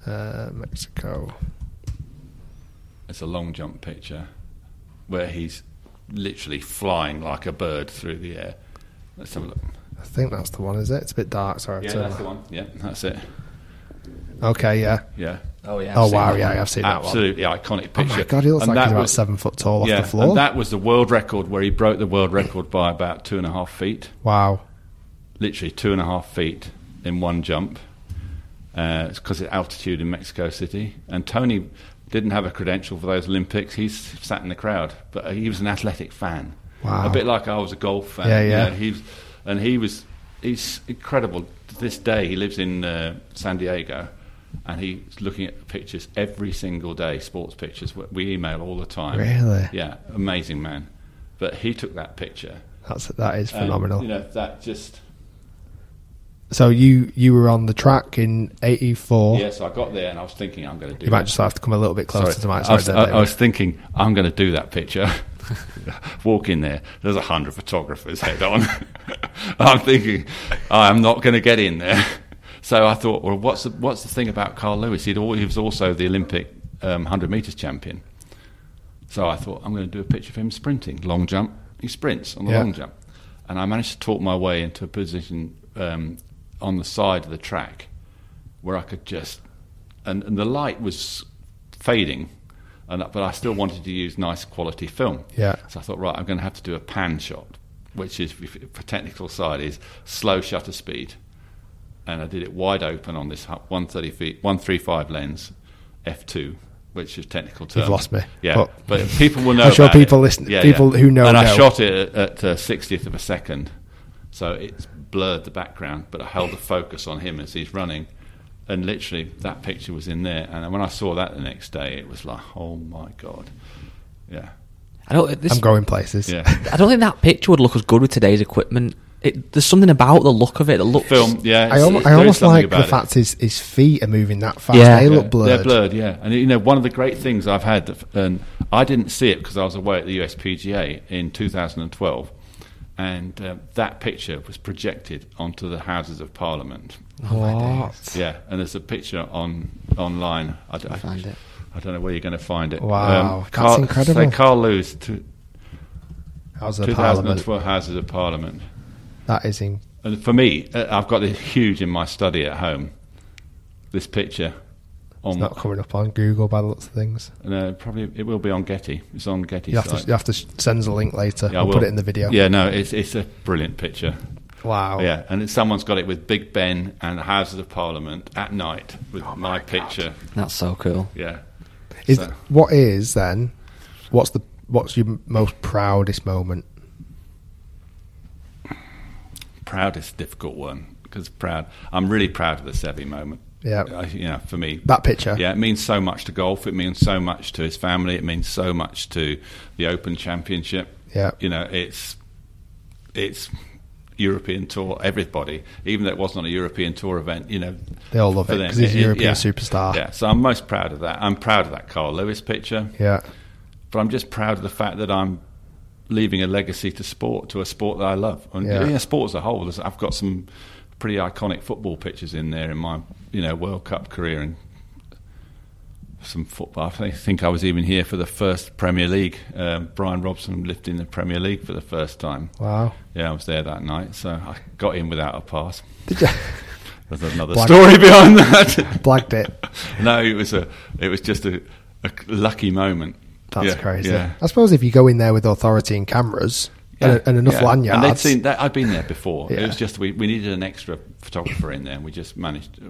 Speaker 1: Uh, Mexico.
Speaker 3: It's a long jump picture where he's literally flying like a bird through the air. Let's have a look.
Speaker 1: I think that's the one, is it? It's a bit dark. Sorry. I've
Speaker 3: Yeah,
Speaker 1: turned
Speaker 3: that's
Speaker 1: my-
Speaker 3: the one. Yeah, that's it.
Speaker 1: Okay, yeah.
Speaker 3: Yeah.
Speaker 2: Oh, yeah.
Speaker 1: oh
Speaker 2: I've seen
Speaker 1: wow,
Speaker 2: that
Speaker 1: yeah,
Speaker 2: one.
Speaker 1: I've seen that one.
Speaker 3: Absolutely iconic
Speaker 1: Oh
Speaker 3: picture.
Speaker 1: my god, he looks
Speaker 3: And
Speaker 1: like he's
Speaker 3: that
Speaker 1: about
Speaker 3: was-
Speaker 1: seven foot tall
Speaker 3: yeah,
Speaker 1: off the floor.
Speaker 3: And that was the world record where he broke the world record by about two and a half feet.
Speaker 1: wow.
Speaker 3: literally two and a half feet in one jump. Uh, it's because of altitude in Mexico City. And Tony didn't have a credential for those Olympics. He's sat in the crowd, but uh, he was an athletic fan.
Speaker 1: Wow.
Speaker 3: A bit like I was a golf fan.
Speaker 1: Yeah, yeah.
Speaker 3: he was, and he was, he's incredible. To this day, he lives in uh, San Diego. And he's looking at pictures every single day, sports pictures. We- We email all the time.
Speaker 1: Really?
Speaker 3: Yeah, amazing man. But he took that picture.
Speaker 1: That's that is
Speaker 3: and,
Speaker 1: phenomenal.
Speaker 3: Uh, you know, that just
Speaker 1: so you you were on the track in eighty four.
Speaker 3: Yes, I got there and I was thinking I'm going to do.
Speaker 1: You might
Speaker 3: that.
Speaker 1: just have to come a little bit closer to my
Speaker 3: I was,
Speaker 1: there,
Speaker 3: I- I
Speaker 1: David.
Speaker 3: was thinking I'm going to do that picture. Walk in there. There's a hundred photographers head on. I'm thinking I'm not going to get in there. So I thought, well, what's the, what's the thing about Carl Lewis? He'd al he was also the Olympic um, hundred meters champion. So I thought I'm going to do a picture of him sprinting, long jump. He sprints on the
Speaker 1: Yeah.
Speaker 3: long jump, and I managed to talk my way into a position um, on the side of the track where I could just and, and the light was fading, and but I still wanted to use nice quality film.
Speaker 1: Yeah.
Speaker 3: So I thought, right, I'm going to have to do a pan shot, which is if- for technical side is slow shutter speed, and I did it wide open on this hu- 130 feet 135 lens, f2. Which is technical term.
Speaker 1: lost me.
Speaker 3: Yeah,
Speaker 1: But-
Speaker 3: but, people will know.
Speaker 1: I'm sure
Speaker 3: about it.
Speaker 1: people listen- people who know
Speaker 3: And I
Speaker 1: know.
Speaker 3: shot it at uh, 60th of a second, so it's blurred the background, but I held the focus on him as he's running. And literally, that picture was in there. And when I saw that the next day, it was like, oh my God. Yeah.
Speaker 2: I don't, this,
Speaker 1: I'm going places.
Speaker 3: Yeah.
Speaker 2: I don't think that picture would look as good with today's equipment. It, there's something about the look of it that looks.
Speaker 3: Film, yeah.
Speaker 1: I,
Speaker 3: it's-
Speaker 1: almo-
Speaker 3: it's-
Speaker 1: I
Speaker 3: there is
Speaker 1: almost
Speaker 3: something
Speaker 1: like the
Speaker 3: about it.
Speaker 1: fact his, his feet are moving that fast.
Speaker 2: Yeah.
Speaker 1: They
Speaker 2: Yeah,
Speaker 1: look blurred.
Speaker 3: They're blurred, yeah. And you know, one of the great things I've had, that- and I didn't see it because I was away at the USPGA in 2012, and uh, that picture was projected onto the Houses of Parliament
Speaker 1: What?
Speaker 3: Yeah, and there's a picture on online. I, d- I-
Speaker 2: find it.
Speaker 3: I don't know where you're going to find it. Um,
Speaker 1: Wow, that's
Speaker 3: Carl,
Speaker 1: incredible.
Speaker 3: Say Carl Lewis, to,
Speaker 1: How's the parliament?
Speaker 3: 2012 Houses of Parliament.
Speaker 1: That is in.
Speaker 3: And for me, uh, I've got this huge in my study at home. This picture on
Speaker 1: It's not coming up on Google by the looks of things.
Speaker 3: no, probably it will be on Getty. It's on Getty.
Speaker 1: You have, to, you have to send us a link later.
Speaker 3: Yeah, I
Speaker 1: we'll put
Speaker 3: will.
Speaker 1: it in the video. Oh.
Speaker 3: Yeah, no, it's it's a brilliant picture.
Speaker 1: Wow.
Speaker 3: Yeah, and it's, someone's got it with Big Ben and the Houses of Parliament at night with
Speaker 1: Oh
Speaker 3: my, picture.
Speaker 2: That's so cool.
Speaker 3: Yeah.
Speaker 1: Is
Speaker 3: So-
Speaker 1: what is then? What's the what's your m- most proudest moment?
Speaker 3: proudest difficult one because proud i'm really proud of the sebi moment
Speaker 1: Yeah.
Speaker 3: I, you know for me
Speaker 1: That picture.
Speaker 3: yeah it means so much to golf it means so much to his family it means so much to the open championship
Speaker 1: Yeah.
Speaker 3: you know it's it's european tour everybody even though it wasn't a european tour event you know
Speaker 1: They all love
Speaker 3: for
Speaker 1: it
Speaker 3: them,
Speaker 1: 'cause he's a European
Speaker 3: yeah.
Speaker 1: superstar.
Speaker 3: yeah so i'm most proud of that i'm proud of that carl lewis picture
Speaker 1: Yeah.
Speaker 3: but I'm just proud of the fact that I'm leaving a legacy to sport, to a sport that I love, and
Speaker 1: Yeah.
Speaker 3: yeah. sport as a whole. There's- I've got some pretty iconic football pictures in there in my you know World Cup career and some football. I think I was even here for the first Premier League. Um, Brian Robson lifting the Premier League for the first time.
Speaker 1: Wow.
Speaker 3: Yeah, I was there that night, so I got in without a pass.
Speaker 1: Did you
Speaker 3: There's another
Speaker 1: Black-
Speaker 3: story behind that.
Speaker 1: blagged it?
Speaker 3: no, it was a, it was just a, a lucky moment.
Speaker 1: That's
Speaker 3: Yeah,
Speaker 1: crazy.
Speaker 3: Yeah.
Speaker 1: I suppose if you go in there with authority and cameras and, and enough
Speaker 3: yeah.
Speaker 1: lanyards,
Speaker 3: And they'd seen that. I'd been there before.
Speaker 1: Yeah.
Speaker 3: It was just we, we needed an extra photographer in there, and we just managed.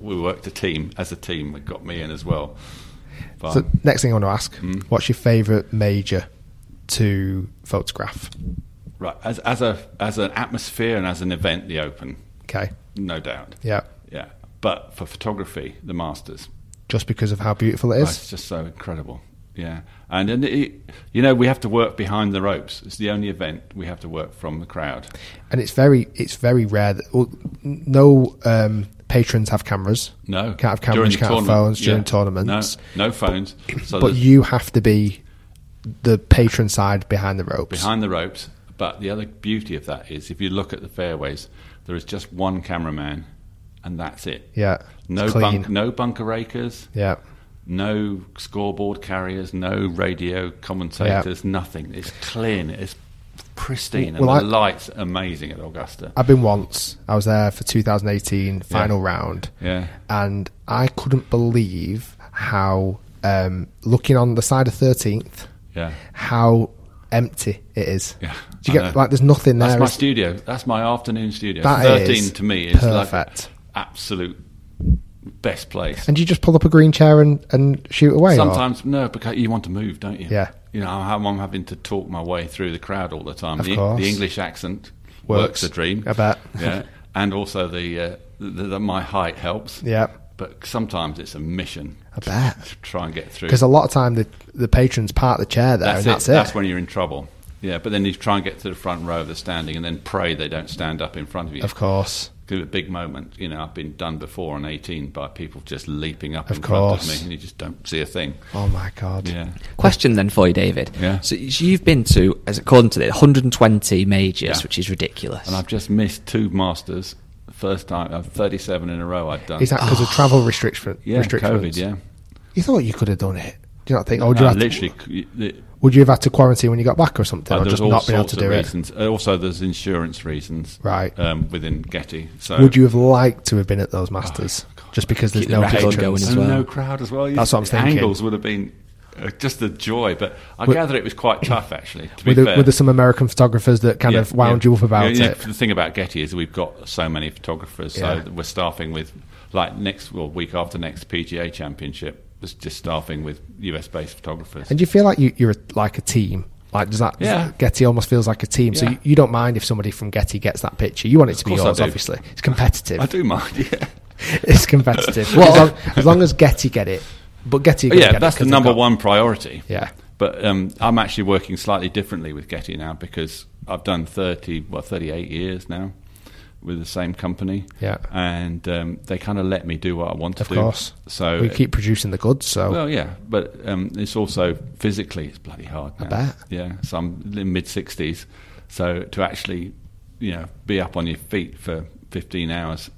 Speaker 3: We worked a team as a team. It got me in as well. But
Speaker 1: So next thing I want to ask,
Speaker 3: Mm.
Speaker 1: what's your favourite major to photograph?
Speaker 3: right, as as a as an atmosphere and as an event, the Open,
Speaker 1: Okay,
Speaker 3: no doubt.
Speaker 1: yeah,
Speaker 3: yeah. But for photography, the Masters.
Speaker 1: just because of how beautiful it
Speaker 3: Oh,
Speaker 1: is.
Speaker 3: it's just so incredible. Yeah, and and it, you know we have to work behind the ropes. It's the only event we have to work from the crowd.
Speaker 1: and it's very it's very rare that well, n- no um, patrons have cameras.
Speaker 3: No,
Speaker 1: can't have
Speaker 3: During
Speaker 1: cameras,
Speaker 3: the
Speaker 1: can't have
Speaker 3: tournament,
Speaker 1: phones during
Speaker 3: yeah.
Speaker 1: tournaments.
Speaker 3: No, no phones. So
Speaker 1: but
Speaker 3: there's-
Speaker 1: you have to be the patron side behind the ropes.
Speaker 3: behind the ropes. But the other beauty of that is, if you look at the fairways, there is just one cameraman, and that's it.
Speaker 1: yeah,
Speaker 3: No
Speaker 1: It's clean.
Speaker 3: bunk, no bunker rakers,
Speaker 1: Yeah,
Speaker 3: no scoreboard carriers, no radio commentators, nothing. It's clean. It's pristine,
Speaker 1: Well, I-
Speaker 3: and the lights are amazing at Augusta.
Speaker 1: I've been once. I was there for 2018 final round.
Speaker 3: Yeah.
Speaker 1: and I couldn't believe how um, looking on the side of 13th.
Speaker 3: yeah.
Speaker 1: how empty it is.
Speaker 3: Yeah,
Speaker 1: Do you
Speaker 3: I
Speaker 1: get
Speaker 3: know.
Speaker 1: like there's nothing there?
Speaker 3: That's my
Speaker 1: is-
Speaker 3: studio. That's my afternoon studio.
Speaker 1: That
Speaker 3: Thirteen
Speaker 1: is
Speaker 3: to me is
Speaker 1: perfect.
Speaker 3: like absolute best place.
Speaker 1: and do you just pull up a green chair and, and shoot away. or-
Speaker 3: Sometimes no, because you want to move, don't you?
Speaker 1: Yeah.
Speaker 3: You know, I'm, I'm having to talk my way through the crowd all the time.
Speaker 1: Of
Speaker 3: the,
Speaker 1: course.
Speaker 3: the English accent
Speaker 1: Works.
Speaker 3: works, a dream.
Speaker 1: I bet.
Speaker 3: Yeah, and also the, uh, the, the my height helps.
Speaker 1: yeah,
Speaker 3: But sometimes it's a mission.
Speaker 1: I bet
Speaker 3: To try and get through.
Speaker 1: because a lot of time the the patrons part the chair there,
Speaker 3: that's
Speaker 1: and that's it.
Speaker 3: That's when you're in trouble. Yeah, but then you try and get to the front row of the standing, and then pray they don't stand up in front of you.
Speaker 1: of course,
Speaker 3: Because a big moment, you know, I've been done before on 18 by people just leaping up
Speaker 1: Of
Speaker 3: in front of
Speaker 1: course.
Speaker 3: me, and you just don't see a thing.
Speaker 1: oh my god,
Speaker 3: Yeah.
Speaker 2: Question then for you, David.
Speaker 3: Yeah.
Speaker 2: So so you've been to, as according to this, 120 majors,
Speaker 3: Yeah.
Speaker 2: which is ridiculous.
Speaker 3: and I've just missed two masters. First time, uh, thirty-seven in a row. I've done.
Speaker 1: is that because of travel restriction?
Speaker 3: Ah. yeah, COVID.
Speaker 1: restrictions?
Speaker 3: Yeah,
Speaker 1: you thought you could have done it. Do you not think? Or would you,
Speaker 3: Uh,
Speaker 1: have to,
Speaker 3: literally. c- The,
Speaker 1: would you have had to quarantine when you got back or something,
Speaker 3: uh,
Speaker 1: or
Speaker 3: there's
Speaker 1: just
Speaker 3: all
Speaker 1: not been able
Speaker 3: sorts
Speaker 1: to
Speaker 3: of
Speaker 1: do it?
Speaker 3: reasons. Uh, Also, there's insurance reasons.
Speaker 1: Right.
Speaker 3: Um, within Getty. So
Speaker 1: Would you have liked to have been at
Speaker 3: Ah,
Speaker 1: those masters just because there's
Speaker 2: Keep the
Speaker 1: no
Speaker 2: record
Speaker 1: patrons?
Speaker 2: going as
Speaker 3: and
Speaker 2: well.
Speaker 3: no crowd as well. You-
Speaker 1: That's what I'm
Speaker 3: the
Speaker 1: thinking.
Speaker 3: Angles would have been uh, just a joy, but I
Speaker 1: Were-
Speaker 3: gather it was quite tough actually. To be
Speaker 1: Were there,
Speaker 3: fair.
Speaker 1: were there some American photographers that kind
Speaker 3: Yeah,
Speaker 1: of wound
Speaker 3: yeah.
Speaker 1: you up about
Speaker 3: Yeah, yeah,
Speaker 1: it?
Speaker 3: The thing about Getty is we've got so many photographers, so
Speaker 1: Yeah.
Speaker 3: that we're staffing with like next well week after next PGA Championship. It's just staffing with US based photographers.
Speaker 1: And do you feel like you, you're like a team? Like does that, does
Speaker 3: Yeah.
Speaker 1: that- Getty almost feels like a team? So
Speaker 3: Yeah.
Speaker 1: you, you don't mind if somebody from Getty gets that picture? You want it to be
Speaker 3: course I
Speaker 1: yours,
Speaker 3: do.
Speaker 1: obviously. It's competitive.
Speaker 3: I do mind. Yeah,
Speaker 1: It's competitive. as, long, as long as Getty get it, but Getty. are gonna get
Speaker 3: yeah,
Speaker 1: it
Speaker 3: that's the
Speaker 1: 'cause they've
Speaker 3: number
Speaker 1: got-
Speaker 3: one priority.
Speaker 1: Yeah.
Speaker 3: but um, I'm actually working slightly differently with Getty now because I've done thirty, well, thirty-eight years now with the same company.
Speaker 1: Yeah.
Speaker 3: and um, they kind of let me do what I want to
Speaker 1: Of
Speaker 3: do.
Speaker 1: course.
Speaker 3: so
Speaker 1: we keep producing the goods, so
Speaker 3: Well, yeah, but um, it's also physically it's bloody hard. Now.
Speaker 1: bet.
Speaker 3: Yeah, so I'm in mid sixties, so to actually, you know, be up on your feet for fifteen hours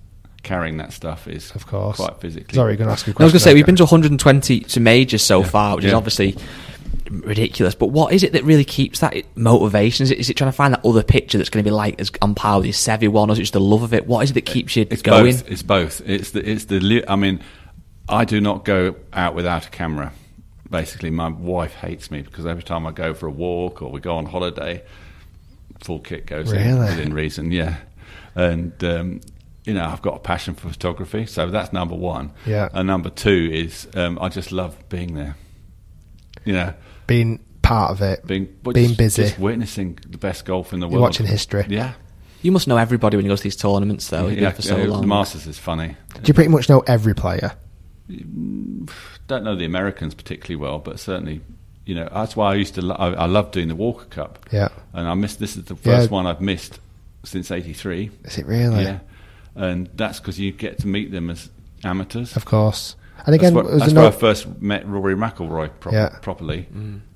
Speaker 3: carrying that stuff is
Speaker 1: Of course.
Speaker 3: quite physically.
Speaker 1: Sorry, going to ask you a
Speaker 2: I
Speaker 1: question.
Speaker 2: was going to say, we've
Speaker 1: okay.
Speaker 2: been to 120 to majors so far, which is
Speaker 3: Yeah.
Speaker 2: obviously ridiculous. But what is it that really keeps that motivation? Is it, is it trying to find that other picture that's going to be like as on par with your Sevi one, or is it just the love of it? What is it that keeps you
Speaker 3: it's
Speaker 2: going?
Speaker 3: Both. It's both. It's the it's the. li- I mean, I do not go out without a camera. Basically, my wife hates me because every time I go for a walk or we go on holiday, full kit goes in
Speaker 1: Really?
Speaker 3: within reason. Yeah, and um, you know I've got a passion for photography, so that's number one.
Speaker 1: Yeah.
Speaker 3: and number two is um, I just love being there. You know,
Speaker 1: being part of it,
Speaker 3: being well,
Speaker 1: being
Speaker 3: just-
Speaker 1: busy.
Speaker 3: just witnessing the best golf in the
Speaker 1: You're
Speaker 3: world,
Speaker 1: watching history.
Speaker 3: Yeah,
Speaker 2: You must know everybody when you go to these tournaments, though. Oh, You've been for so
Speaker 3: yeah,
Speaker 2: long.
Speaker 3: The Masters is funny.
Speaker 1: Do you pretty much know every player?
Speaker 3: don't know the Americans particularly well, but certainly, you know, that's why I used to. Lo- I, I love doing the Walker Cup.
Speaker 1: Yeah.
Speaker 3: and I missed. This is the first
Speaker 1: Yeah.
Speaker 3: one I've missed since '83.
Speaker 1: Is it really?
Speaker 3: Yeah, and that's because you get to meet them as amateurs.
Speaker 1: Of course. And again,
Speaker 3: that's where,
Speaker 1: there's
Speaker 3: that's
Speaker 1: no-
Speaker 3: where I first met Rory McIlroy pro-
Speaker 1: Yeah.
Speaker 3: properly,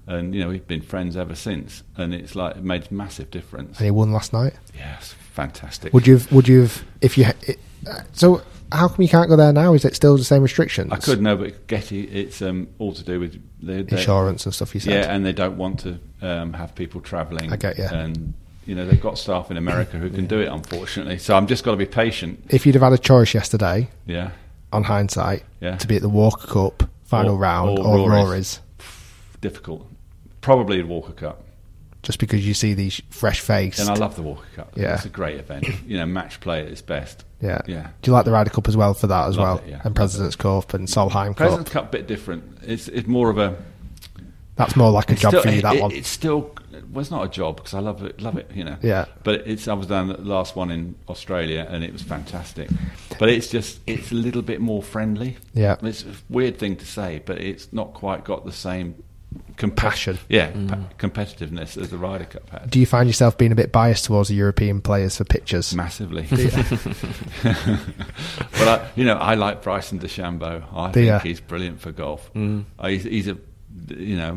Speaker 3: and you know we've been friends ever since. And it's like it made a massive difference.
Speaker 1: and he won last night.
Speaker 3: Yeah, it's fantastic.
Speaker 1: Would you've? Would you've? If you? ha- It, uh, so how come you can't go there now? Is it still the same restrictions?
Speaker 3: I could know, but Getty, it's um, all to do with the,
Speaker 1: insurance and stuff. You said.
Speaker 3: Yeah, and they don't want to um, have people travelling.
Speaker 1: I get ya.
Speaker 3: And you know they've got staff in America who can do it, unfortunately. So I'm just got to be patient.
Speaker 1: if you'd have had a choice yesterday,
Speaker 3: Yeah,
Speaker 1: on hindsight,
Speaker 3: Yeah.
Speaker 1: to be at the Walker Cup final
Speaker 3: Or-
Speaker 1: round
Speaker 3: or
Speaker 1: or, Rory's.
Speaker 3: Rory's. difficult. Probably the Walker Cup,
Speaker 1: just because you see these fresh face.
Speaker 3: and I love the Walker Cup.
Speaker 1: Yeah.
Speaker 3: it's a great event. You know, match play at its best.
Speaker 1: yeah.
Speaker 3: yeah.
Speaker 1: Do you like the Ryder Cup as well for that as
Speaker 3: Love
Speaker 1: well?
Speaker 3: it, yeah.
Speaker 1: And President's Cup and Solheim
Speaker 3: President's
Speaker 1: Cup.
Speaker 3: Cup bit different. It's it's more of a
Speaker 1: That's more like a
Speaker 3: It's
Speaker 1: job
Speaker 3: still-
Speaker 1: for you.
Speaker 3: it-
Speaker 1: That
Speaker 3: it-
Speaker 1: one.
Speaker 3: It's still well, it's not a job because I love it, love it, you know.
Speaker 1: Yeah.
Speaker 3: But it's I was down the last one in Australia and it was fantastic. But it's just it's a little bit more friendly.
Speaker 1: Yeah.
Speaker 3: It's a weird thing to say, but it's not quite got the same compassion.
Speaker 1: Passion.
Speaker 3: Yeah, pa- competitiveness as the Ryder Cup had.
Speaker 1: Do you find yourself being a bit biased towards the European players for pictures?
Speaker 3: Massively,
Speaker 1: uh,
Speaker 3: but I, you know, I like Bryson DeChambeau. I
Speaker 1: Do
Speaker 3: think
Speaker 1: ya?
Speaker 3: he's brilliant for golf. I, he's, he's a, you know,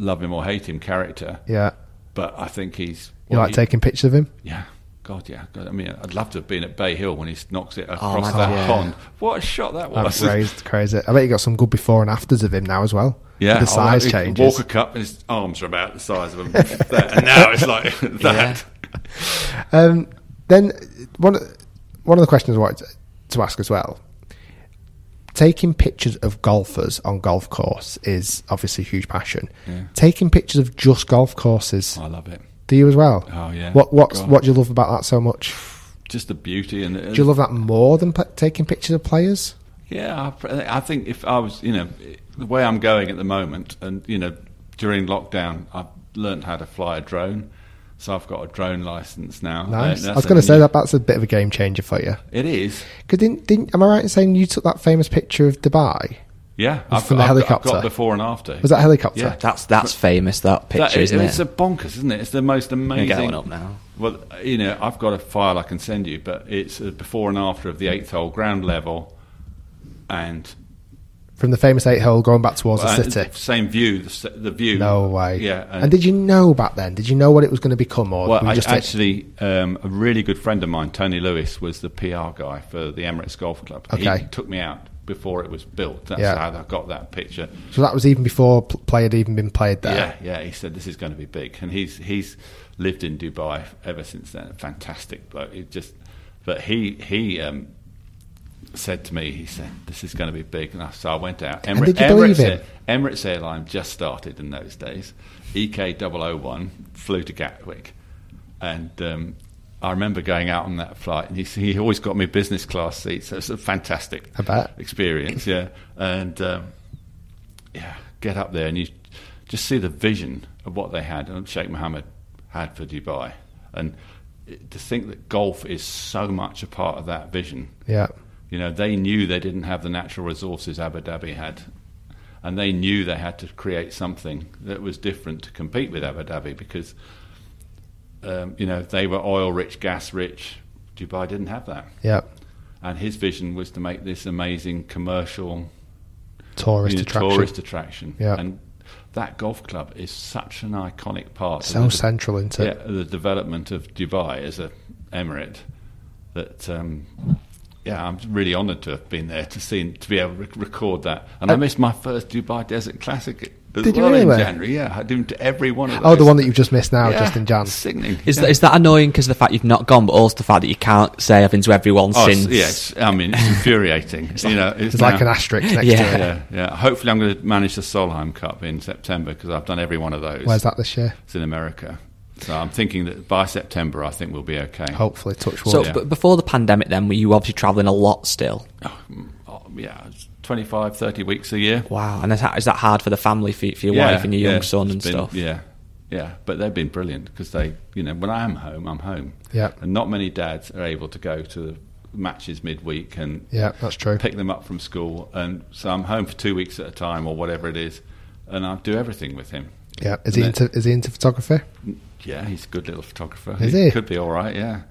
Speaker 3: love him or hate him character.
Speaker 1: Yeah.
Speaker 3: but I think he's.
Speaker 1: You
Speaker 3: well,
Speaker 1: like
Speaker 3: he-
Speaker 1: taking pictures of him?
Speaker 3: Yeah. God, yeah. God, I mean, I'd love to have been at Bay Hill when he knocks it across
Speaker 2: Oh, my
Speaker 3: that
Speaker 2: God.
Speaker 3: pond. What a shot that
Speaker 1: That's
Speaker 3: was!
Speaker 1: crazy, crazy. I bet you got some good before and afters of him now as well.
Speaker 3: Yeah,
Speaker 1: the
Speaker 3: oh,
Speaker 1: size
Speaker 3: he-
Speaker 1: changes.
Speaker 3: Walker Cup, his arms are about the size of a that, and now it's like that.
Speaker 1: Um, then one one of the questions I wanted to ask as well. Taking pictures of golfers on golf course is obviously a huge passion. Taking pictures of just golf courses,
Speaker 3: I love it.
Speaker 1: do you as well?
Speaker 3: Oh, yeah.
Speaker 1: What what
Speaker 3: God.
Speaker 1: what do you love about that so much?
Speaker 3: Just the beauty and
Speaker 1: Do you love that more than p- taking pictures of players?
Speaker 3: Yeah, I, pr- I think if I was, you know, the way I'm going at the moment, and you know, during lockdown, I've learned how to fly a drone, so I've got a drone license now.
Speaker 1: Nice.
Speaker 3: And
Speaker 1: I
Speaker 3: that's
Speaker 1: was going to
Speaker 3: a
Speaker 1: say
Speaker 3: new-
Speaker 1: that that's a bit of a game changer for you.
Speaker 3: it is.
Speaker 1: Because didn't, didn't am I right in saying you took that famous picture of Dubai?
Speaker 3: Yeah,
Speaker 1: from the
Speaker 3: I've I've
Speaker 1: helicopter.
Speaker 3: got before and after.
Speaker 1: Was that a helicopter?
Speaker 3: Yeah.
Speaker 2: That's that's famous. That picture,
Speaker 3: That is-
Speaker 2: isn't
Speaker 3: It's
Speaker 2: it?
Speaker 3: a bonkers, isn't it? It's the most amazing.
Speaker 2: get one up now.
Speaker 3: Well, you know, I've got a file I can send you, but it's a before and after of the eighth hole ground level, and
Speaker 1: From the famous eight hole going back towards
Speaker 3: uh,
Speaker 1: the city.
Speaker 3: same view, the, s- the view.
Speaker 1: No way.
Speaker 3: Yeah,
Speaker 1: And, did you know back then? Did you know what it was going to become? Or
Speaker 3: Well,
Speaker 1: were you
Speaker 3: I
Speaker 1: just like-
Speaker 3: actually, um, a really good friend of mine, Tony Lewis, was the PR guy for the Emirates Golf Club.
Speaker 1: Okay.
Speaker 3: He took me out before it was built. That's
Speaker 1: Yeah.
Speaker 3: how I got that picture.
Speaker 1: so that was even before pl- play had even been played there.
Speaker 3: Yeah, yeah. He said this is going to be big, and he's he's lived in Dubai ever since then. Fantastic bloke. He just, but he he um, said to me, he said this is going to be big, and I, so I went out.
Speaker 1: And did you believe
Speaker 3: Emirates,
Speaker 1: him?
Speaker 3: Air- Emirates Airline just started in those days. E EK 001 flew to Gatwick, and. Um, I remember going out on that flight, and he, he always got me business class seats. So it's a fantastic
Speaker 1: I bet.
Speaker 3: experience, yeah. And um, yeah, get up there and you just see the vision of what they had and Sheikh Mohammed had for Dubai, and eh, to think that golf is so much a part of that vision.
Speaker 1: Yeah.
Speaker 3: You know, they knew they didn't have the natural resources Abu Dhabi had, and they knew they had to create something that was different to compete with Abu Dhabi because, um, you know, they were oil rich, gas rich. Dubai didn't have that,
Speaker 1: Yeah.
Speaker 3: and his vision was to make this amazing commercial
Speaker 1: Tourist
Speaker 3: you know,
Speaker 1: attraction.
Speaker 3: tourist attraction.
Speaker 1: Yeah.
Speaker 3: And that golf club is such an iconic part.
Speaker 1: So
Speaker 3: of the,
Speaker 1: central, isn't it?
Speaker 3: Yeah, the development of Dubai as a emirate that um, yeah, I'm really honoured to have been there to see to be able to rec- record that. And I missed my first Dubai Desert Classic as
Speaker 1: Uh, Did you
Speaker 3: well
Speaker 1: really?
Speaker 3: in January. Yeah, I did every one of those.
Speaker 1: Oh, the one that you've just missed now,
Speaker 3: Yeah,
Speaker 1: just in Jan.
Speaker 3: Sickening.
Speaker 2: Is,
Speaker 3: Yeah.
Speaker 2: that, is that annoying because the fact you've not gone, but also the fact that you can't say I've been to everyone
Speaker 3: Oh, it's-
Speaker 2: since?
Speaker 3: yeah, it's, I mean, it's infuriating. you know, it's,
Speaker 1: It's like
Speaker 3: now-
Speaker 1: an asterisk next
Speaker 2: Yeah.
Speaker 1: to it.
Speaker 3: Yeah, yeah. Hopefully, I'm going to manage the Solheim Cup in September because I've done every one of those.
Speaker 1: Where's that this year?
Speaker 3: It's in America. So I'm thinking that by September, I think we'll be okay.
Speaker 1: Hopefully, touch wood.
Speaker 2: So,
Speaker 3: Yeah.
Speaker 2: but before the pandemic, then were you obviously traveling a lot still?
Speaker 3: Oh, yeah, it's 25, 30 weeks a year.
Speaker 2: Wow, and is that, is that hard for the family for, for your
Speaker 3: yeah,
Speaker 2: wife and your
Speaker 3: yeah,
Speaker 2: young son
Speaker 3: it's
Speaker 2: and
Speaker 3: been-
Speaker 2: stuff?
Speaker 3: Yeah, yeah. But they've been brilliant because they, you know, when I am home, I'm home.
Speaker 1: Yeah.
Speaker 3: And not many dads are able to go to the matches midweek and
Speaker 1: yeah, that's true.
Speaker 3: pick them up from school. And so I'm home for two weeks at a time or whatever it is, and I do everything with him.
Speaker 1: Yeah, is he
Speaker 3: No.
Speaker 1: into is he into photography?
Speaker 3: Yeah, he's a good little photographer.
Speaker 1: Is he?
Speaker 3: could be all right. Yeah,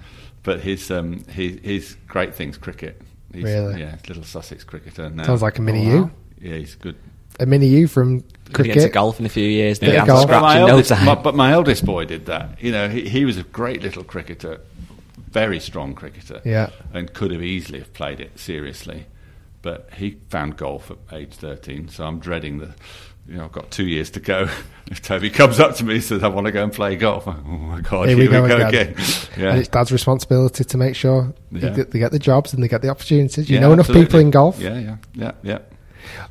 Speaker 3: but his um, his his great thing's cricket. He's,
Speaker 1: Really?
Speaker 3: Yeah, he's a little Sussex cricketer. Now.
Speaker 1: Sounds like a mini you.
Speaker 3: Yeah, he's good.
Speaker 1: A mini you from
Speaker 2: Could get to
Speaker 1: cricket.
Speaker 2: golf in a few years.
Speaker 1: Yeah,
Speaker 2: Yeah,
Speaker 1: golf.
Speaker 3: But my,
Speaker 2: scratching no
Speaker 3: eldest,
Speaker 2: time.
Speaker 3: my, but my eldest boy did that. You know, he, he was a great little cricketer, very strong cricketer.
Speaker 1: Yeah.
Speaker 3: and could have easily have played it seriously, but he found golf at age thirteen. So I'm dreading the. You know, I've got two years to go. If Toby comes up to me and says, "I want to go and play golf," oh my god,
Speaker 1: Here we go again.
Speaker 3: Yeah.
Speaker 1: And it's dad's responsibility to make sure they
Speaker 3: Yeah.
Speaker 1: get- they get the jobs and they get the opportunities. You
Speaker 3: Yeah,
Speaker 1: know enough
Speaker 3: absolutely.
Speaker 1: people in golf.
Speaker 3: Yeah, yeah, yeah, yeah.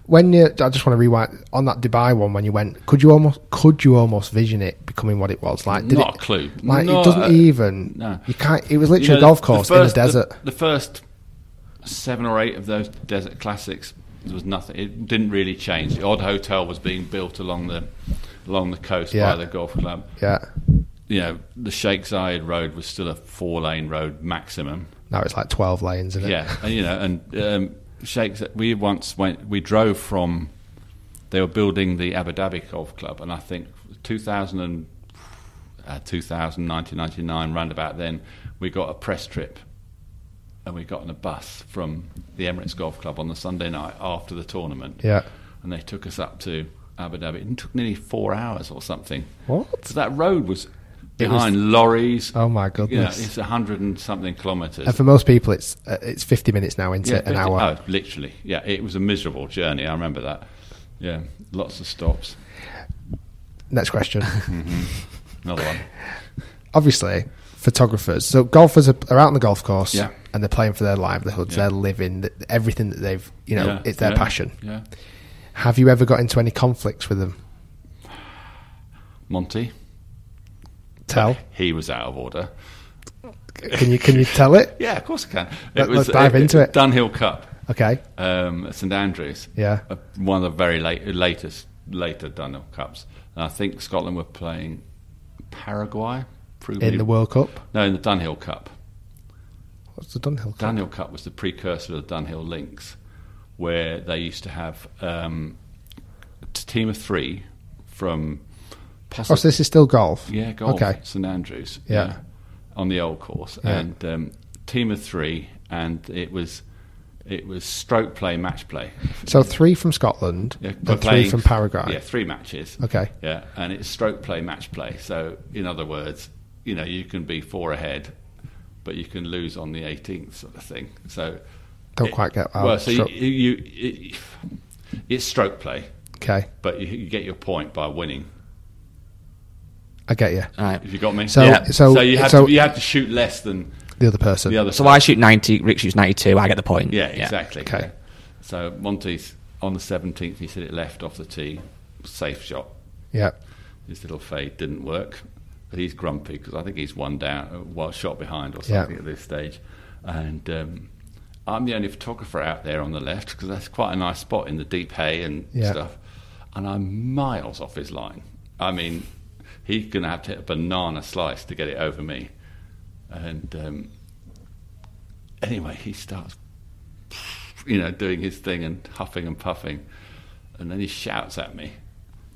Speaker 1: When you, I just want to rewind on that Dubai one when you went. Could you almost could you almost vision it becoming what it was like? it,
Speaker 3: Not a clue.
Speaker 1: Like
Speaker 3: Not
Speaker 1: it doesn't
Speaker 3: a-
Speaker 1: even.
Speaker 3: no.
Speaker 1: You can't. It was
Speaker 3: You
Speaker 1: literally
Speaker 3: know,
Speaker 1: a golf course
Speaker 3: first-
Speaker 1: in a desert.
Speaker 3: The, the first seven or eight of those desert classics there was nothing. It didn't really change. The odd hotel was being built along the along the coast
Speaker 1: Yeah.
Speaker 3: by the golf club.
Speaker 1: yeah.
Speaker 3: You know, the Sheikh Zayed Road was still a four lane road maximum.
Speaker 1: Now it's like twelve lanes in it.
Speaker 3: Yeah, and, you know, and um, Sheikh's. We once went. We drove from. They were building the Abu Dhabi Golf Club, and I think 2000 and uh, 2000, 1999, round about then, we got a press trip, and we got on a bus from the Emirates Golf Club on the Sunday night after the tournament.
Speaker 1: Yeah.
Speaker 3: and they took us up to Abu Dhabi. It took nearly four hours or something.
Speaker 1: What?
Speaker 3: So that road was.
Speaker 1: It was-
Speaker 3: Behind lorries.
Speaker 1: Oh, my
Speaker 3: You know,
Speaker 1: goodness.
Speaker 3: it's a hundred and something kilometres.
Speaker 1: And for most people, it's uh, it's fifty minutes now into
Speaker 3: Yeah,
Speaker 1: an
Speaker 3: 50
Speaker 1: hour.
Speaker 3: Oh, literally. Yeah, it was a miserable journey. I remember that. Yeah, lots of stops.
Speaker 1: Next question.
Speaker 3: Another one.
Speaker 1: Obviously, photographers. So golfers are, are out on the golf course.
Speaker 3: Yeah.
Speaker 1: And they're playing for their livelihoods.
Speaker 3: Yeah.
Speaker 1: They're living th- everything that they've. You know,
Speaker 3: Yeah,
Speaker 1: it's their
Speaker 3: yeah,
Speaker 1: passion.
Speaker 3: Yeah.
Speaker 1: Have you ever got into any conflicts with them?
Speaker 3: Monty,
Speaker 1: Tell.
Speaker 3: he was out of order.
Speaker 1: Can you can you tell it?
Speaker 3: Yeah, of course I can. It
Speaker 1: Let- let's dive into it.
Speaker 3: Dunhill Cup,
Speaker 1: Okay.
Speaker 3: um, at St Andrews.
Speaker 1: Yeah.
Speaker 3: Uh, one of the very late, latest, later Dunhill Cups. And I think Scotland were playing Paraguay. Prove
Speaker 1: In
Speaker 3: me-
Speaker 1: the World Cup.
Speaker 3: No, in the Dunhill Cup.
Speaker 1: What's the Dunhill? Cup?
Speaker 3: Dunhill Cup was the precursor of the Dunhill Links, where they used to have um, a t- team of three from.
Speaker 1: Oh,
Speaker 3: possibly
Speaker 1: so this is still golf.
Speaker 3: yeah, golf,
Speaker 1: Okay.
Speaker 3: St Andrews,
Speaker 1: Yeah.
Speaker 3: on the old course,
Speaker 1: Yeah.
Speaker 3: and um, team of three, and it was it was stroke play, match play,
Speaker 1: So three from Scotland
Speaker 3: yeah,
Speaker 1: and
Speaker 3: we're
Speaker 1: three
Speaker 3: playing-
Speaker 1: from Paraguay.
Speaker 3: Yeah, three matches.
Speaker 1: Okay.
Speaker 3: Yeah, and it's stroke play, match play. So, in other words, you know, you can be four ahead, but you can lose on the 18th, sort of thing. So,
Speaker 1: Don't quite get that.
Speaker 3: Well, so
Speaker 1: Sure.
Speaker 3: you, you it, it's stroke play,
Speaker 1: Okay,
Speaker 3: but you, you get your point by winning.
Speaker 1: I get you.
Speaker 2: Right.
Speaker 3: If you got me,
Speaker 1: So- so-
Speaker 3: you have
Speaker 1: so-
Speaker 3: to you have to shoot less than
Speaker 1: The other person.
Speaker 3: the other.
Speaker 2: So I shoot 90, Rick shoots 92, I get the point.
Speaker 3: Yeah, exactly.
Speaker 1: Okay.
Speaker 3: Yeah. So Monty's on the 17th, he said it left off the tee, safe shot.
Speaker 1: Yeah.
Speaker 3: His little fade didn't work, but he's grumpy because I think he's one down, uh, one shot behind or something
Speaker 1: Yeah.
Speaker 3: at this stage. And um, I'm the only photographer out there on the left because that's quite a nice spot in the deep hay and
Speaker 1: Yeah.
Speaker 3: stuff. And I'm miles off his line. I mean, he's going to have to hit a banana slice to get it over me. And um, anyway, he starts, you know, doing his thing and huffing and puffing, and then he shouts at me,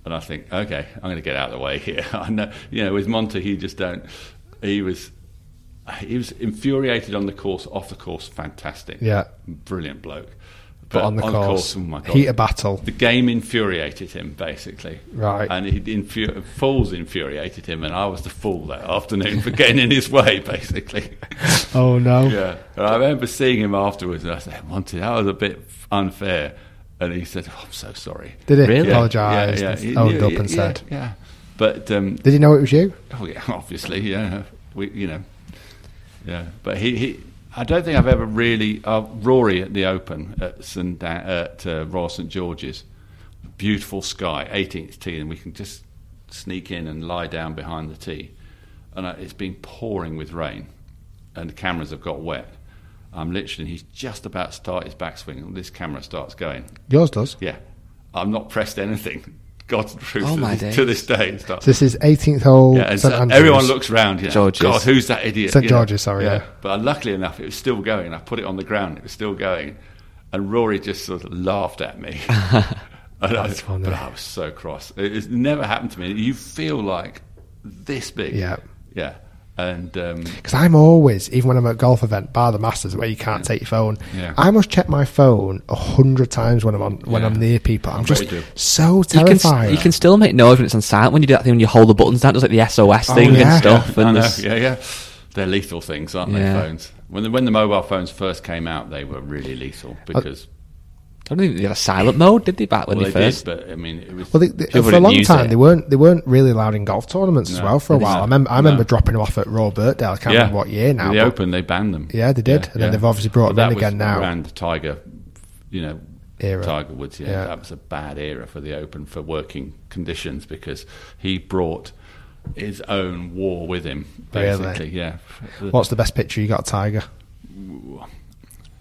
Speaker 3: and I think, okay, I'm going to get out of the way here. I know, you know, with Monty, he just don't. He was, he was infuriated on the course, off the course, fantastic,
Speaker 1: Yeah.
Speaker 3: brilliant bloke.
Speaker 1: but on the course, heat a battle.
Speaker 3: oh The game infuriated him basically,
Speaker 1: Right.
Speaker 3: And it infu- fools infuriated him, and I was the fool that afternoon for getting in his way, basically.
Speaker 1: Oh no!
Speaker 3: Yeah, and I remember seeing him afterwards, and I said, "Monty, that was a bit unfair," and he said, oh, "I'm so sorry."
Speaker 1: Did he
Speaker 2: Really?
Speaker 3: Yeah,
Speaker 1: apologise?
Speaker 3: yeah, yeah.
Speaker 1: and
Speaker 3: He
Speaker 1: Owned
Speaker 3: knew-
Speaker 1: up and
Speaker 3: yeah,
Speaker 1: said,
Speaker 3: "Yeah." But um,
Speaker 1: "Did he know it was you?"
Speaker 3: Oh yeah, obviously, yeah. We, you know, yeah. But he, he I don't think I've ever really uh, Rory at the Open at St at uh, Royal St George's, beautiful sky, 18th tee, and we can just sneak in and lie down behind the tee, and uh, it's been pouring with rain, and the cameras have got wet. I'm literally, he's just about to start his backswing, and this camera starts going.
Speaker 1: Yours does.
Speaker 3: Yeah, I'm not pressed anything. God's truth
Speaker 2: Oh,
Speaker 3: to
Speaker 2: my
Speaker 3: this-
Speaker 2: days.
Speaker 3: to this day. it starts-
Speaker 1: So this is 18th hole.
Speaker 3: yeah, and
Speaker 1: St.
Speaker 3: so
Speaker 1: Andrews.
Speaker 3: everyone looks round. Yeah,
Speaker 2: George's.
Speaker 3: God, who's that idiot?
Speaker 1: St.
Speaker 3: You know?
Speaker 1: George's, sorry, yeah.
Speaker 3: But luckily enough, it was still going. I put it on the ground. It was still going, and Rory just sort of laughed at me. and I,
Speaker 1: That's funny.
Speaker 3: but I was so cross. It, it's never happened to me. You feel like this big.
Speaker 1: Yeah.
Speaker 3: yeah, and um,
Speaker 1: Because I'm always, even when I'm at a golf event, bar the Masters, where you can't take your phone,
Speaker 3: Yeah.
Speaker 1: I must check my phone a hundred times when I'm on, when
Speaker 3: Yeah.
Speaker 1: I'm near people. I'm
Speaker 3: bet
Speaker 1: just
Speaker 3: you do.
Speaker 1: so
Speaker 2: You can,
Speaker 1: terrified.
Speaker 2: you can still make noise when it's on silent when you do that thing when you hold the buttons down, it does like the SOS
Speaker 1: Oh,
Speaker 2: thing
Speaker 1: yeah.
Speaker 2: and stuff.
Speaker 3: I
Speaker 2: And
Speaker 3: know,
Speaker 2: there's-
Speaker 3: yeah, yeah. They're lethal things, aren't
Speaker 2: Yeah.
Speaker 3: they? Phones. When the, when the mobile phones first came out, they were really lethal
Speaker 1: Uh,
Speaker 3: because
Speaker 2: I don't think they had a silent mode, did they, back when
Speaker 3: well,
Speaker 2: they
Speaker 3: they
Speaker 2: first?
Speaker 3: did, but I mean, it was
Speaker 1: Well, they, they,
Speaker 2: People
Speaker 1: for a
Speaker 2: didn't
Speaker 1: long
Speaker 2: use
Speaker 1: time
Speaker 2: it.
Speaker 1: they weren't they weren't really allowed in golf tournaments as
Speaker 3: No.
Speaker 1: well for a while. I remember I
Speaker 3: No.
Speaker 1: remember dropping them off at Raw Birkdale. I can't remember what year now.
Speaker 3: They
Speaker 1: but-
Speaker 3: opened, they banned them.
Speaker 1: Yeah, they did. And then they've obviously brought
Speaker 3: But
Speaker 1: them in
Speaker 3: that was
Speaker 1: again now.
Speaker 3: Around the Tiger, you know,
Speaker 1: Era.
Speaker 3: Tiger Woods. Yeah,
Speaker 1: Yeah.
Speaker 3: that was a bad era for the Open for working conditions because he brought his own war with him.
Speaker 1: Really?
Speaker 3: Basically, yeah.
Speaker 1: What's the best picture you got, Tiger?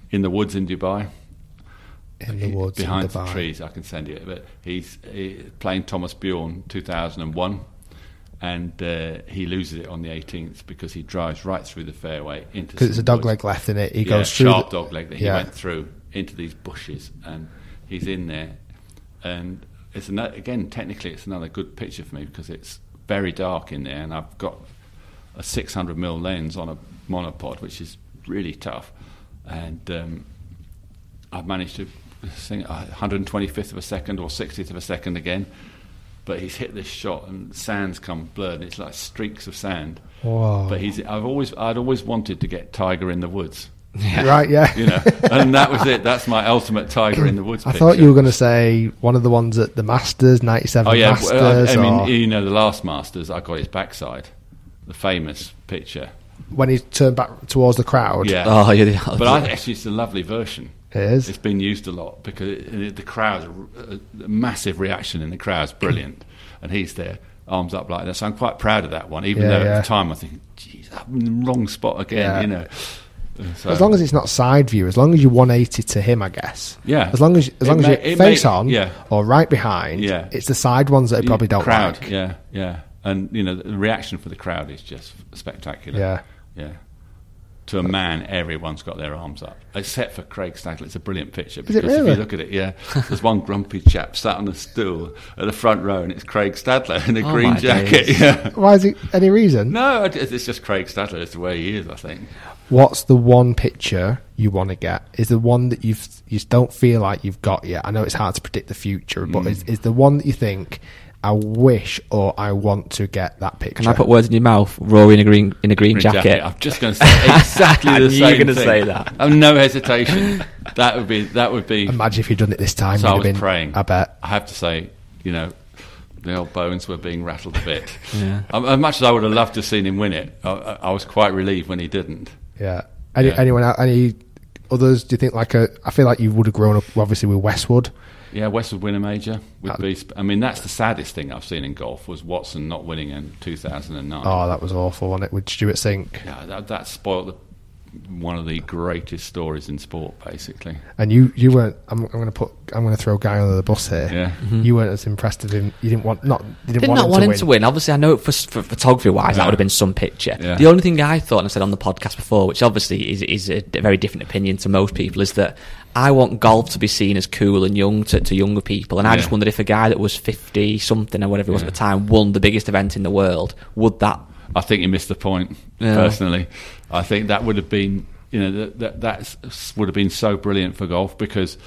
Speaker 3: in the woods in Dubai?
Speaker 1: In the woods, in
Speaker 3: behind
Speaker 1: Dubai.
Speaker 3: the trees. I can send you it. But he's he, playing Thomas Bjorn, 2001, and uh, he loses it on the 18th because he drives right through the fairway into
Speaker 1: Because it's a
Speaker 3: some
Speaker 1: dog leg
Speaker 3: woods.
Speaker 1: left in it. He
Speaker 3: yeah,
Speaker 1: goes through.
Speaker 3: sharp
Speaker 1: the-
Speaker 3: dog leg that he
Speaker 1: Yeah.
Speaker 3: went through into these bushes, and he's in there. And it's another, again, technically, it's another good picture for me because it's very dark in there, and I've got a 600 mil lens on a monopod, which is really tough. And um, I've managed to think uh, 125th of a second or 60th of a second again. But he's hit this shot, and sand's come blurred, and it's like streaks of sand.
Speaker 1: Whoa.
Speaker 3: But he's, I've always, I'd always wanted to get Tiger in the woods
Speaker 1: Right, yeah.
Speaker 3: you know, and that was it. That's my ultimate tiger in the woods.
Speaker 1: I
Speaker 3: picture.
Speaker 1: thought you were going to say one of the ones at the Masters, 97
Speaker 3: Oh yeah,
Speaker 1: Masters.
Speaker 3: well, I, I mean,
Speaker 1: or
Speaker 3: you know, the last Masters, I got his backside, the famous picture.
Speaker 1: when he's turned back towards the crowd.
Speaker 3: Yeah,
Speaker 2: Oh, yeah. they-
Speaker 3: but I, actually, it's a lovely version.
Speaker 1: It is.
Speaker 3: It's been used a lot because it, it- the crowd's a, a massive reaction in the crowd's brilliant, and he's there, arms up like that. So I'm quite proud of that one, even
Speaker 1: Yeah,
Speaker 3: though
Speaker 1: yeah.
Speaker 3: at the time I think, geez, I'm in the wrong spot again,
Speaker 1: Yeah.
Speaker 3: you know. So-
Speaker 1: As long as it's not side view, as long as you 180 to him, I guess.
Speaker 3: Yeah.
Speaker 1: As long as as
Speaker 3: It
Speaker 1: long
Speaker 3: may-
Speaker 1: as you
Speaker 3: it
Speaker 1: face
Speaker 3: may-
Speaker 1: on,
Speaker 3: yeah.
Speaker 1: or right behind,
Speaker 3: Yeah.
Speaker 1: It's the side ones that I probably don't
Speaker 3: crowd.
Speaker 1: like.
Speaker 3: Yeah, yeah, and you know the reaction for the crowd is just spectacular.
Speaker 1: Yeah.
Speaker 3: yeah. To a man, everyone's got their arms up, except for Craig Stagler. It's a brilliant picture because if
Speaker 1: really?
Speaker 3: you look at it, yeah, there's one grumpy chap sat on a stool at the front row, and it's Craig Stadler in a
Speaker 2: Oh,
Speaker 3: green
Speaker 2: my
Speaker 3: jacket.
Speaker 2: days.
Speaker 3: Yeah.
Speaker 1: Why is it any reason?
Speaker 3: No, it- it's just Craig Stadler. It's the way he is, I think.
Speaker 1: What's the one picture you want to get? Is the one that you've you just don't feel like you've got yet? I know it's hard to predict the future,
Speaker 3: Hmm.
Speaker 1: but is, is the one that you think I wish or I want to get that picture?
Speaker 2: Can I put words in your mouth? Rory in a green in a green,
Speaker 3: Green
Speaker 2: jacket.
Speaker 3: I'm just going to say exactly
Speaker 2: I
Speaker 3: the
Speaker 2: knew you
Speaker 3: same
Speaker 2: were gonna
Speaker 3: thing.
Speaker 2: say that.
Speaker 3: I have no hesitation. That would be. That would be.
Speaker 1: Imagine if you'd done it this time. you'd
Speaker 3: So I
Speaker 1: have
Speaker 3: was
Speaker 1: been-
Speaker 3: praying.
Speaker 1: I bet.
Speaker 3: I have to say, you know, the old bones were being rattled a bit. Um, As much as I would have loved to have seen him win it, I, I I was quite relieved when he didn't.
Speaker 1: Yeah. Any,
Speaker 3: Yeah.
Speaker 1: Anyone else? Any others? Do you think like a? I feel like you would have grown up obviously with Westwood.
Speaker 3: Yeah, West would win a major. Would
Speaker 1: Uh,
Speaker 3: be, sp- I mean, that's the saddest thing I've seen in golf was Watson not winning in 2009.
Speaker 1: Oh, that was awful, wasn't it? With Stuart Sink,
Speaker 3: Yeah, that, that spoiled the, one of the greatest stories in sport, basically.
Speaker 1: and you you weren't. I'm, I'm going to put. I'm going to throw Guy under the bus here.
Speaker 3: Yeah.
Speaker 1: You weren't as impressed with him. You didn't want not. You didn't
Speaker 2: Did
Speaker 1: want
Speaker 2: Mm-hmm. not
Speaker 1: him
Speaker 2: want
Speaker 1: to
Speaker 2: him
Speaker 1: win.
Speaker 2: to win. Obviously, I know for, for photography wise, that
Speaker 3: Yeah.
Speaker 2: would have been some picture.
Speaker 3: Yeah.
Speaker 2: The only thing I thought, and I said on the podcast before, which obviously is, is a d- very different opinion to most people, is that I want golf to be seen as cool and young to, to younger people. And I just
Speaker 3: Yeah.
Speaker 2: wondered if a guy that was 50 something or whatever it was at the time won the biggest event in the world, would that.
Speaker 3: I think you missed the point.
Speaker 2: Yeah.
Speaker 3: Personally, I think that would have been you know that that that's, would have been so brilliant for golf because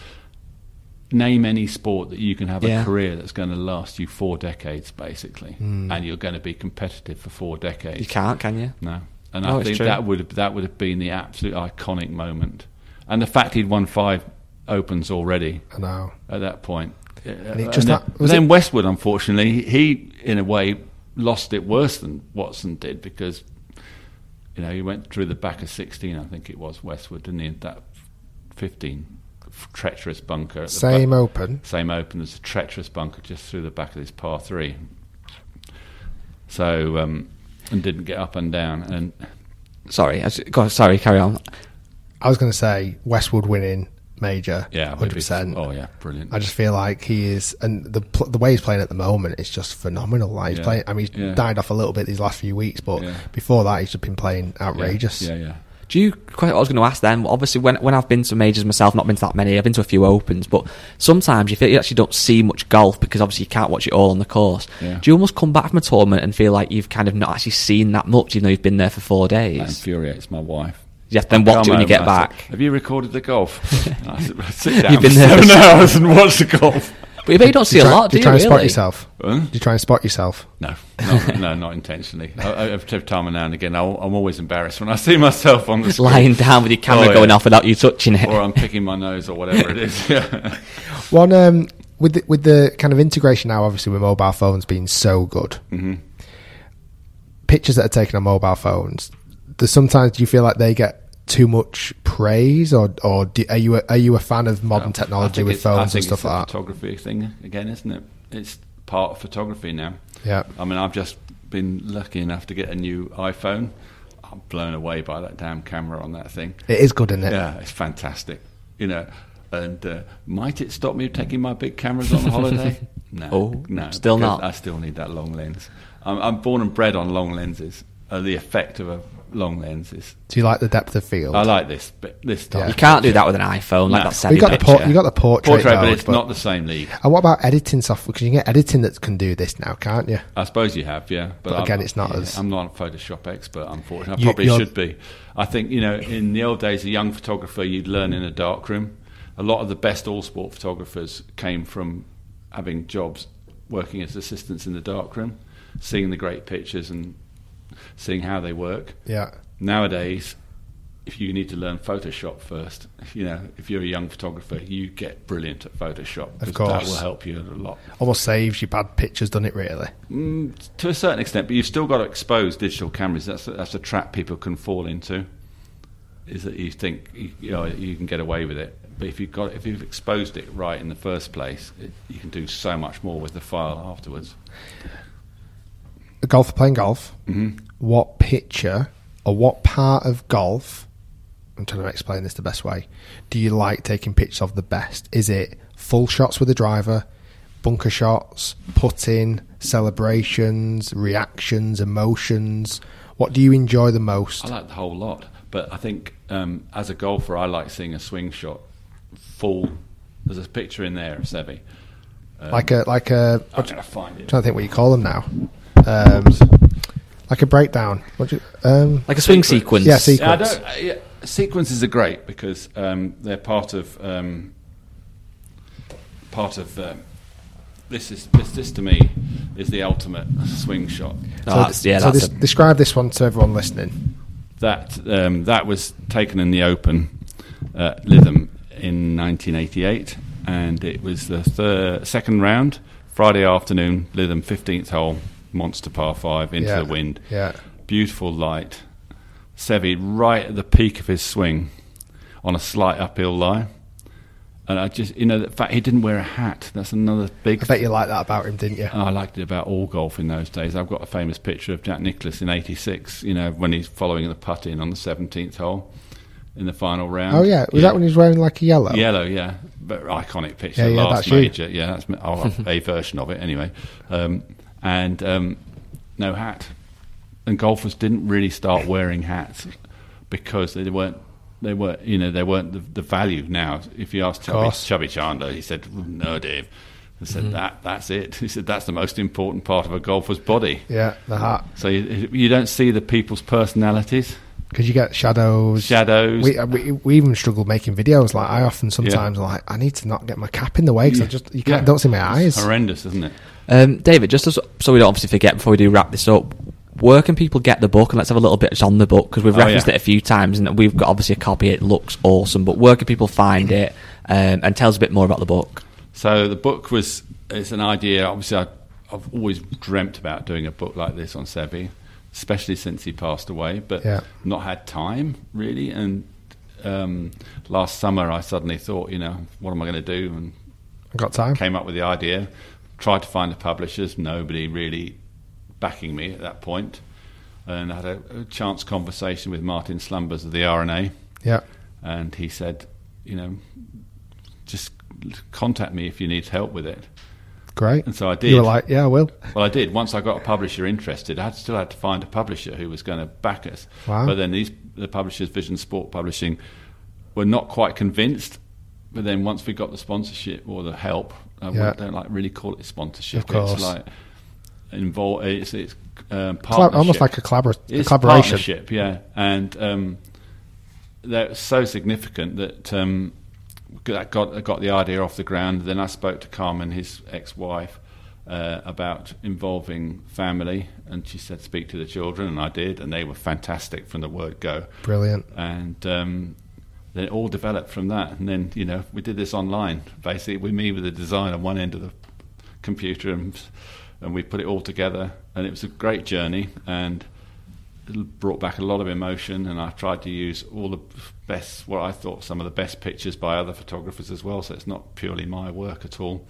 Speaker 3: name any sport that you can have
Speaker 2: Yeah.
Speaker 3: a career that's going to last you four decades, basically, and you're going to be competitive for four decades.
Speaker 2: Hmm. You can't, can you?
Speaker 3: No, and
Speaker 2: No,
Speaker 3: I
Speaker 2: it's
Speaker 3: think
Speaker 2: true.
Speaker 3: that would have, that would have been the absolute iconic moment, and the fact he'd won five opens already
Speaker 1: I know.
Speaker 3: at that point. And
Speaker 1: it just
Speaker 3: then,
Speaker 1: that- was
Speaker 3: then
Speaker 1: it-
Speaker 3: Westwood, unfortunately, he in a way lost it worse than Watson did because you know he went through the back of sixteen, I think it was Westwood, didn't he? That fifteen f- treacherous bunker, at the
Speaker 1: Same
Speaker 3: back-
Speaker 1: open.
Speaker 3: same open as a treacherous bunker just through the back of this par three. So um, and didn't get up and down and.
Speaker 2: Sorry, I s- go on, sorry, carry on.
Speaker 1: I was going to say Westwood winning major.
Speaker 3: Yeah, I hope
Speaker 1: hundred
Speaker 3: it's-
Speaker 1: percent.
Speaker 3: Oh yeah, brilliant.
Speaker 1: I just feel like he is, and the pl- the way he's playing at the moment is just phenomenal. Like he's
Speaker 3: Yeah.
Speaker 1: playing, I mean, he's
Speaker 3: Yeah.
Speaker 1: died off a little bit these last few weeks, but
Speaker 3: Yeah.
Speaker 1: before that, he's just been playing
Speaker 3: Yeah,
Speaker 1: outrageous.
Speaker 3: Yeah, yeah.
Speaker 2: Do you? Quite, I was going to ask then. Obviously, when when I've been to majors myself, not been to that many. I've been to a few opens, but sometimes you feel you actually don't see much golf because obviously you can't watch it all on the course.
Speaker 3: Yeah.
Speaker 2: Do you almost come back from a tournament and feel like you've kind of not actually seen that much, even though you've been there for four
Speaker 3: That
Speaker 2: days?
Speaker 3: infuriates my wife.
Speaker 2: You have to then watch it
Speaker 3: Come
Speaker 2: when you
Speaker 3: home
Speaker 2: get
Speaker 3: and I said,
Speaker 2: back.
Speaker 3: Have you recorded the golf? And I said, "Well, Sit down
Speaker 2: You've been
Speaker 3: for
Speaker 2: there for
Speaker 3: seven
Speaker 2: so
Speaker 3: hours and watch the golf.
Speaker 2: But you, but you don't see
Speaker 1: Do you
Speaker 2: a
Speaker 1: try-
Speaker 2: lot,
Speaker 1: do
Speaker 2: do
Speaker 1: you
Speaker 2: you?
Speaker 1: try and spot
Speaker 2: really?
Speaker 1: yourself? Do you try and spot yourself?
Speaker 3: No, no, no, not intentionally. I, I, every time and now and again, I'll, I'm always embarrassed when I see myself on the
Speaker 2: Just
Speaker 3: screen.
Speaker 2: lying down with your camera
Speaker 3: Oh, yeah.
Speaker 2: going off without you touching it.
Speaker 3: or I'm picking my nose or whatever it is. Yeah.
Speaker 1: One um, with the, with the kind of integration now, obviously with mobile phones being so good,
Speaker 3: Mm-hmm.
Speaker 1: pictures that are taken on mobile phones. There's sometimes do you feel like they get too much praise, or or do, are you a, are you a fan of modern
Speaker 3: I
Speaker 1: technology
Speaker 3: think
Speaker 1: with
Speaker 3: it's- I
Speaker 1: phones
Speaker 3: think
Speaker 1: and
Speaker 3: it's
Speaker 1: stuff like
Speaker 3: the
Speaker 1: that?
Speaker 3: photography thing again, isn't it? It's part of photography now.
Speaker 1: Yeah.
Speaker 3: I mean, I've just been lucky enough to get a new iPhone. I'm blown away by that damn camera on that thing.
Speaker 1: It is good, isn't it?
Speaker 3: Yeah, it's fantastic. You know, and uh, might it stop me taking my big cameras on holiday? no,
Speaker 2: Oh,
Speaker 3: no,
Speaker 2: still
Speaker 3: because
Speaker 2: not.
Speaker 3: I still need that long lens. I'm, I'm born and bred on long lenses. Uh, the effect of a long lens is.
Speaker 1: Do you like the depth of field?
Speaker 3: I like this, but this time
Speaker 1: Yeah.
Speaker 2: You can't do that with an iPhone, like that
Speaker 3: No.
Speaker 1: you
Speaker 2: seven
Speaker 1: got the por-
Speaker 2: picture.
Speaker 1: you got the portrait,
Speaker 3: portrait, but
Speaker 1: mode,
Speaker 3: it's not the same league.
Speaker 1: And what about editing software? Because you can get editing that can do this now, can't you?
Speaker 3: I suppose you have, yeah.
Speaker 1: But
Speaker 3: I'm-
Speaker 1: again, it's not as-
Speaker 3: I'm not a Photoshop expert, unfortunately. I
Speaker 1: You-
Speaker 3: probably
Speaker 1: you're-
Speaker 3: should be. I think you know, in the old days, a young photographer you'd learn in a dark room. A lot of the best all-sport photographers came from having jobs working as assistants in the dark room, seeing the great pictures and seeing how they work.
Speaker 1: Yeah.
Speaker 3: Nowadays, if you need to learn Photoshop first, you know, if you're a young photographer, you get brilliant at Photoshop. 'cause that
Speaker 1: course.
Speaker 3: will help you a lot.
Speaker 1: Almost saves your bad pictures, doesn't it? Really.
Speaker 3: Mm, to a certain extent, but you've still got to expose digital cameras. That's a, that's a trap people can fall into. Is that you think you, you know you can get away with it, but if you've got if you've exposed it right in the first place, it, you can do so much more with the file afterwards.
Speaker 1: A golfer playing golf. Mm-hmm. What picture or what part of golf? I'm trying to explain this the best way. Do you like taking pictures of the best? Is it full shots with the driver, bunker shots, putting, celebrations, reactions, emotions? What do you enjoy the most?
Speaker 3: I like the whole lot, but I think um, as a golfer, I like seeing a swing shot full. There's a picture in there of Sevi.
Speaker 1: like a like a
Speaker 3: I'm going to find it.
Speaker 1: trying to think what you call them now. Um, like a breakdown. What do you, um,
Speaker 2: like a swing sequence.
Speaker 1: Yeah, sequence.
Speaker 3: Yeah, I don't, uh, yeah, sequences are great because um, they're part of um, part of um, this is this, this to me is the ultimate swing shot.
Speaker 2: No, Oh, that's, yeah,
Speaker 1: so
Speaker 2: that's
Speaker 1: des-
Speaker 2: a-
Speaker 1: describe this one to everyone listening.
Speaker 3: That um, that was taken in the Open at Lytham in 1988, and it was the third, second round, Friday afternoon, Lytham 15th hole, monster par five into
Speaker 1: Yeah,
Speaker 3: the wind.
Speaker 1: yeah.
Speaker 3: beautiful light. Sevi right at the peak of his swing on a slight uphill lie. And I just, you know, the fact he didn't wear a hat, that's another big
Speaker 1: I bet you liked that about him, didn't you?
Speaker 3: and I liked it about all golf in those days. I've got a famous picture of Jack Nicklaus in '86. You know when he's following the putt in on the 17th hole in the final round.
Speaker 1: oh yeah, was that when he was wearing like a yellow?
Speaker 3: Yellow, yeah, but iconic picture.
Speaker 1: Oh. Yeah, yeah,
Speaker 3: last
Speaker 1: that's you.
Speaker 3: major, yeah, that's me- I'll have a version of it anyway. Um, and um, no hat, and golfers didn't really start wearing hats because they weren't. They weren't, you know, they weren't the, the value now. If you ask Chubby,
Speaker 1: course.
Speaker 3: Chubby Chandler, he said, "No, Dave." I
Speaker 1: Mm-hmm.
Speaker 3: said that. That's it. He said that's the most important part of a golfer's body.
Speaker 1: yeah, the hat.
Speaker 3: So you, you don't see the people's personalities.
Speaker 1: because you get shadows.
Speaker 3: Shadows.
Speaker 1: We, uh, we we even struggle making videos. Like I often sometimes like I need to not get my cap in the way because I just you can't,
Speaker 3: Yeah.
Speaker 1: don't see my eyes.
Speaker 3: It's horrendous, isn't it?
Speaker 2: Um, David, just as, so we don't obviously forget before we do wrap this up, where can people get the book? And let's have a little bit just on the book because we've
Speaker 3: Oh,
Speaker 2: referenced
Speaker 3: yeah.
Speaker 2: it a few times and we've got obviously a copy. It looks awesome, but where can people find it? Um, and tell us a bit more about the book.
Speaker 3: So the book was it's an idea. Obviously, I, I've always dreamt about doing a book like this on Sebi, especially since he passed away. But
Speaker 1: Yeah.
Speaker 3: not had time really. And um, last summer, I suddenly thought, you know, what am I going to do? And
Speaker 1: I got time.
Speaker 3: came up with the idea. Tried to find the publishers. Nobody really backing me at that point. And I had a, a chance conversation with Martin Slumbers of the RNA
Speaker 1: Yeah,
Speaker 3: and he said, you know, just contact me if you need help with it.
Speaker 1: great.
Speaker 3: And so I did.
Speaker 1: You were like, yeah, I will.
Speaker 3: Well, I did. Once I got a publisher interested, I had, still had to find a publisher who was going to back us.
Speaker 1: Wow.
Speaker 3: But then these the publishers, Vision Sport Publishing, were not quite convinced. But then once we got the sponsorship or the help, I
Speaker 1: Yeah.
Speaker 3: don't like really call it sponsorship.
Speaker 1: Of course.
Speaker 3: It's like involved. It's, it's um,
Speaker 1: Collab-
Speaker 3: partnership.
Speaker 1: almost like a, collabor- a
Speaker 3: It's
Speaker 1: collaboration.
Speaker 3: partnership, yeah, and um, that's so significant that um, that got got the idea off the ground. Then I spoke to Carmen, his ex-wife, uh, about involving family, and she said speak to the children, and I did, and they were fantastic from the word go,
Speaker 1: Brilliant.
Speaker 3: and. Um, then it all developed from that, and then you know we did this online. Basically, with me with the design on one end of the computer, and and we put it all together, and it was a great journey. And brought back a lot of emotion, and I tried to use all the best, what I thought some of the best pictures by other photographers as well. So it's not purely my work at all,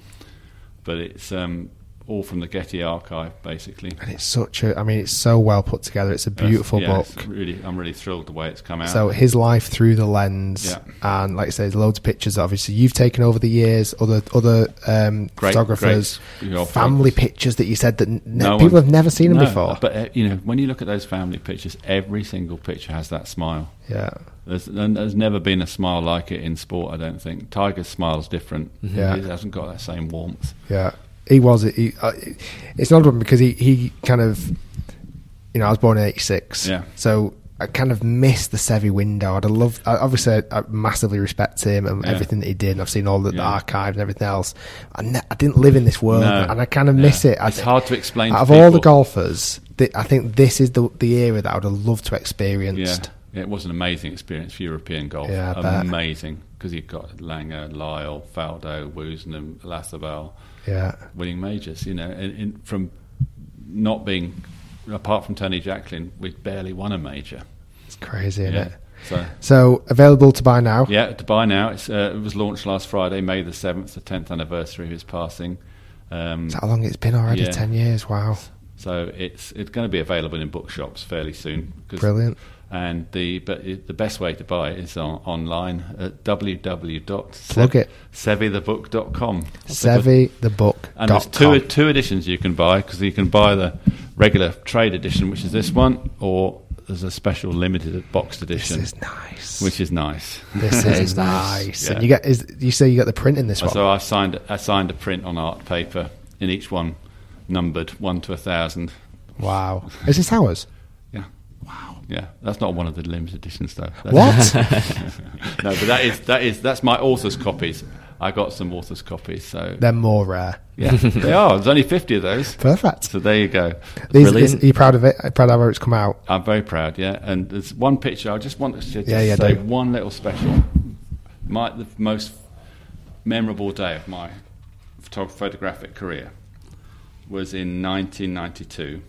Speaker 3: but it's um, all from the Getty archive, basically.
Speaker 1: And it's such a. I mean, it's so well put together. It's a beautiful
Speaker 3: Yeah,
Speaker 1: book.
Speaker 3: it's Really, I'm really thrilled the way it's come out.
Speaker 1: So his life through the lens,
Speaker 3: Yeah.
Speaker 1: and like I say, there's loads of pictures. That obviously, you've taken over the years, other other um,
Speaker 3: Great-
Speaker 1: photographers,
Speaker 3: great, you know,
Speaker 1: family
Speaker 3: photos.
Speaker 1: pictures that you said that n-
Speaker 3: No
Speaker 1: people
Speaker 3: one-
Speaker 1: have never seen them
Speaker 3: No,
Speaker 1: before.
Speaker 3: But uh, you know, when you look at those family pictures, every single picture has that smile.
Speaker 1: yeah,
Speaker 3: There's, and there's never been a smile like it in sport, I don't think. Tiger's smile's different.
Speaker 1: Mm-hmm. Yeah.
Speaker 3: He hasn't got that same warmth.
Speaker 1: yeah, he was. He, uh, it's an odd one because he he kind of, you know, I was born in '86,
Speaker 3: Yeah.
Speaker 1: so. I kind of missed the Sevi window. I'd love, I obviously, I massively respect him and
Speaker 3: Yeah.
Speaker 1: everything that he did. And I've seen all the
Speaker 3: Yeah.
Speaker 1: archives and everything else. I, ne- I didn't live in this world,
Speaker 3: No.
Speaker 1: and I kind of
Speaker 3: Yeah.
Speaker 1: miss it. I-
Speaker 3: It's hard to explain
Speaker 1: Out
Speaker 3: to
Speaker 1: of all the
Speaker 3: people.
Speaker 1: golfers, th- I think this is the the era that I would have loved to
Speaker 3: Yeah,
Speaker 1: experienced.
Speaker 3: it was an amazing experience for European golf.
Speaker 1: Yeah, I bet.
Speaker 3: amazing because you've got Langer, Lyle, Faldo, Woosnam, Lathabal
Speaker 1: Yeah,
Speaker 3: winning majors. You know, and, and from not being apart from Tony Jacklin, we barely won a major.
Speaker 1: it's crazy, isn't
Speaker 3: Yeah,
Speaker 1: it?
Speaker 3: so.
Speaker 1: So available to buy now.
Speaker 3: Yeah, to buy now. It's, uh, it was launched last Friday, May the seventh, the tenth anniversary of his passing. Um,
Speaker 1: Is that how long it's been already?
Speaker 3: Yeah.
Speaker 1: Ten years. Wow.
Speaker 3: So it's it's going to be available in bookshops fairly soon. 'cause-
Speaker 1: Brilliant.
Speaker 3: And the but it, the best way to buy it is on, online at
Speaker 1: Plug it.
Speaker 3: www.sevithebook.com.
Speaker 1: Sevi the book.
Speaker 3: And there's two two editions you can buy because you can buy the regular trade edition, which is this one, or there's a special limited boxed
Speaker 1: This
Speaker 3: edition,
Speaker 1: is nice.
Speaker 3: which is nice.
Speaker 1: this is nice.
Speaker 3: Yeah.
Speaker 1: And you get is you say you got the print in this one.
Speaker 3: So I signed I signed a print on art paper in each one, numbered one to a thousand.
Speaker 1: Wow. Is this ours?
Speaker 3: Yeah. Wow. Yeah, that's not one of the limited editions though. That's-
Speaker 1: What?
Speaker 3: no, but that is that is that's my author's copies. I got some author's copies, so
Speaker 1: They're more rare.
Speaker 3: yeah, they are. There's only fifty of those,
Speaker 1: Perfect.
Speaker 3: so there you go.
Speaker 1: These,
Speaker 2: Brilliant.
Speaker 1: this, are you proud of it? Proud of how it's come out?
Speaker 3: I'm very proud. Yeah, and there's one picture. I just want to just
Speaker 1: Yeah, yeah,
Speaker 3: say
Speaker 1: do.
Speaker 3: one little special, my the most memorable day of my photog- photographic career was in 1992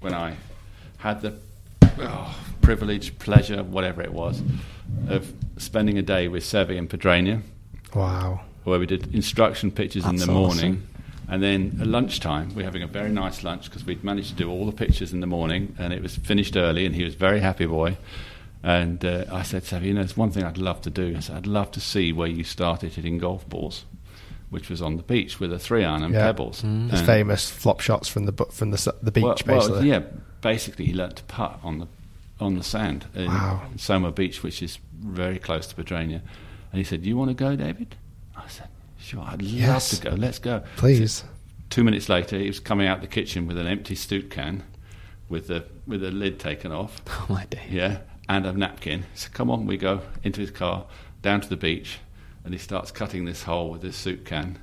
Speaker 3: when I had the oh, privilege, pleasure, whatever it was, of spending a day with Sevi and Pedrania
Speaker 1: Wow.
Speaker 3: where we did instruction pictures in
Speaker 2: That's
Speaker 3: the morning. And then at lunchtime, we're having a very nice lunch because we'd managed to do all the pictures in the morning and it was finished early and he was a very happy boy. And uh, I said to him, you know, there's one thing I'd love to do. I said, I'd love to see where you started hitting golf balls, which was on the beach with a three iron and
Speaker 1: Yeah. Mm.
Speaker 3: pebbles.
Speaker 1: There's
Speaker 3: And-
Speaker 1: famous flop shots from the bu- from the s- the beach,
Speaker 3: well, well,
Speaker 1: basically.
Speaker 3: yeah, basically he learnt to putt on the on the sand in
Speaker 1: Wow.
Speaker 3: Soma Beach, which is very close to Pedrania. And he said, "Do you want to go, David?" I said, "Sure, I'd
Speaker 1: Yes.
Speaker 3: love to go. Let's go."
Speaker 1: Please.
Speaker 3: Two minutes later, he was coming out the kitchen with an empty stoop can with the with the lid taken off.
Speaker 2: Oh my day.
Speaker 3: yeah, and a napkin. So come on, we go into his car, down to the beach, and he starts cutting this hole with his soup can.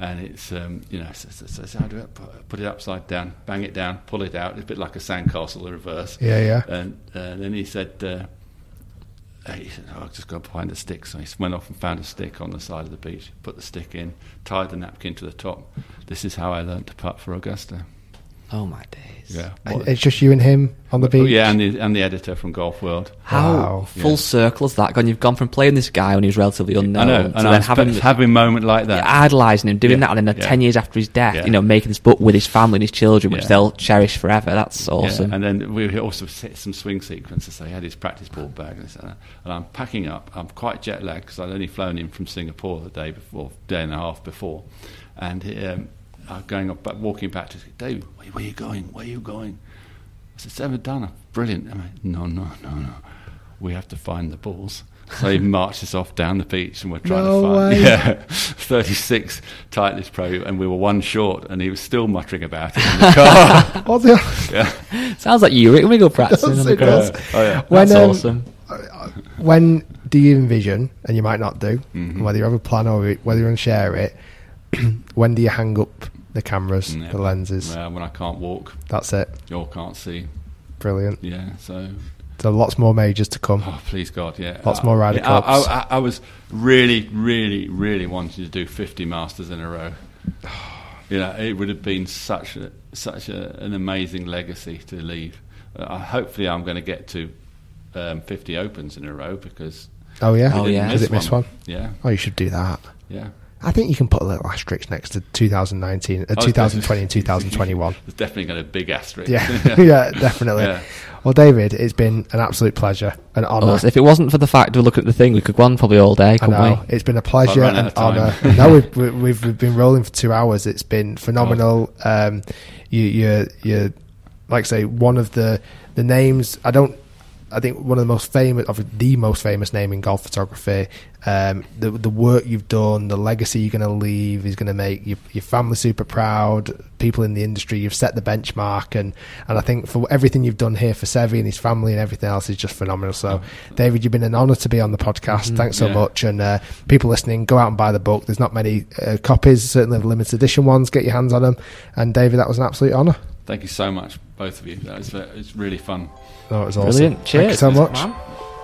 Speaker 3: And it's, um, you know, so, so, so- so how do I put, put it upside down, bang it down, pull it out, a bit like a sandcastle in reverse.
Speaker 1: Yeah, yeah.
Speaker 3: And uh, then he said, uh, he said, oh, I'll just go find a stick. So he went off and found a stick on the side of the beach, put the stick in, tied the napkin to the top. This is how I learnt to putt for Augusta.
Speaker 2: Oh my days.
Speaker 3: Yeah.
Speaker 1: It's just you and him on the
Speaker 3: Oh,
Speaker 1: beach.
Speaker 3: yeah, and the, and the editor from Golf World.
Speaker 2: How
Speaker 1: Wow.
Speaker 2: full circle has that gone? You've gone from playing this guy when he was relatively unknown
Speaker 3: I know,
Speaker 2: to
Speaker 3: and
Speaker 2: then
Speaker 3: I'm having,
Speaker 2: having
Speaker 3: having a moment like that.
Speaker 2: idolizing him, doing
Speaker 3: Yeah,
Speaker 2: that, and then
Speaker 3: yeah.
Speaker 2: ten years after his death,
Speaker 3: Yeah.
Speaker 2: you know, making this book with his family and his children, which
Speaker 3: Yeah.
Speaker 2: they'll cherish forever. That's awesome.
Speaker 3: Yeah, and then we also set some swing sequences. So he had his practice ball bag, and, this and, that. and I'm packing up. I'm quite jet lagged because I'd only flown in from Singapore the day before, day and a half before, and um, I'm going up, but walking back to David. Where, where are you going? Where are you going? I said, Seven done. Brilliant. I went, no, no, no, no. We have to find the balls. So he marched us off down the beach, and we're trying
Speaker 1: No
Speaker 3: to find
Speaker 1: way.
Speaker 3: yeah, 36 Titleist Pro, and we were one short, and he was still muttering about it in the car.
Speaker 1: What the-
Speaker 2: Sounds like you, Rick. Let me go practicing
Speaker 1: does,
Speaker 2: on the
Speaker 1: it does.
Speaker 2: grass.
Speaker 3: Oh, yeah.
Speaker 2: That's
Speaker 1: When, um,
Speaker 2: awesome.
Speaker 1: when do you envision, and you might not do,
Speaker 3: Mm-hmm.
Speaker 1: whether you have a plan or whether you want to share it, when do you hang up the cameras,
Speaker 3: Yeah.
Speaker 1: the lenses?
Speaker 3: Yeah, Uh, when I can't walk
Speaker 1: That's it.
Speaker 3: or can't see.
Speaker 1: Brilliant.
Speaker 3: Yeah, so
Speaker 1: So lots more majors to come.
Speaker 3: oh, please God, yeah.
Speaker 1: Lots
Speaker 3: I-
Speaker 1: more Ryder
Speaker 3: yeah, I,
Speaker 1: Cups.
Speaker 3: I, I, I was really, really, really wanting to do 50 Masters in a row. You know, it would have been such a, such a, an amazing legacy to leave. Uh, I- hopefully, I'm going to get to um, 50 Opens in a row because
Speaker 1: Oh yeah.
Speaker 2: Oh,
Speaker 3: I didn't
Speaker 2: yeah.
Speaker 1: Did it miss one?
Speaker 3: Yeah,
Speaker 1: Oh, you should do that.
Speaker 3: yeah.
Speaker 1: I think you can put a little asterisk next to 2019, uh,
Speaker 3: I was-
Speaker 1: 2020 and 2021.
Speaker 3: There's definitely going to be a big asterisk.
Speaker 1: Yeah, yeah, definitely.
Speaker 3: Yeah.
Speaker 1: Well, David, it's been an absolute pleasure, an
Speaker 2: Oh,
Speaker 1: honour.
Speaker 2: if it wasn't for the fact we're looking at the thing, we could go on probably all day,
Speaker 1: I
Speaker 2: couldn't
Speaker 1: know
Speaker 2: we?
Speaker 1: it's been a pleasure
Speaker 3: I ran out
Speaker 1: and
Speaker 3: of time.
Speaker 1: honour. no, we've, we- we've we've been rolling for two hours. It's been
Speaker 3: Oh.
Speaker 1: phenomenal. Um, you you you like I say one of the the names. I don't. I think one of the most famous, of the most famous name in golf photography. Um, the the work you've done, the legacy you're going to leave is going to make your, your family super proud. People in the industry, you've set the benchmark, and, and I think for everything you've done here for Sevi and his family and everything else is just phenomenal. So, David, you've been an honour to be on the podcast. Thanks so
Speaker 3: Mm-hmm. yeah.
Speaker 1: much, and uh, people listening, go out and buy the book. There's not many uh, copies, certainly the limited edition ones. Get your hands on them. And David, that was an absolute honour.
Speaker 3: Thank you so much, both of you. That was, uh, it's really fun.
Speaker 1: No, it was awesome.
Speaker 2: Brilliant.
Speaker 1: Thank you
Speaker 2: Cheers.
Speaker 1: so much.